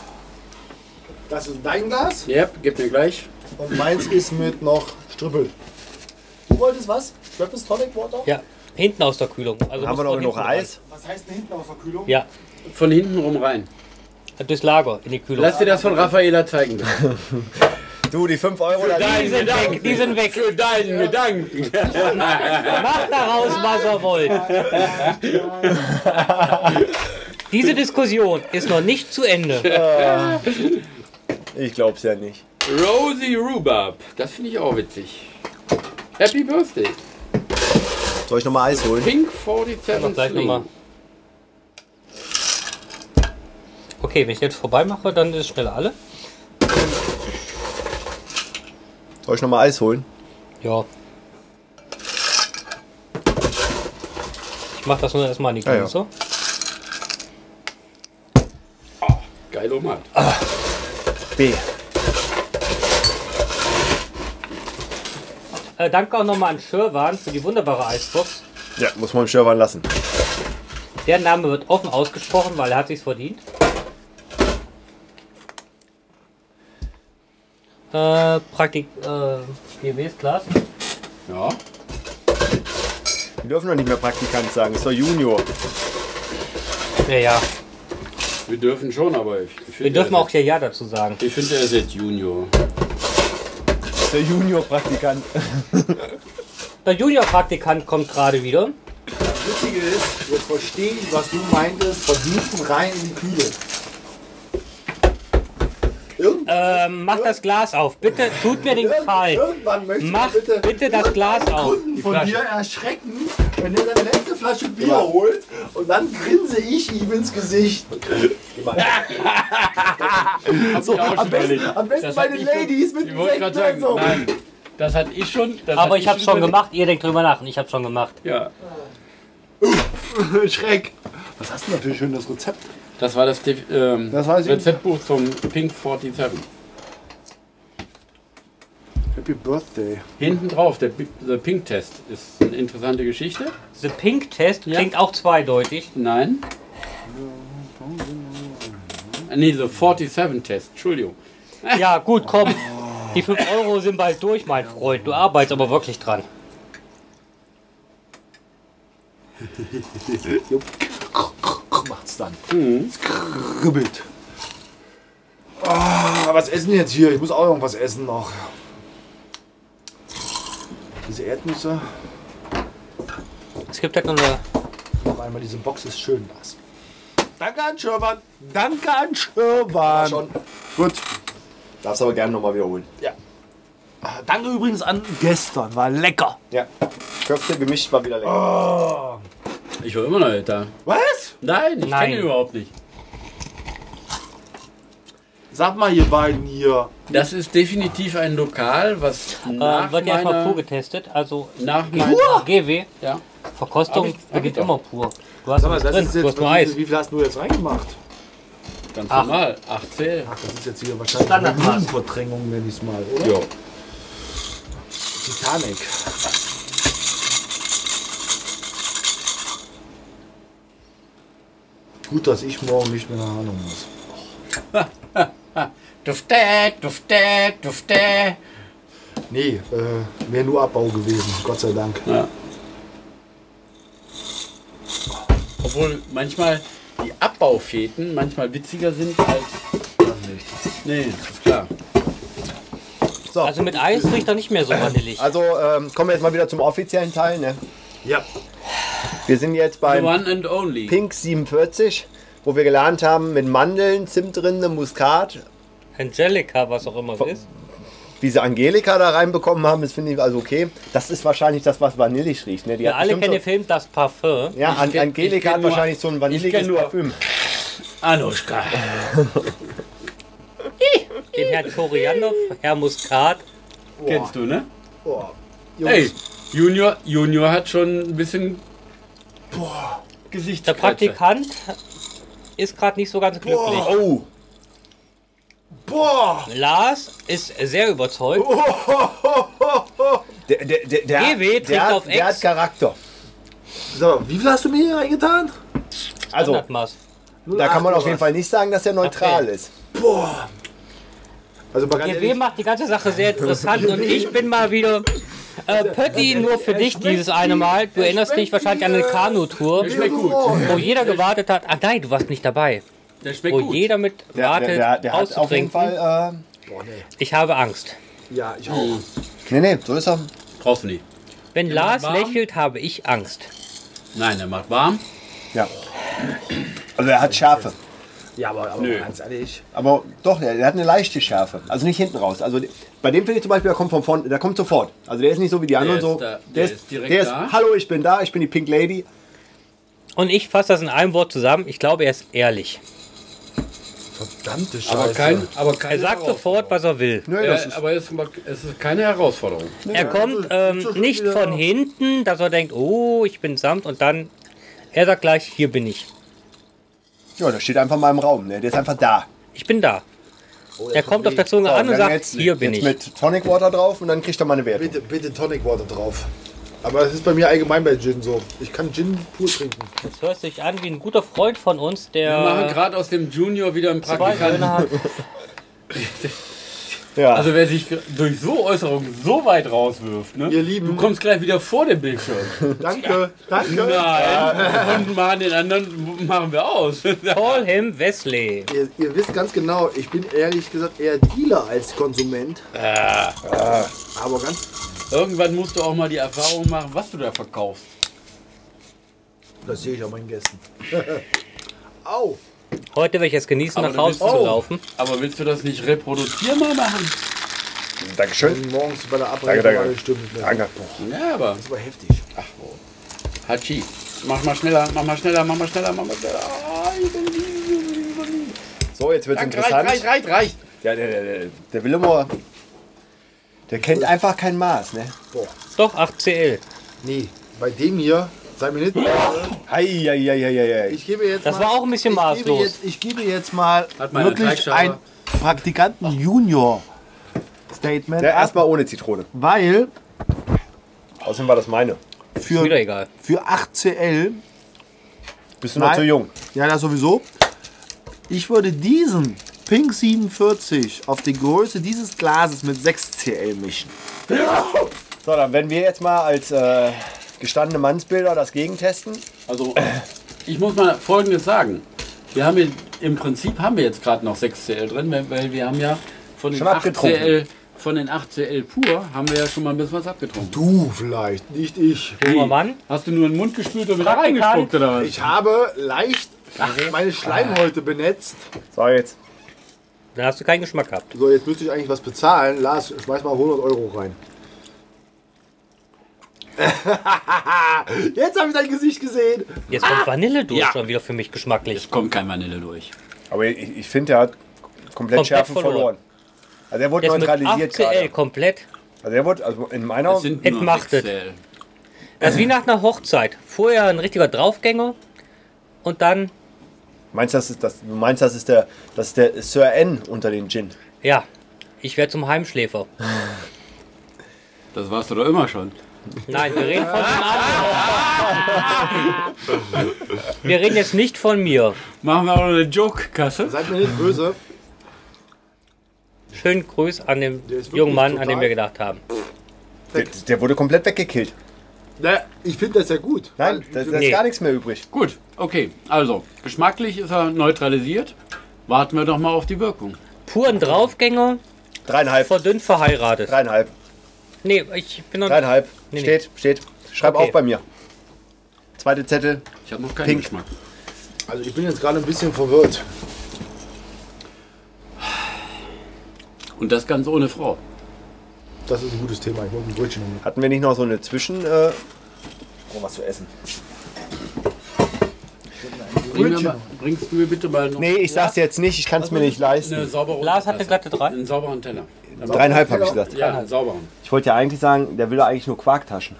Speaker 4: Das ist dein Glas
Speaker 3: Ja, gib mir gleich.
Speaker 4: und meins ist mit noch Strippel. Du wolltest was? Schweppes Tonic Water?
Speaker 1: Ja, hinten aus der Kühlung. Also
Speaker 2: Haben
Speaker 1: musst
Speaker 2: wir noch
Speaker 1: du
Speaker 2: genug
Speaker 1: hinten
Speaker 2: Eis?
Speaker 4: Was heißt denn hinten aus der Kühlung?
Speaker 1: rein. Ja,
Speaker 3: Von hinten rum rein.
Speaker 1: Äh, durchs Lager in die Kühlung.
Speaker 3: Lass dir das von Raffaela zeigen. bitte.
Speaker 2: Du, die 5 Euro da
Speaker 1: die sind weg, die sind weg.
Speaker 3: Für deinen Gedanken.
Speaker 1: Macht daraus, was ihr wollt. Diese Diskussion ist noch nicht zu Ende.
Speaker 2: Ich glaub's ja nicht.
Speaker 3: Rosie Rhubarb. Das finde ich auch witzig. Happy Birthday.
Speaker 2: Soll ich nochmal Eis holen?
Speaker 3: Pink
Speaker 1: Noch
Speaker 3: 47
Speaker 1: gleich
Speaker 3: Sling.
Speaker 1: nochmal. Okay, wenn ich jetzt vorbeimache, dann ist schnell alle.
Speaker 2: Soll ich nochmal Eis holen?
Speaker 1: Ja. Ich mach das nur erstmal in die
Speaker 2: Ja, ja.
Speaker 1: Grenze.
Speaker 3: Geil, Omat.
Speaker 2: B.
Speaker 1: Äh, danke auch nochmal an Schirwan für die wunderbare Eisbox.
Speaker 2: Ja, muss man im Schirwan lassen.
Speaker 1: Der Name wird offen ausgesprochen, weil er hat sich's verdient. Äh, Praktik, äh, GWs Glas.
Speaker 3: Ja.
Speaker 2: Wir dürfen doch nicht mehr Praktikant sagen, ist doch Junior.
Speaker 1: Ja, ja.
Speaker 3: Wir dürfen schon, aber ich, ich
Speaker 1: Wir
Speaker 3: finde,
Speaker 1: dürfen
Speaker 3: er
Speaker 1: auch
Speaker 3: ist-
Speaker 1: hier Ja dazu sagen.
Speaker 3: Ich finde, er ist jetzt Junior.
Speaker 2: Ist der Junior-Praktikant.
Speaker 1: Der Junior-Praktikant kommt gerade wieder.
Speaker 4: Das Witzige ist, wir verstehen, was du meintest, von hinten rein in die Kühle. Irgend
Speaker 1: Ähm, mach das Glas auf. Bitte tut mir den Gefallen.
Speaker 4: Irgendwann möchte
Speaker 1: Mach
Speaker 4: ich bitte,
Speaker 1: bitte das Glas
Speaker 4: irgendeinen
Speaker 1: auf.
Speaker 4: Kunden
Speaker 1: Die
Speaker 4: von
Speaker 1: Flasche.
Speaker 4: dir erschrecken, wenn er seine letzte Flasche Bier holt und dann grinse ich ihm ins Gesicht.
Speaker 3: So,
Speaker 4: Am besten, am besten
Speaker 3: Das
Speaker 4: bei
Speaker 3: hat
Speaker 4: den
Speaker 3: ich schon-
Speaker 4: Ladies mit
Speaker 3: Ich
Speaker 4: dem
Speaker 3: wollte gerade sagen,
Speaker 4: Sekt so.
Speaker 3: nein, das hatte ich schon. das
Speaker 1: Aber
Speaker 3: hatte
Speaker 1: ich hab's schon
Speaker 3: überlegt.
Speaker 1: gemacht. Ihr denkt drüber nach. Ich hab's schon gemacht.
Speaker 3: Ja,
Speaker 4: Schreck. Was hast du denn für schönes Rezept?
Speaker 3: das war das, Def- ähm,
Speaker 4: Das weiß ich.
Speaker 3: Rezeptbuch zum Pink 47.
Speaker 4: Happy Birthday.
Speaker 3: Hinten drauf, der, Bi- der Pink-Test ist eine interessante Geschichte.
Speaker 1: The Pink Test
Speaker 3: Ja.
Speaker 1: klingt auch zweideutig.
Speaker 3: Nein. Ah, Nee, so 47-Test, Entschuldigung.
Speaker 1: Ja, gut, komm. Die 5 Euro sind bald durch, mein Freund. Du arbeitest aber wirklich dran.
Speaker 4: Macht's dann. Es kribbelt. Ah, was essen jetzt hier? Ich muss auch irgendwas essen noch. Diese Erdnüsse.
Speaker 1: Es gibt halt nur eine.
Speaker 4: Noch einmal diese Box ist schön, Lars. Danke an Schirwan. Danke an Schirwan.
Speaker 2: Schon.
Speaker 4: Gut.
Speaker 2: Darfst aber gerne nochmal wiederholen.
Speaker 4: Ah, Danke übrigens an gestern. War lecker.
Speaker 2: Ja. Köfte gemischt war wieder lecker.
Speaker 3: Ich war immer noch nicht da.
Speaker 4: Was?
Speaker 3: Nein, ich
Speaker 1: Nein.
Speaker 3: kenne ihn überhaupt nicht.
Speaker 4: Sag mal, ihr beiden hier.
Speaker 3: Das ist definitiv ein Lokal, was
Speaker 1: Äh,
Speaker 3: nach
Speaker 1: wird ja erstmal pur
Speaker 3: meiner...
Speaker 1: getestet. Also
Speaker 3: Nach meiner...
Speaker 1: nach GW.
Speaker 3: Ja.
Speaker 1: Verkostung
Speaker 3: Hab ich- hab
Speaker 1: beginnt
Speaker 3: ich doch.
Speaker 1: immer pur. Du hast
Speaker 4: mal,
Speaker 1: nichts drin, du hast nur Eis.
Speaker 4: wie viel hast du jetzt reingemacht?
Speaker 3: Ganz
Speaker 1: Acht.
Speaker 3: normal, 8 Zähl.
Speaker 4: Ach, das ist jetzt hier wahrscheinlich
Speaker 1: Standardmaß.
Speaker 4: eine Verdrängung, nenn ich es mal, oder?
Speaker 3: Jo.
Speaker 4: Titanic. Gut, dass ich morgen nicht mehr nach Ahnung muss.
Speaker 3: Dufte, dufte, dufte.
Speaker 4: Nee, äh, wäre nur Abbau gewesen, Gott sei Dank.
Speaker 3: Ja. Obwohl manchmal die Abbaufäden manchmal witziger sind als. Nee, ist klar.
Speaker 2: So.
Speaker 1: Also mit Eis riecht er nicht mehr so vanillig.
Speaker 2: Also ähm, kommen wir jetzt mal wieder zum offiziellen Teil. Ne?
Speaker 4: Ja.
Speaker 2: Wir sind jetzt
Speaker 3: The
Speaker 1: Also,
Speaker 2: beim
Speaker 3: one and only.
Speaker 2: Pink 47, wo wir gelernt haben mit Mandeln, Zimtrinde, Muskat.
Speaker 1: Angelica, was auch immer es ist.
Speaker 2: Wie sie Angelika da reinbekommen haben, das finde ich also okay. Das ist wahrscheinlich das, was vanillig riecht. Ne? Die
Speaker 1: Wir
Speaker 2: hat
Speaker 1: alle
Speaker 2: bestimmt
Speaker 1: kennen den
Speaker 2: so,
Speaker 1: Film Das Parfum.
Speaker 2: ja, An
Speaker 3: kenn- ich
Speaker 2: Angelika
Speaker 3: kenn
Speaker 2: hat
Speaker 3: nur-
Speaker 2: wahrscheinlich so ein
Speaker 3: ich
Speaker 2: vanilliges
Speaker 3: kenn nur-
Speaker 2: Parfüm.
Speaker 3: Anuschka.
Speaker 1: Den Herrn Koriander, Herr Muskat.
Speaker 3: Kennst du, ne?
Speaker 4: Oh,
Speaker 3: Hey, Junior, Junior hat schon ein bisschen. Gesicht.
Speaker 1: Der Praktikant ist gerade nicht so ganz glücklich.
Speaker 2: Oh,
Speaker 4: Boah!
Speaker 1: Lars ist sehr überzeugt.
Speaker 2: der, der, der, der,
Speaker 1: GW trinkt
Speaker 2: der,
Speaker 1: auf
Speaker 2: der
Speaker 1: Ex.
Speaker 2: hat Charakter.
Speaker 4: So, wie viel hast du mir hier reingetan?
Speaker 2: Also,
Speaker 1: Standardmaß.
Speaker 2: da kann man auf jeden
Speaker 4: Fall.
Speaker 2: Fall nicht sagen, dass er neutral
Speaker 1: Okay.
Speaker 2: ist.
Speaker 4: Also, mal ganz
Speaker 1: GW
Speaker 4: ehrlich,
Speaker 1: macht die ganze Sache sehr interessant und ich bin mal wieder. Äh, Pötti,
Speaker 3: Also,
Speaker 1: nur für dich dieses eine Mal. Du erinnerst dich wahrscheinlich an eine Kanutour,
Speaker 3: Schmeckt gut.
Speaker 1: wo jeder gewartet hat. Ach nein, du warst nicht dabei.
Speaker 3: Der schmeckt
Speaker 1: Wo
Speaker 3: gut.
Speaker 1: Oh, jeder mit
Speaker 2: Der,
Speaker 1: wartet,
Speaker 2: der, der, der hat auf jeden
Speaker 1: auszutrinken.
Speaker 2: Fall.
Speaker 1: Ich habe Angst.
Speaker 4: ja, ich auch.
Speaker 2: Äh, nee, nee, so ist er.
Speaker 3: Brauchst du nicht.
Speaker 1: Wenn Lars
Speaker 3: warm?
Speaker 1: lächelt, habe ich Angst.
Speaker 3: Nein, der macht warm.
Speaker 2: Ja. Also er hat Schärfe.
Speaker 4: Ja, aber, aber
Speaker 3: Nö.
Speaker 4: ganz ehrlich.
Speaker 2: Aber doch, der, der hat eine leichte Schärfe. Also nicht hinten raus. Also bei dem finde ich zum Beispiel, der kommt von vorn, der kommt sofort. Also der ist nicht so wie die anderen
Speaker 3: ist
Speaker 2: so.
Speaker 3: da- der ist direkt
Speaker 2: der ist,
Speaker 3: da.
Speaker 2: Hallo, ich bin da, ich bin die Pink Lady.
Speaker 1: Und ich fasse das in einem Wort zusammen. Ich glaube, er ist ehrlich.
Speaker 4: Verdammte Scheiße.
Speaker 3: Aber kein. Aber kein
Speaker 1: Er sagt sofort, was er will.
Speaker 2: Nö, das
Speaker 3: Äh,
Speaker 2: ist,
Speaker 3: Also- aber es es ist keine Herausforderung.
Speaker 1: Er kommt ähm, nicht von hinten, dass er denkt, oh, ich bin samt. Und dann, er sagt gleich, hier bin ich.
Speaker 2: ja, der steht einfach mal im Raum. Ne? Der ist einfach da.
Speaker 1: Ich bin da.
Speaker 2: Oh,
Speaker 1: Er kommt auf der Zunge
Speaker 2: So,
Speaker 1: an und
Speaker 2: dann
Speaker 1: sagt,
Speaker 2: jetzt,
Speaker 1: hier bin
Speaker 2: jetzt
Speaker 1: ich.
Speaker 2: mit Tonic Water drauf und dann kriegt er mal eine Wertung.
Speaker 4: Bitte, bitte Tonic Water drauf. Aber es ist bei mir allgemein bei Gin so. Ich kann Gin pur trinken.
Speaker 1: Das hört sich an wie ein guter Freund von uns,
Speaker 3: Wir machen
Speaker 1: der
Speaker 3: gerade aus dem Junior wieder einen
Speaker 1: zwei
Speaker 3: Praktikanten.
Speaker 1: Söhne hat.
Speaker 2: Ja.
Speaker 3: Also wer sich durch so Äußerungen so weit rauswirft, ne?
Speaker 4: Ihr Lieben.
Speaker 3: Du kommst gleich wieder vor dem Bildschirm.
Speaker 4: Danke, danke.
Speaker 3: Nein. Und machen den anderen machen wir aus.
Speaker 1: Call him Wesley.
Speaker 4: Ihr, ihr wisst ganz genau, ich bin ehrlich gesagt eher Dealer als Konsument. Äh. Aber ganz,
Speaker 3: Irgendwann musst du auch mal die Erfahrung machen, was du da verkaufst.
Speaker 4: das sehe ich an meinen Gästen. Au,
Speaker 1: Heute werde ich es genießen,
Speaker 3: Aber
Speaker 1: nach
Speaker 3: dann
Speaker 1: Hause
Speaker 3: bist du-
Speaker 1: zu laufen.
Speaker 3: Aber willst du das nicht reproduzierbar machen?
Speaker 2: Dankeschön.
Speaker 4: bin morgens bei der
Speaker 2: Danke,
Speaker 4: Abrechnung
Speaker 2: danke.
Speaker 4: alle Stimmen. nicht mehr.
Speaker 2: Danke.
Speaker 3: Ja, aber.
Speaker 4: Das war heftig.
Speaker 3: Hachi, mach mal schneller, mach mal schneller, mach mal schneller, mach mal schneller. Ah, ich bin lieb, ich bin lieb, ich bin lieb.
Speaker 2: So, jetzt wird's
Speaker 3: Danke, reicht,
Speaker 2: interessant.
Speaker 3: reicht, reicht, reicht.
Speaker 2: Ja, der, der, der, der Willemor, der kennt einfach kein Maß, ne?
Speaker 4: Boah,
Speaker 1: Doch, 8CL.
Speaker 4: nee, bei dem hier, sei mir nicht.
Speaker 2: Hei, hei, hei, hei, hei.
Speaker 4: Ich gebe jetzt
Speaker 1: Das
Speaker 4: mal,
Speaker 1: war auch ein bisschen
Speaker 4: ich gebe,
Speaker 1: maßlos.
Speaker 4: jetzt, ich gebe jetzt mal
Speaker 3: Hat meine
Speaker 4: wirklich
Speaker 3: Teigschale.
Speaker 4: ein Praktikanten Junior Statement.
Speaker 2: Der
Speaker 4: ab,
Speaker 2: erstmal ohne Zitrone.
Speaker 4: weil
Speaker 2: Außerdem war das meine.
Speaker 1: Ist wieder
Speaker 4: für,
Speaker 1: egal.
Speaker 4: für 8CL
Speaker 2: Bist du noch
Speaker 4: Nein.
Speaker 2: zu jung?
Speaker 4: Ja, das sowieso. Ich würde diesen Pink 47 auf die Größe dieses Glases mit 6cl mischen.
Speaker 2: So, dann werden wir jetzt mal als äh, gestandene Mannsbilder das gegentesten.
Speaker 3: Also, ich muss mal Folgendes sagen. Wir haben hier, im Prinzip haben wir jetzt gerade noch 6CL drin, weil- weil wir haben ja von den
Speaker 2: Schon abgetrunken.
Speaker 3: 8CL, von den 8CL pur, haben wir ja schon mal ein bisschen was abgetrunken.
Speaker 4: Du vielleicht, nicht ich.
Speaker 1: Junger Mann.
Speaker 3: Hast du nur einen Mund gespült und wieder
Speaker 1: Praktikant.
Speaker 3: reingespuckt oder was?
Speaker 4: Ich habe leicht meine Schleimhäute benetzt.
Speaker 2: So, jetzt.
Speaker 1: Dann hast du keinen Geschmack gehabt.
Speaker 4: So, jetzt müsste ich eigentlich was bezahlen. Lars, schmeiß mal 100 Euro rein. jetzt habe ich dein Gesicht gesehen.
Speaker 1: Jetzt kommt Vanille durch
Speaker 3: Ja.
Speaker 1: schon wieder für mich geschmacklich.
Speaker 3: Es kommt kein Vanille durch.
Speaker 2: Aber ich, ich finde, der hat komplett, Schärfe verloren.
Speaker 1: verloren.
Speaker 2: Also der wurde
Speaker 1: Jetzt mit
Speaker 2: neutralisiert
Speaker 1: 8CL
Speaker 2: gerade.
Speaker 1: komplett.
Speaker 2: Also der wurde, also in meiner,
Speaker 3: Es sind nur
Speaker 1: Entmachtet.
Speaker 3: 6CL.
Speaker 1: Das ist wie nach einer Hochzeit. Vorher ein richtiger Draufgänger und dann,
Speaker 2: meinst du, das ist, das, du meinst, das ist, der, das ist der Sir N unter den Gin?
Speaker 1: ja, ich werde zum Heimschläfer.
Speaker 3: Das warst du doch immer schon.
Speaker 1: Nein, wir reden von dem anderen. Wir reden jetzt nicht von mir.
Speaker 3: Machen wir auch noch eine Joke-Kasse.
Speaker 4: Seid mir nicht böse.
Speaker 1: Schönen Gruß an den
Speaker 4: Der ist wirklich
Speaker 1: jungen Mann, an
Speaker 4: total-
Speaker 1: den wir gedacht haben.
Speaker 2: Der, der wurde komplett weggekillt.
Speaker 4: Na, ich finde das ja gut.
Speaker 2: Nein, da
Speaker 4: Weil-
Speaker 2: da ist
Speaker 1: Nee.
Speaker 2: gar nichts mehr übrig.
Speaker 3: Gut, okay. Also, geschmacklich ist er neutralisiert. Warten wir doch mal auf die Wirkung.
Speaker 1: Puren Draufgänger,
Speaker 2: Dreieinhalb.
Speaker 1: verdünnt verheiratet.
Speaker 2: Dreieinhalb.
Speaker 1: Nee, ich bin noch
Speaker 2: Dreieinhalb.
Speaker 1: Nee, nee.
Speaker 2: steht, steht. Schreib
Speaker 1: Okay.
Speaker 2: auch bei mir. Zweite Zettel.
Speaker 3: Ich habe noch keinen
Speaker 2: Pink.
Speaker 3: Geschmack.
Speaker 4: also ich bin jetzt gerade ein bisschen verwirrt.
Speaker 3: Und das ganz ohne Frau.
Speaker 4: Das ist ein gutes Thema. Ich wollte ein Brötchen holen.
Speaker 2: Hatten wir nicht noch so eine Zwischen... Äh, oh, was zu essen.
Speaker 3: Bring mir
Speaker 4: Brötchen.
Speaker 3: mal, bringst du mir bitte mal noch
Speaker 2: Nee, ich sag's jetzt nicht. Ich kann's mir nicht leisten.
Speaker 3: eine saubere
Speaker 1: Lars hat eine halt.
Speaker 3: Tasse.
Speaker 1: glatte 3.
Speaker 3: Einen sauberen Teller.
Speaker 2: Dreieinhalb habe ich gesagt.
Speaker 3: Ja, einen sauberen.
Speaker 2: Ich wollte ja eigentlich sagen, der will ja eigentlich nur Quarktaschen.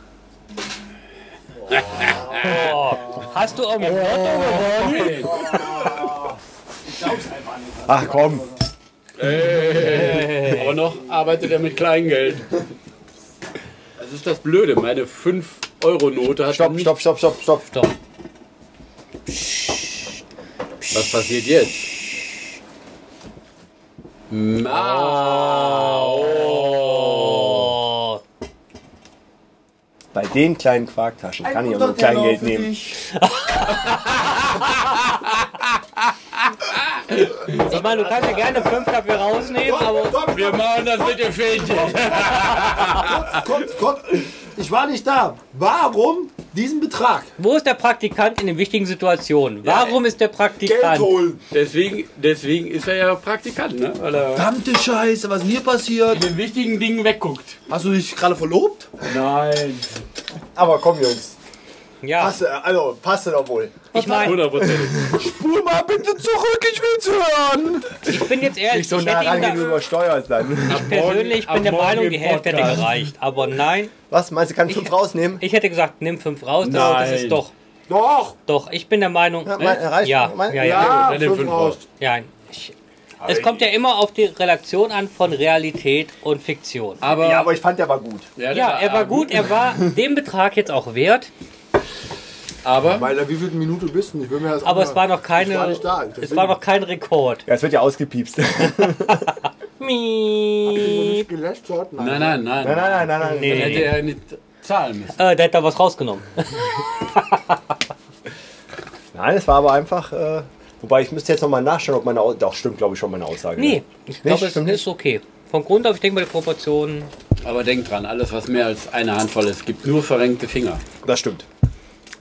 Speaker 1: Hast du irgendwie Lotto gewonnen?
Speaker 2: Ach komm.
Speaker 3: Aber noch arbeitet er mit Kleingeld. Das ist das Blöde. Meine 5-Euro-Note hat
Speaker 2: Stopp,
Speaker 3: nicht...
Speaker 2: stopp, stopp, stopp, stopp.
Speaker 1: Doch.
Speaker 3: Was passiert jetzt?
Speaker 1: Oh.
Speaker 2: Bei den kleinen Quarktaschen kann ich auch nur Kleingeld nehmen.
Speaker 1: Ich meine, du kannst ja gerne 5 dafür rausnehmen, aber
Speaker 3: Wir machen das mit dem Fähnchen.
Speaker 4: Kommt, kommt. Ich war nicht da. Warum diesen Betrag?
Speaker 1: wo ist der Praktikant in den wichtigen Situationen? Warum ist der
Speaker 4: Geld
Speaker 1: Praktikant?
Speaker 4: holen.
Speaker 3: Deswegen, deswegen ist er ja Praktikant, ne? Weil er
Speaker 4: Verdammte Scheiße, was ist mir passiert?
Speaker 3: den wichtigen Dingen wegguckt.
Speaker 4: Hast du dich gerade verlobt?
Speaker 3: Nein.
Speaker 2: Aber komm, Jungs.
Speaker 1: Ja,
Speaker 2: Passe, also, passe doch wohl.
Speaker 1: ich meine,
Speaker 3: 100%.
Speaker 2: Spul mal bitte zurück, ich will's hören.
Speaker 1: ich bin jetzt ehrlich,
Speaker 2: Nicht so
Speaker 1: ich
Speaker 2: nah
Speaker 1: hätte ihm
Speaker 2: ran gehen, du
Speaker 1: da,
Speaker 2: übersteuerst dann.
Speaker 1: persönlich ich
Speaker 3: Ab
Speaker 1: bin der
Speaker 3: morgen
Speaker 1: Meinung,
Speaker 3: im
Speaker 1: die Hälfte hätte
Speaker 3: Podcast.
Speaker 1: gereicht. Aber nein,
Speaker 2: Was, meinst du, kannst fünf rausnehmen?
Speaker 1: ich hätte gesagt, nimm 5 raus. Das, das
Speaker 3: Nein.
Speaker 1: ist doch,
Speaker 4: Doch.
Speaker 1: doch, ich bin der Meinung, äh,
Speaker 2: Ja, mein, reicht.
Speaker 1: Ja,
Speaker 2: mein,
Speaker 1: ja, ja.
Speaker 4: Ja,
Speaker 3: dann nimm Ah,
Speaker 4: fünf
Speaker 3: fünf
Speaker 4: raus.
Speaker 3: raus.
Speaker 1: ja ich, es kommt ja immer auf die Relation an von Realität und Fiktion.
Speaker 3: Aber,
Speaker 2: Ja, aber ich fand, der war gut.
Speaker 3: der
Speaker 1: Ja, er war
Speaker 3: arm.
Speaker 1: gut, er war dem Betrag jetzt auch wert,
Speaker 3: Aber
Speaker 4: Weil da wie viel Minute bist du? Ich will mir das auch
Speaker 1: aber es
Speaker 4: mal-
Speaker 1: war noch keine,
Speaker 4: Ich war nicht da.
Speaker 1: es war noch kein Rekord.
Speaker 2: Ja, es wird ja ausgepiepst.
Speaker 1: Miep.
Speaker 4: Nicht gelästert?
Speaker 3: Nein, nein, nein.
Speaker 2: Nein, nein, nein, nein, nein.
Speaker 3: Dann hätte
Speaker 1: Nee.
Speaker 3: er nicht zahlen müssen.
Speaker 1: Äh, der hat da was rausgenommen.
Speaker 2: Nein, es war aber einfach. Äh, wobei ich müsste jetzt nochmal nachschauen, ob meine Aussage. Doch, stimmt, glaube ich, schon meine Aussage.
Speaker 1: Nee,
Speaker 2: ne?
Speaker 1: ich glaube, es
Speaker 2: stimmt nicht.
Speaker 1: ist okay. Vom Grund auf, ich denke mal, die Proportionen.
Speaker 3: Aber denk dran, alles, was mehr als eine Handvoll ist, gibt nur verrenkte Finger.
Speaker 2: ne? Das stimmt.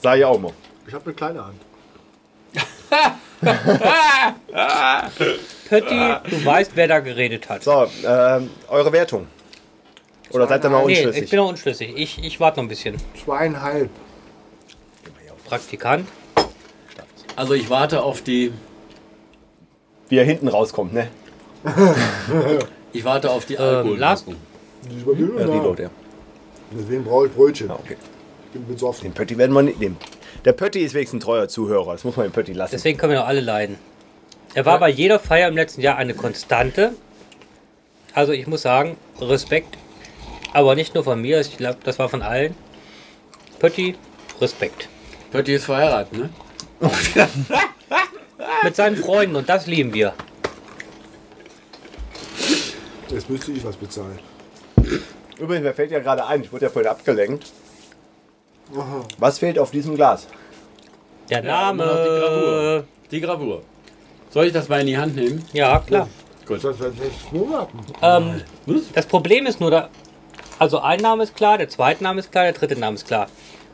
Speaker 2: Sag ich auch mal.
Speaker 4: Ich habe eine kleine Hand.
Speaker 1: Pötti, du weißt, wer da geredet hat.
Speaker 2: So, ähm, eure Wertung. Oder seid ihr mal
Speaker 1: nee,
Speaker 2: unschlüssig?
Speaker 1: ich bin noch unschlüssig. Ich, ich warte noch ein bisschen.
Speaker 4: Zweieinhalb.
Speaker 1: Praktikant.
Speaker 3: Also ich warte auf die,
Speaker 2: Wie er hinten rauskommt, ne?
Speaker 3: ich warte auf
Speaker 2: Ähm,
Speaker 3: die
Speaker 1: Lars?
Speaker 3: Alkoholmessung.
Speaker 4: Die ist bei mir
Speaker 2: Ja,
Speaker 4: da.
Speaker 1: Genau.
Speaker 2: Reload, ja.
Speaker 4: Deswegen brauche ich Brötchen.
Speaker 2: Ah, okay.
Speaker 4: Ich bin besoffen.
Speaker 2: Den Pötti werden wir nicht nehmen. Der Pötti ist wenigstens ein treuer Zuhörer. Das muss man dem Pötti lassen.
Speaker 1: Deswegen können wir noch alle leiden. Er war bei jeder Feier im letzten Jahr eine Konstante. Also ich muss sagen, Respekt. Aber nicht nur von mir, ich glaube, das war von allen. Pötti, Respekt.
Speaker 3: Pötti ist verheiratet, ne?
Speaker 1: Mit seinen Freunden und das lieben wir.
Speaker 4: Jetzt müsste ich was bezahlen.
Speaker 2: Übrigens, mir fällt ja gerade ein, ich wurde ja vorhin abgelenkt. Was fehlt auf diesem Glas?
Speaker 1: Der
Speaker 3: Ja, immer noch die
Speaker 1: Name.
Speaker 3: Gravur. Die Gravur. Soll ich das mal in die Hand nehmen?
Speaker 1: Ja, klar.
Speaker 4: Ist das seit sechs Monaten?
Speaker 1: Ähm, das Problem ist nur, da, also ein Name ist klar, der zweite Name ist klar, der dritte Name ist klar.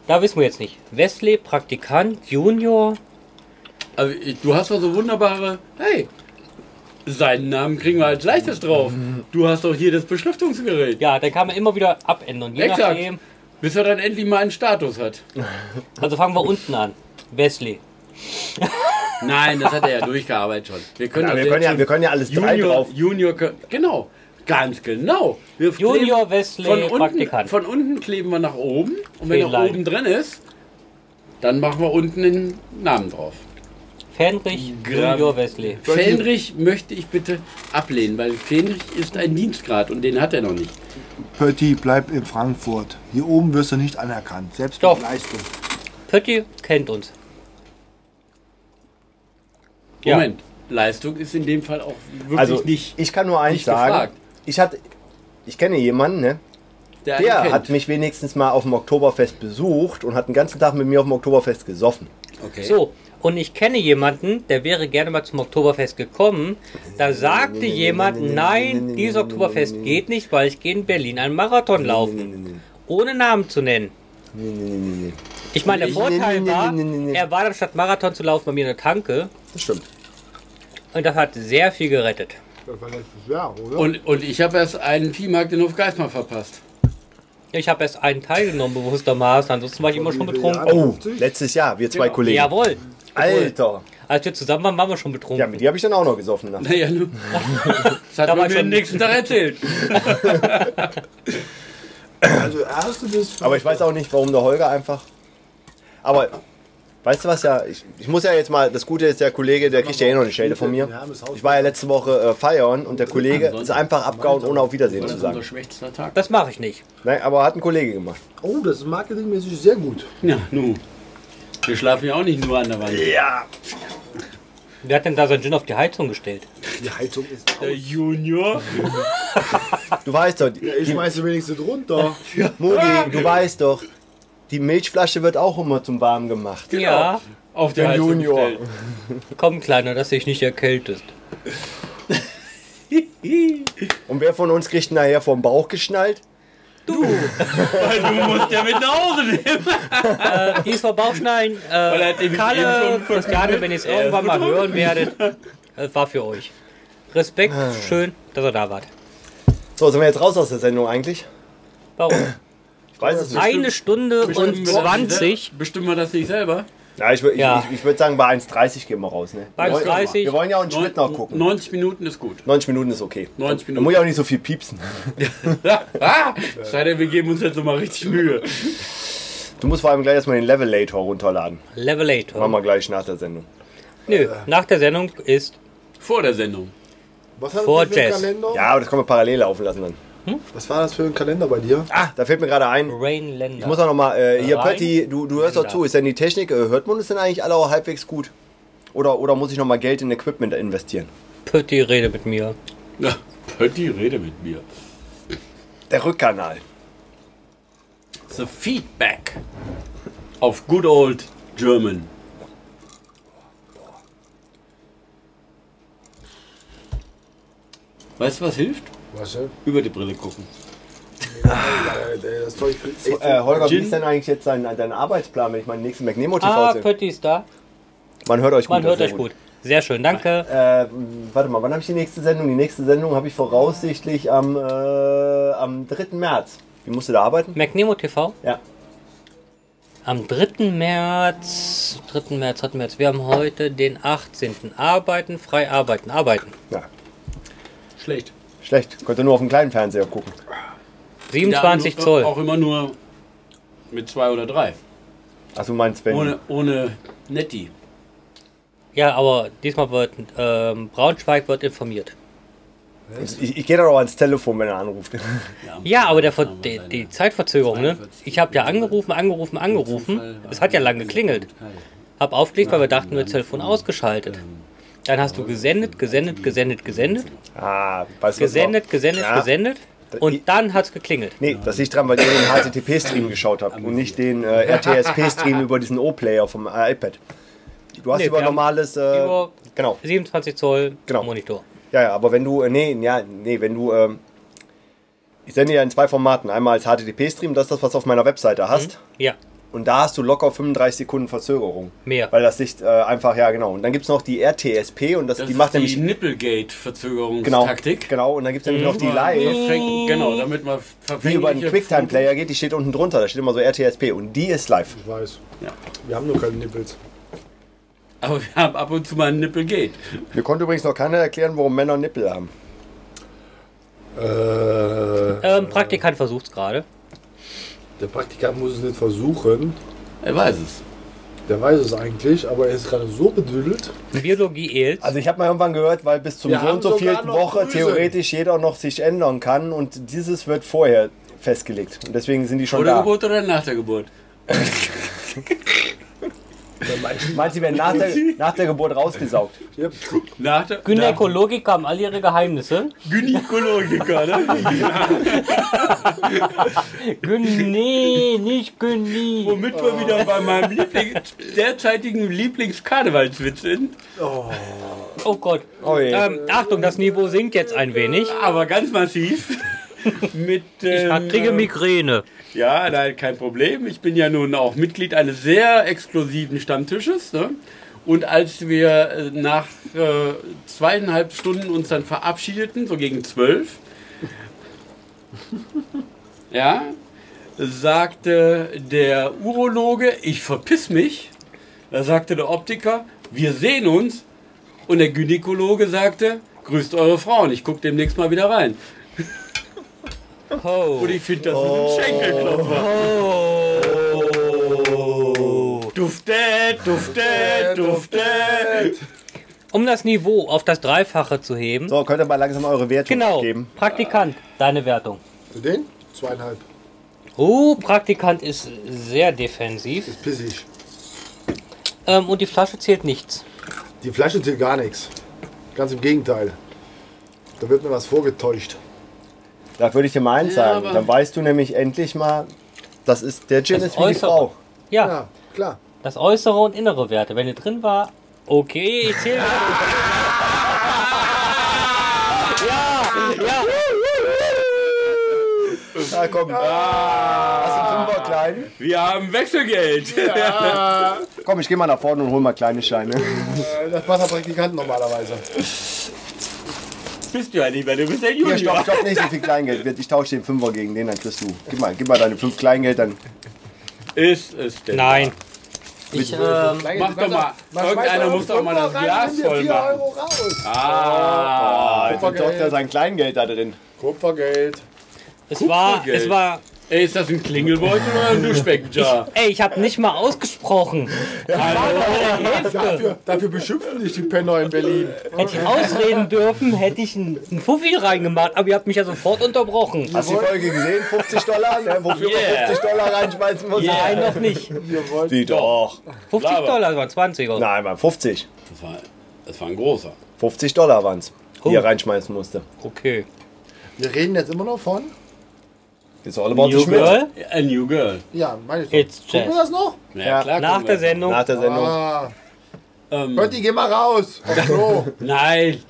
Speaker 1: Da wissen wir jetzt nicht. Wesley, Praktikant, Junior.
Speaker 3: Also, ich- du hast doch so wunderbare. Hey, seinen Namen kriegen wir als leichtes drauf. Du hast doch hier das Beschriftungsgerät.
Speaker 1: Ja, dann kann man immer wieder abändern. Je
Speaker 3: Exakt.
Speaker 1: nachdem.
Speaker 3: Bis er dann endlich mal einen Status hat.
Speaker 1: Also fangen wir unten an. Wesley.
Speaker 3: Nein, das hat er ja durchgearbeitet schon. Wir können,
Speaker 2: Ja,
Speaker 3: das
Speaker 2: wir,
Speaker 3: jetzt
Speaker 2: können ja,
Speaker 3: schon-
Speaker 2: wir können ja alles drei
Speaker 3: Junior,
Speaker 2: drauf.
Speaker 3: Junior, kö- genau, ganz genau. Wir
Speaker 1: Junior
Speaker 3: kleben-
Speaker 1: Wesley
Speaker 3: von unten,
Speaker 1: Praktikant.
Speaker 3: von unten kleben wir nach oben und wenn er
Speaker 1: Fähnlein.
Speaker 3: oben drin ist, dann machen wir unten den Namen drauf.
Speaker 1: Fenrich,
Speaker 3: Gra-
Speaker 1: Junior, Wesley.
Speaker 3: Fähnrich möchte ich bitte ablehnen, weil Fähnrich ist ein Dienstgrad und den hat er noch nicht.
Speaker 4: Pötti, bleib in Frankfurt. Hier oben wirst du nicht anerkannt. Selbst
Speaker 1: Doch.
Speaker 4: mit Leistung.
Speaker 1: Pötti kennt uns. Ja.
Speaker 3: Moment, Leistung ist in dem Fall auch wirklich
Speaker 2: Also,
Speaker 3: nicht.
Speaker 2: ich kann nur eins
Speaker 3: nicht
Speaker 2: sagen.
Speaker 3: gefragt.
Speaker 2: Ich, hatte, ich kenne jemanden, ne?
Speaker 3: Der,
Speaker 2: Der
Speaker 3: erkennt.
Speaker 2: hat mich wenigstens mal auf dem Oktoberfest besucht und hat den ganzen Tag mit mir auf dem Oktoberfest gesoffen.
Speaker 3: Okay.
Speaker 1: So, und ich kenne jemanden, der wäre gerne mal zum Oktoberfest gekommen. Da sagte jemand, nein, dieses Oktoberfest geht nicht, weil ich gehe in Berlin einen Marathon laufen. Ohne Namen zu nennen. Ich meine, der Vorteil war, er war dann statt Marathon zu laufen bei mir in der Tanke
Speaker 2: Das stimmt.
Speaker 1: und das hat sehr viel gerettet.
Speaker 4: Das war letztes Jahr, oder?
Speaker 3: Und, und ich habe erst einen Viehmarkt in Hofgeismar verpasst.
Speaker 1: Ich habe erst einen Teil genommen, bewusstermaßen, ansonsten war ich immer schon betrunken.
Speaker 2: Oh,
Speaker 4: 50?
Speaker 2: letztes Jahr, wir zwei Kollegen.
Speaker 1: Jawohl,
Speaker 2: Alter.
Speaker 1: als wir zusammen waren, waren wir schon
Speaker 2: Ja,
Speaker 1: betrunken.
Speaker 2: mit dir habe ich dann auch noch gesoffen. ne? Nach.
Speaker 3: Naja, nun. Das hat
Speaker 1: Da war
Speaker 3: man
Speaker 1: ich
Speaker 3: mir am
Speaker 1: schon-
Speaker 3: nächsten Tag erzählt.
Speaker 4: Also erste bis
Speaker 2: Aber ich weiß auch nicht, warum der Holger einfach. Aber weißt du was ja? Ich, ich muss ja jetzt mal. Das Gute ist, der Kollege, der kriegt ja eh noch eine Schelde von mir. Ich war ja letzte Woche äh, feiern und der Kollege ist einfach abgehauen, ohne auf Wiedersehen
Speaker 3: Das
Speaker 2: zu
Speaker 3: ist unser
Speaker 2: sagen.
Speaker 3: schwächster Tag.
Speaker 1: Das mache ich nicht.
Speaker 2: Nein, aber hat ein Kollege gemacht.
Speaker 4: Oh, das ist marketingmäßig sehr gut.
Speaker 3: Ja, nu. Wir schlafen ja auch nicht nur an der Wand.
Speaker 1: Wer hat denn da seinen Gin auf die Heizung gestellt?
Speaker 4: Die Heizung ist aus.
Speaker 3: Der Junior.
Speaker 2: Du weißt doch, die,
Speaker 4: Ich schmeiße wenigstens runter.
Speaker 2: Mogi, du weißt doch, die Milchflasche wird auch immer zum Warm gemacht.
Speaker 3: Genau.
Speaker 1: Ja,
Speaker 3: Auf der
Speaker 2: Heizung
Speaker 3: Junior.
Speaker 1: komm Kleiner, dass du dich nicht erkältest.
Speaker 2: Und wer von uns kriegt nachher vom Bauch geschnallt?
Speaker 3: Weil du musst ja mit nach Hause nehmen.
Speaker 1: Dies war Bauchschneiden.
Speaker 3: er hat
Speaker 1: Äh,
Speaker 3: nämlich eben
Speaker 1: Kalle,
Speaker 3: schon
Speaker 1: Christiane, wenn ihr es irgendwann mal hören werdet, das war für euch. Respekt,
Speaker 2: Ah.
Speaker 1: schön, dass ihr da wart.
Speaker 2: So, sind wir jetzt raus aus der Sendung eigentlich?
Speaker 1: Warum?
Speaker 2: Ich weiß es nicht.
Speaker 1: Eine Stunde und
Speaker 3: wir das nicht
Speaker 1: 20.
Speaker 3: sel- Bestimmen wir das nicht selber?
Speaker 2: Ja, ich, wür- ich,
Speaker 1: Ja.
Speaker 2: ich, ich würde sagen, bei 1,30 gehen wir raus. Ne? Wir wollen-
Speaker 1: 1,30.
Speaker 2: Wir wollen ja auch einen Schnitt noch
Speaker 3: Neun-
Speaker 2: gucken.
Speaker 3: 90 Minuten ist gut.
Speaker 2: 90 Minuten ist okay.
Speaker 3: 90
Speaker 2: Da muss
Speaker 3: Minuten.
Speaker 2: ich auch nicht so viel piepsen.
Speaker 3: ah, sei denn, wir geben uns jetzt nochmal richtig Mühe.
Speaker 2: Du musst vor allem gleich erstmal den Levelator runterladen. Machen
Speaker 1: Levelator.
Speaker 2: wir gleich nach der Sendung.
Speaker 1: Nö, nach der Sendung ist
Speaker 3: Vor der Sendung.
Speaker 4: Was hat
Speaker 1: Vor
Speaker 4: das für ein
Speaker 1: Jazz.
Speaker 4: Kalender?
Speaker 2: Ja, aber das können wir parallel laufen lassen dann.
Speaker 4: Was war das für ein Kalender bei dir?
Speaker 2: Ah, da fällt mir gerade ein.
Speaker 1: Rain Lander.
Speaker 2: Ich muss auch nochmal, äh, hier
Speaker 1: Rein.
Speaker 2: Pötti, du, du hörst doch zu, ist denn die Technik, äh, hört man uns denn eigentlich alle auch halbwegs gut? Oder, oder muss ich nochmal Geld in Equipment investieren?
Speaker 1: Pötti rede mit mir.
Speaker 3: Ja. Pötti, rede mit mir.
Speaker 2: Der Rückkanal.
Speaker 3: The Feedback auf Good Old German. Weißt du, was hilft?
Speaker 4: Weißt du?
Speaker 3: Über die Brille gucken.
Speaker 4: Äh, Das Zeug kriegt echt
Speaker 2: Äh, Holger, wie
Speaker 3: Gin?
Speaker 2: ist denn eigentlich jetzt dein, dein Arbeitsplan, wenn ich meinen nächsten McNemo TV
Speaker 1: Ah,
Speaker 2: sehe?
Speaker 1: Pötti ist da.
Speaker 2: Man hört euch gut.
Speaker 1: Man hört
Speaker 2: sehr
Speaker 1: euch gut. Sehr schön, danke.
Speaker 2: Äh, warte mal, wann habe ich die nächste Sendung? Die nächste Sendung habe ich voraussichtlich am, äh, am 3. März. Wie musst du da arbeiten?
Speaker 1: McNemo TV.
Speaker 2: Ja.
Speaker 1: Am 3. März, 3. März, 3. März, wir haben heute den 18. Arbeiten, frei arbeiten, arbeiten.
Speaker 2: ja.
Speaker 3: Schlecht.
Speaker 2: Schlecht. Konnte nur auf dem kleinen Fernseher gucken.
Speaker 1: 27
Speaker 3: Ja,
Speaker 1: Zoll.
Speaker 3: Auch immer nur mit zwei oder drei.
Speaker 2: Ach, du meinst, wenn.
Speaker 3: Ohne, ohne Netti.
Speaker 1: Ja, aber diesmal wird ähm, Braunschweig wird informiert.
Speaker 2: Ich, ich gehe doch auch ans Telefon, wenn er anruft.
Speaker 1: Ja, aber der, Ver die, die Zeitverzögerung, ne? Ich habe ja angerufen, angerufen, angerufen. Es hat ja lange geklingelt. Hab aufgelegt, weil wir dachten, wir Telefon ausgeschaltet. Dann hast du gesendet, gesendet, gesendet, gesendet,
Speaker 2: Ah, weißt du was
Speaker 1: gesendet,
Speaker 2: noch?
Speaker 1: gesendet,
Speaker 2: Ja.
Speaker 1: gesendet.
Speaker 2: Ich-
Speaker 1: Und dann hat's geklingelt.
Speaker 2: Nee, das liegt dran, weil ihr den HTTP-Stream geschaut habt und nicht den äh, RTSP-Stream über diesen O-Player vom äh, iPad. Du hast
Speaker 1: Nee,
Speaker 2: über
Speaker 1: wir haben
Speaker 2: normales. Äh,
Speaker 1: über-
Speaker 2: genau.
Speaker 1: 27 Zoll
Speaker 2: Genau.
Speaker 1: Monitor.
Speaker 2: Ja, ja, aber wenn du, äh, nee, ja, nee, wenn du, ähm, ich sende ja in zwei Formaten. Einmal als HTTP-Stream, das ist das, was du auf meiner
Speaker 1: Mhm.
Speaker 2: Webseite hast.
Speaker 1: Ja,
Speaker 2: Und da hast du locker 35 Sekunden Verzögerung.
Speaker 1: Mehr.
Speaker 2: Weil das nicht äh, einfach, ja, genau. Und dann gibt es noch die RTSP und das,
Speaker 3: Das
Speaker 2: die macht
Speaker 3: ist die
Speaker 2: nämlich. Genau,
Speaker 3: Nippelgate-Verzögerungstaktik.
Speaker 2: genau, und dann gibt es nämlich noch
Speaker 1: Mhm.
Speaker 2: die Live,
Speaker 3: Oh, Verfäng- Genau, damit man
Speaker 2: die
Speaker 3: verfängt.
Speaker 2: über einen Quicktime-Player geht, die steht unten drunter, da steht immer so RTSP und die ist live.
Speaker 4: Ich weiß.
Speaker 3: Ja.
Speaker 4: Wir haben nur keine Nippels.
Speaker 3: Aber wir haben ab und zu mal ein Nippelgate.
Speaker 2: Mir konnte übrigens noch keiner erklären, warum Männer Nippel haben.
Speaker 4: Äh,
Speaker 1: ähm, Praktikant versucht's gerade.
Speaker 4: der Praktikant muss es nicht versuchen.
Speaker 3: Er weiß es.
Speaker 4: Der weiß es eigentlich, aber er ist gerade so bedüdelt.
Speaker 1: Biologie ehlt.
Speaker 2: Also ich habe mal irgendwann gehört, weil bis zum
Speaker 4: Wir
Speaker 2: so und
Speaker 4: haben
Speaker 2: so
Speaker 4: sogar
Speaker 2: vierten
Speaker 4: noch
Speaker 2: Woche
Speaker 4: Grüße.
Speaker 2: theoretisch jeder noch sich ändern kann und dieses wird vorher festgelegt. Und deswegen sind die schon
Speaker 3: Vor der
Speaker 2: da.
Speaker 3: Geburt oder nach der Geburt?
Speaker 2: Meinst du, die werden nach der, nach der Geburt rausgesaugt?
Speaker 4: Ja,
Speaker 3: Nach der
Speaker 1: Gynäkologiker haben all ihre Geheimnisse.
Speaker 3: nach- Gynäkologiker, ne?
Speaker 1: Gyne, nicht Gyni.
Speaker 3: Womit wir wieder bei meinem Liebling, derzeitigen Lieblingskarnevalswitz sind.
Speaker 1: Oh Gott.
Speaker 2: Oh je.
Speaker 1: Ähm, Achtung, das Niveau sinkt jetzt ein wenig.
Speaker 3: Aber ganz massiv. Mit,
Speaker 1: Ich hab-
Speaker 3: ähm,
Speaker 1: kriege Migräne.
Speaker 3: Ja, nein, kein Problem. Ich bin ja nun auch Mitglied eines sehr exklusiven Stammtisches. Ne? Und als wir äh, nach äh, zweieinhalb Stunden uns dann verabschiedeten, so gegen zwölf, ja, sagte der Urologe, ich verpiss mich. Da sagte der Optiker, wir sehen uns. Und der Gynäkologe sagte, grüßt eure Frauen, ich gucke demnächst mal wieder rein.
Speaker 1: Oh.
Speaker 3: Und ich finde, das ist ein Schenkelklopfer. Oh. Duftet, duftet, duftet.
Speaker 1: Um das Niveau auf das Dreifache zu heben.
Speaker 2: So, könnt ihr mal langsam eure Wertung
Speaker 1: Genau.
Speaker 2: geben.
Speaker 1: Praktikant, deine Wertung.
Speaker 4: für den? Zweieinhalb.
Speaker 1: Oh, Praktikant ist sehr defensiv.
Speaker 4: Ist pissig.
Speaker 1: Ähm, und die Flasche zählt nichts.
Speaker 4: Die Flasche zählt gar nichts. Ganz im Gegenteil. Da wird mir was vorgetäuscht.
Speaker 2: Da würde ich dir mal eins
Speaker 3: Ja,
Speaker 2: sagen.
Speaker 3: aber-
Speaker 2: Dann weißt du nämlich endlich mal, das ist der Gin
Speaker 1: Das
Speaker 2: ist wie die
Speaker 1: Äußere.
Speaker 2: Frau.
Speaker 1: Ja,
Speaker 4: Ja, klar.
Speaker 1: das äußere und innere Werte. Wenn ihr drin war, okay, ich zähle.
Speaker 2: Na komm. äh, Hast du einen kleinen?
Speaker 3: Wir haben Wechselgeld.
Speaker 2: Komm, ich gehe mal nach vorne und hol mal kleine Scheine.
Speaker 4: Äh, Das macht der Praktikant normalerweise.
Speaker 3: Bist du ja nicht mehr, du bist der
Speaker 2: Hier, stopp,
Speaker 3: Junior.
Speaker 2: stopp, nicht so viel Kleingeld. Ich tausche den Fünfer gegen den, dann kriegst du. Gib mal, gib mal deine fünf Kleingeld, dann
Speaker 3: Ist es denn?
Speaker 1: Nein. Ich, ähm,
Speaker 3: Mach doch mal. Irgendeiner muss doch mal das Glas voll machen.
Speaker 4: Euro raus.
Speaker 2: Ah, jetzt hat
Speaker 4: Kupfergeld.
Speaker 2: Doktor sein Kleingeld da drin.
Speaker 4: Kupfergeld.
Speaker 1: es war,
Speaker 3: Kupfergeld.
Speaker 1: es war,
Speaker 3: Ey, ist das ein Klingelbeutel oder ein Duschbeckjar?
Speaker 1: ey, ich habe nicht mal ausgesprochen.
Speaker 4: Dafür, dafür beschimpfen dich die Penner in Berlin.
Speaker 1: Hätte ich ausreden dürfen, hätte ich einen einen Fuffi reingemacht, aber ihr habt mich ja sofort unterbrochen.
Speaker 2: Hast du die Folge gesehen? 50 Dollar? Ne, wofür
Speaker 3: Yeah.
Speaker 2: man 50 Dollar reinschmeißen muss?
Speaker 1: Nein, noch nicht. 50
Speaker 4: Ihr wollt
Speaker 2: Die doch.
Speaker 1: Dollar, das waren 20 Euro.
Speaker 2: Nein, Mann, 50.
Speaker 3: Das war, das war ein großer.
Speaker 2: 50 Dollar waren es, die
Speaker 1: Oh.
Speaker 2: er reinschmeißen musste.
Speaker 1: Okay.
Speaker 4: Wir reden jetzt immer noch von.
Speaker 2: It's all about the
Speaker 1: New
Speaker 2: Schmidt.
Speaker 1: Girl,
Speaker 3: A New Girl.
Speaker 4: Ja, meine ich.
Speaker 1: It's
Speaker 4: doch. Gucken wir
Speaker 1: Jazz.
Speaker 4: das noch?
Speaker 3: Na
Speaker 2: Ja,
Speaker 3: klar,
Speaker 1: Nach
Speaker 3: gucken
Speaker 1: der
Speaker 3: wir.
Speaker 1: Sendung.
Speaker 2: Nach der Sendung.
Speaker 4: Ah,
Speaker 3: Ähm,
Speaker 4: Götti, geh mal raus. Ach so.
Speaker 3: nein,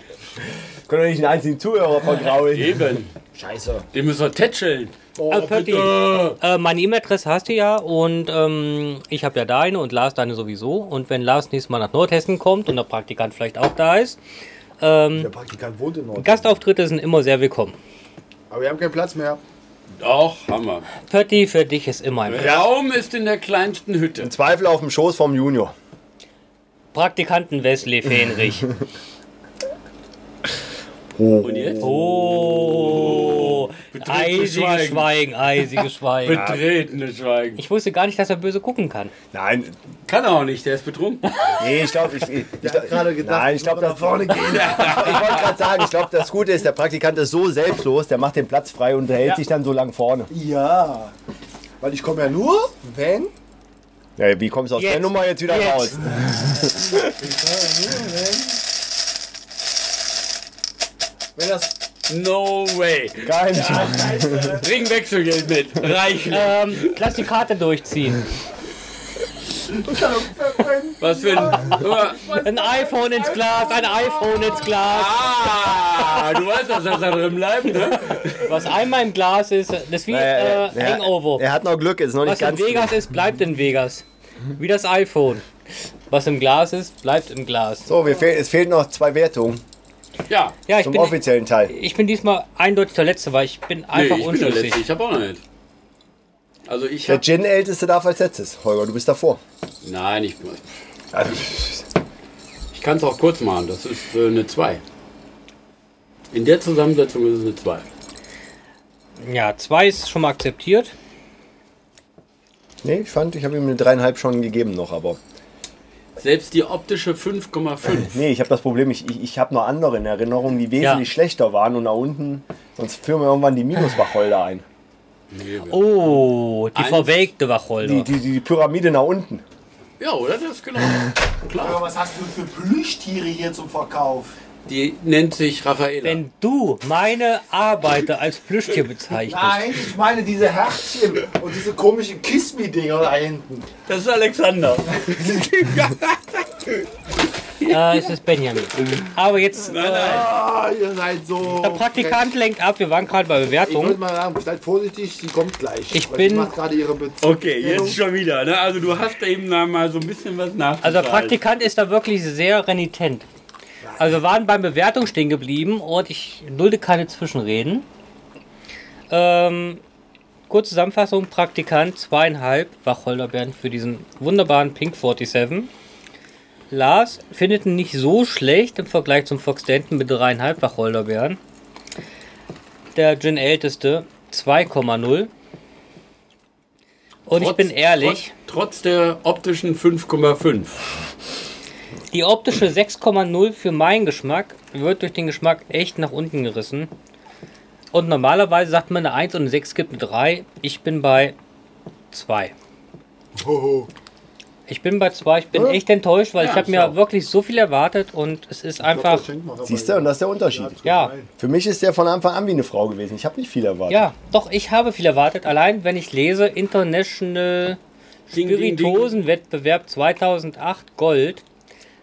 Speaker 2: Können wir nicht einen einzigen Zuhörer vergraulen?
Speaker 3: eben.
Speaker 4: Scheiße.
Speaker 3: Den müssen wir tätscheln.
Speaker 1: Äh, Pötti,
Speaker 3: bitte.
Speaker 1: äh, meine E-Mail-Adresse hast du ja und ähm, ich habe ja deine und Lars deine sowieso. Und wenn Lars nächstes Mal nach Nordhessen kommt und der Praktikant vielleicht auch da ist, ähm,
Speaker 4: Der Praktikant wohnt in Nord.
Speaker 1: Gastauftritte sind immer sehr willkommen.
Speaker 4: Aber wir haben keinen Platz mehr.
Speaker 3: Doch, Hammer.
Speaker 1: Pötti, für dich ist immer ein Platz.
Speaker 3: Raum ist in der kleinsten Hütte.
Speaker 2: Im Zweifel auf dem Schoß vom Junior.
Speaker 1: Praktikanten Wesley Fähnrich.
Speaker 3: Und jetzt?
Speaker 1: Oh, eisiges
Speaker 3: Betretenes
Speaker 1: Schweigen.
Speaker 3: Schweigen.
Speaker 1: eisiges Schweigen.
Speaker 3: Betretenes Schweigen.
Speaker 1: Ich wusste gar nicht, dass er böse gucken kann.
Speaker 2: Nein,
Speaker 3: Kann er auch nicht, der ist betrunken.
Speaker 2: nee, ich glaube, ich, ich, ich,
Speaker 4: hab gerade gedacht,
Speaker 2: nein, ich glaube,
Speaker 4: wir
Speaker 2: das vorne gehen. Ich wollte gerade sagen, ich glaube, das Gute ist, der Praktikant ist so selbstlos, der macht den Platz frei und hält sich dann so lang vorne.
Speaker 4: Ja. Weil ich komme ja nur, wenn.
Speaker 2: Ja, wie kommst du aus
Speaker 1: Jetzt.
Speaker 2: der Nummer jetzt wieder
Speaker 1: Jetzt.
Speaker 2: raus?
Speaker 4: Wenn das.
Speaker 3: No way.
Speaker 2: Kein Scheiß.
Speaker 3: Bring Wechselgeld mit. Reichlich.
Speaker 1: Ähm, lass die Karte durchziehen.
Speaker 3: Was für ein. Aber-
Speaker 1: Ein iPhone ins Glas, ein iPhone ins Glas.
Speaker 3: Ah, du weißt, dass das da drin bleibt, ne?
Speaker 1: Was einmal im Glas ist, das ist wie äh, Hangover.
Speaker 2: Er hat noch Glück, ist noch nicht
Speaker 1: Was in
Speaker 2: ganz. genau.
Speaker 1: Vegas ist, bleibt in Vegas. Wie das iPhone. Was im Glas ist, bleibt im Glas.
Speaker 2: So, wir fehl, es fehlen noch zwei Wertungen
Speaker 3: Ja.
Speaker 1: Ja, ich
Speaker 2: zum
Speaker 1: bin,
Speaker 2: offiziellen Teil.
Speaker 1: ich bin diesmal eindeutig der Letzte, weil ich bin
Speaker 3: Nee,
Speaker 1: einfach
Speaker 3: ich bin der
Speaker 1: unschlüssig.
Speaker 3: Letzte. Ich hab auch noch nicht. Also ich
Speaker 2: Der
Speaker 3: hab.
Speaker 2: Gin-Älteste darf als letztes. Holger, du bist davor.
Speaker 3: Nein, ich,
Speaker 2: Also,
Speaker 3: ich kann es auch kurz machen. Das ist äh, eine 2. In der Zusammensetzung ist es eine 2.
Speaker 1: Ja, zwei ist schon mal akzeptiert.
Speaker 2: nee, ich fand, ich habe ihm eine dreieinhalb schon gegeben noch, aber.
Speaker 3: Selbst die optische 5,5.
Speaker 2: Nee, ich habe das Problem, ich, ich, ich habe noch andere in Erinnerung, die wesentlich
Speaker 1: Ja.
Speaker 2: schlechter waren und da unten, sonst führen wir irgendwann die Minuswacholder ein.
Speaker 1: Oh, die
Speaker 3: Eins.
Speaker 1: verwelkte Wacholder.
Speaker 2: Die, die, die Pyramide nach unten.
Speaker 3: Ja, oder? Das ist genau. Klar.
Speaker 6: was hast du für Plüschtiere hier zum Verkauf?
Speaker 3: Die nennt sich Raffaela.
Speaker 1: Wenn du meine Arbeiter als Plüschtier bezeichnest,
Speaker 6: Nein, ich meine diese Herzchen und diese komischen Kiss-Me-Dinger da hinten.
Speaker 3: das ist Alexander.
Speaker 1: äh, ist es Benjamin. Aber jetzt, äh,
Speaker 4: Ah, ihr seid so.
Speaker 1: der Praktikant lenkt ab, wir waren gerade bei
Speaker 4: Ich wollte
Speaker 1: Bewertungen.
Speaker 4: mal sagen, seid vorsichtig, sie kommt gleich.
Speaker 1: Ich
Speaker 4: Weil
Speaker 1: bin-
Speaker 4: Sie macht gerade ihre Beziehung.
Speaker 3: Okay, jetzt schon wieder. Ne? Also du hast eben da mal so ein bisschen was nach.
Speaker 1: Also der Praktikant ist da wirklich sehr renitent. Also wir waren beim Bewertung stehen geblieben und ich dulde keine Zwischenreden. Ähm, kurze Zusammenfassung, Praktikant zweieinhalb Wacholderbeeren für diesen wunderbaren Pink 47. Lars findet ihn nicht so schlecht im Vergleich zum Fox Denton mit dreieinhalb Wacholderbeeren. Der Gin Älteste 2,0. Und ich bin ehrlich,
Speaker 3: Trotz, trotz der optischen 5,5.
Speaker 1: Die optische 6,0 für meinen Geschmack wird durch den Geschmack echt nach unten gerissen. Und normalerweise sagt man eine 1 und eine 6 gibt eine 3. Ich bin bei 2.
Speaker 4: Hoho.
Speaker 1: Ich bin bei 2. Ich bin echt enttäuscht, weil
Speaker 3: Ja,
Speaker 1: ich habe
Speaker 3: so.
Speaker 1: mir wirklich so viel erwartet und es ist einfach.
Speaker 2: Siehst du, und das ist der Unterschied.
Speaker 1: Ja,
Speaker 2: Für mich ist der von Anfang an wie eine Frau gewesen. Ich habe nicht viel erwartet.
Speaker 1: ja, doch, ich habe viel erwartet. Allein wenn ich lese International
Speaker 3: Ding, ding, ding.
Speaker 1: Spiritosenwettbewerb 2008 Gold.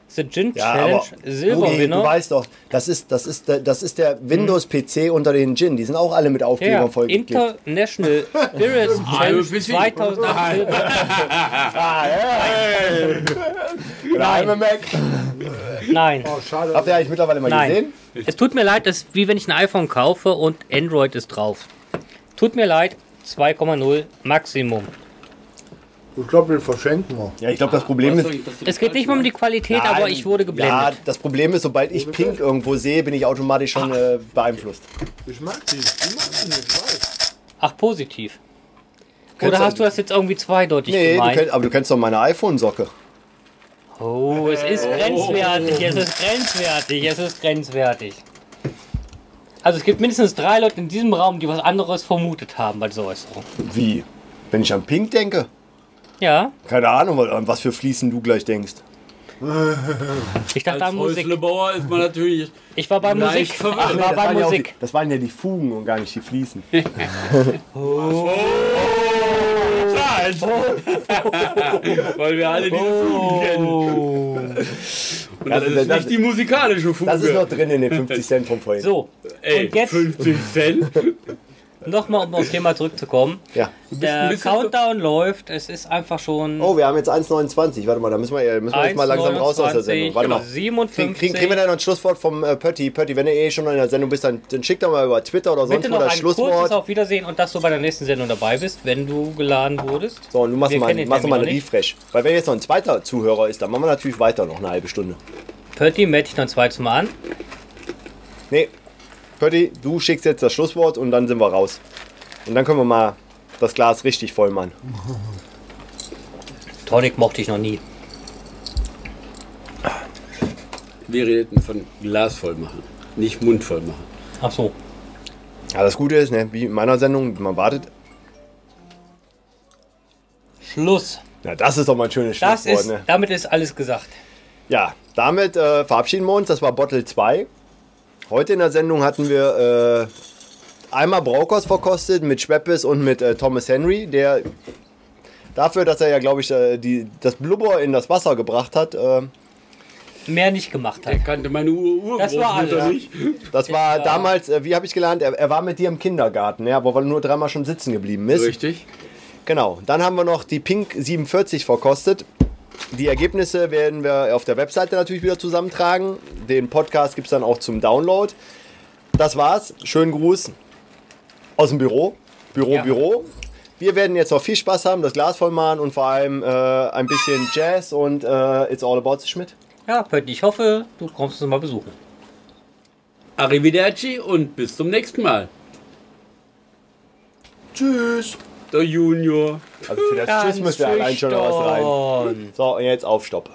Speaker 1: The Gin
Speaker 2: Ja,
Speaker 1: Challenge ne?
Speaker 2: Rudy, du
Speaker 1: Silberwinner.
Speaker 2: weißt doch, das ist, das ist, der- das ist der Windows-PC unter den Gin. Die sind auch alle mit
Speaker 1: Ja,
Speaker 2: Aufklebern
Speaker 1: Hm. ja.
Speaker 2: vollgeklebt.
Speaker 1: International Spirits Challenge
Speaker 3: ein bisschen.
Speaker 1: 2008 Silber.
Speaker 2: Nein.
Speaker 1: Nein.
Speaker 4: Oh, schade.
Speaker 2: Habt ihr eigentlich mittlerweile mal
Speaker 1: Nein.
Speaker 2: gesehen?
Speaker 1: Es tut mir leid, das ist wie wenn ich ein iPhone kaufe und Android ist drauf. Tut mir leid, 2,0 Maximum.
Speaker 4: Ich glaube, den verschenken wir.
Speaker 2: Ja, ich glaube, das Problem ist.
Speaker 1: Es geht nicht mehr um die Qualität,
Speaker 2: Nein.
Speaker 1: aber ich wurde geblendet.
Speaker 2: Ja, das Problem ist, sobald ich Pink irgendwo sehe, bin ich automatisch schon äh, beeinflusst.
Speaker 4: Ich mag sie. Ich mag sie nicht, ich weiß.
Speaker 1: Ach, positiv.
Speaker 2: Kennst
Speaker 1: Oder hast
Speaker 2: auch-
Speaker 1: du das jetzt irgendwie zweideutig
Speaker 2: Nee, du
Speaker 1: gemeint?
Speaker 2: könnt, aber du kennst doch meine iPhone-Socke.
Speaker 1: oh, es ist grenzwertig, es ist grenzwertig, es ist grenzwertig. Also es gibt mindestens drei Leute in diesem Raum, die was anderes vermutet haben bei dieser Äußerung.
Speaker 2: Wie? Wenn ich an Pink denke?
Speaker 1: Ja,
Speaker 2: Keine Ahnung, an was für Fließen du gleich denkst.
Speaker 1: Ich dachte
Speaker 3: Als
Speaker 1: an Musik.
Speaker 3: Häuslebauer ist man natürlich.
Speaker 1: Ich war bei
Speaker 3: Leicht
Speaker 1: Musik. Ich
Speaker 3: verwirrt.
Speaker 1: war
Speaker 2: das,
Speaker 1: bei
Speaker 2: waren ja auch die,
Speaker 1: Musik.
Speaker 2: das waren ja die Fugen und gar nicht die Fliesen.
Speaker 3: Zahlen!
Speaker 1: Oh.
Speaker 3: Weil wir alle diese Fugen kennen.
Speaker 1: Oh.
Speaker 3: Und das,
Speaker 2: Das ist-
Speaker 3: ist
Speaker 2: das-
Speaker 3: nicht die musikalische Fuge.
Speaker 2: Das ist noch drin in den 50 Cent vom vorhin.
Speaker 1: So,
Speaker 3: Ey,
Speaker 1: und jetzt
Speaker 3: 50 Cent.
Speaker 1: nochmal, um aufs Thema zurückzukommen.
Speaker 2: Ja.
Speaker 3: ein
Speaker 1: Der
Speaker 3: bisschen-
Speaker 1: Countdown läuft, es ist einfach schon
Speaker 2: Oh, wir haben jetzt 1,29. Warte mal, da müssen wir, äh, müssen wir jetzt mal langsam raus aus der Sendung. Warte mal. Kriegen,
Speaker 1: 57.
Speaker 2: kriegen, kriegen wir dann noch ein Schlusswort vom äh, Pötti? Pötti, wenn du eh schon in der Sendung bist, dann, dann schick doch mal über Twitter oder sonst
Speaker 1: Bitte
Speaker 2: wo
Speaker 1: noch
Speaker 2: das
Speaker 1: ein kurzes
Speaker 2: Schlusswort.
Speaker 1: Auf Wiedersehen und dass du bei der nächsten Sendung dabei bist, wenn du geladen wurdest.
Speaker 2: So, und du machst
Speaker 1: Wir
Speaker 2: mal,
Speaker 1: kennen den
Speaker 2: machst mal einen
Speaker 1: Termin noch
Speaker 2: Refresh. Weil wenn jetzt noch ein zweiter Zuhörer ist, dann machen wir natürlich weiter noch eine halbe Stunde.
Speaker 1: nicht. Pötti melde dich dann zweites Mal an.
Speaker 2: Nee, Pötti, du schickst jetzt das Schlusswort und dann sind wir raus. Und dann können wir mal das Glas richtig voll machen.
Speaker 1: Tonic mochte ich noch nie.
Speaker 3: Wir redeten von Glas voll machen, nicht Mund voll machen.
Speaker 1: Ach so.
Speaker 2: Ja, das Gute ist, ne, wie in meiner Sendung, man wartet.
Speaker 1: Schluss.
Speaker 2: Na, das ist doch mal ein schönes
Speaker 1: Das
Speaker 2: Schlusswort.
Speaker 1: ist,
Speaker 2: ne?
Speaker 1: damit ist alles gesagt.
Speaker 2: Ja, damit äh, verabschieden wir uns. Das war Bottle 2. Heute in der Sendung hatten wir äh, einmal Braukost verkostet mit Schweppes und mit äh, Thomas Henry, der dafür, dass er ja, glaube ich, äh, die, das Blubber in das Wasser gebracht hat, äh,
Speaker 1: Mehr nicht gemacht
Speaker 3: Der
Speaker 1: hat.
Speaker 3: kannte meine Ur
Speaker 1: Das war
Speaker 3: Urgroßmutter
Speaker 1: alles.
Speaker 3: nicht.
Speaker 2: das war damals, äh, wie habe ich gelernt, er, er war mit dir im Kindergarten, ja, wo er nur dreimal schon sitzen geblieben ist.
Speaker 3: Richtig.
Speaker 2: Genau. Dann haben wir noch die Pink 47 verkostet. Die Ergebnisse werden wir auf der Webseite natürlich wieder zusammentragen. Den Podcast gibt es dann auch zum Download. Das war's. Schönen Gruß aus dem Büro. Büro,
Speaker 1: Ja.
Speaker 2: Büro. Wir werden jetzt noch viel Spaß haben, das Glas voll machen und vor allem äh, ein bisschen Jazz und äh, It's All About the Schmidt.
Speaker 1: Ja, Pötti, ich hoffe, du kommst uns mal besuchen.
Speaker 3: Arrivederci und bis zum nächsten Mal.
Speaker 2: Tschüss.
Speaker 3: Der Junior.
Speaker 2: Also für das Tschüss müsste allein schon noch was rein.
Speaker 1: schüchtern.
Speaker 2: So, und jetzt auf Stopp.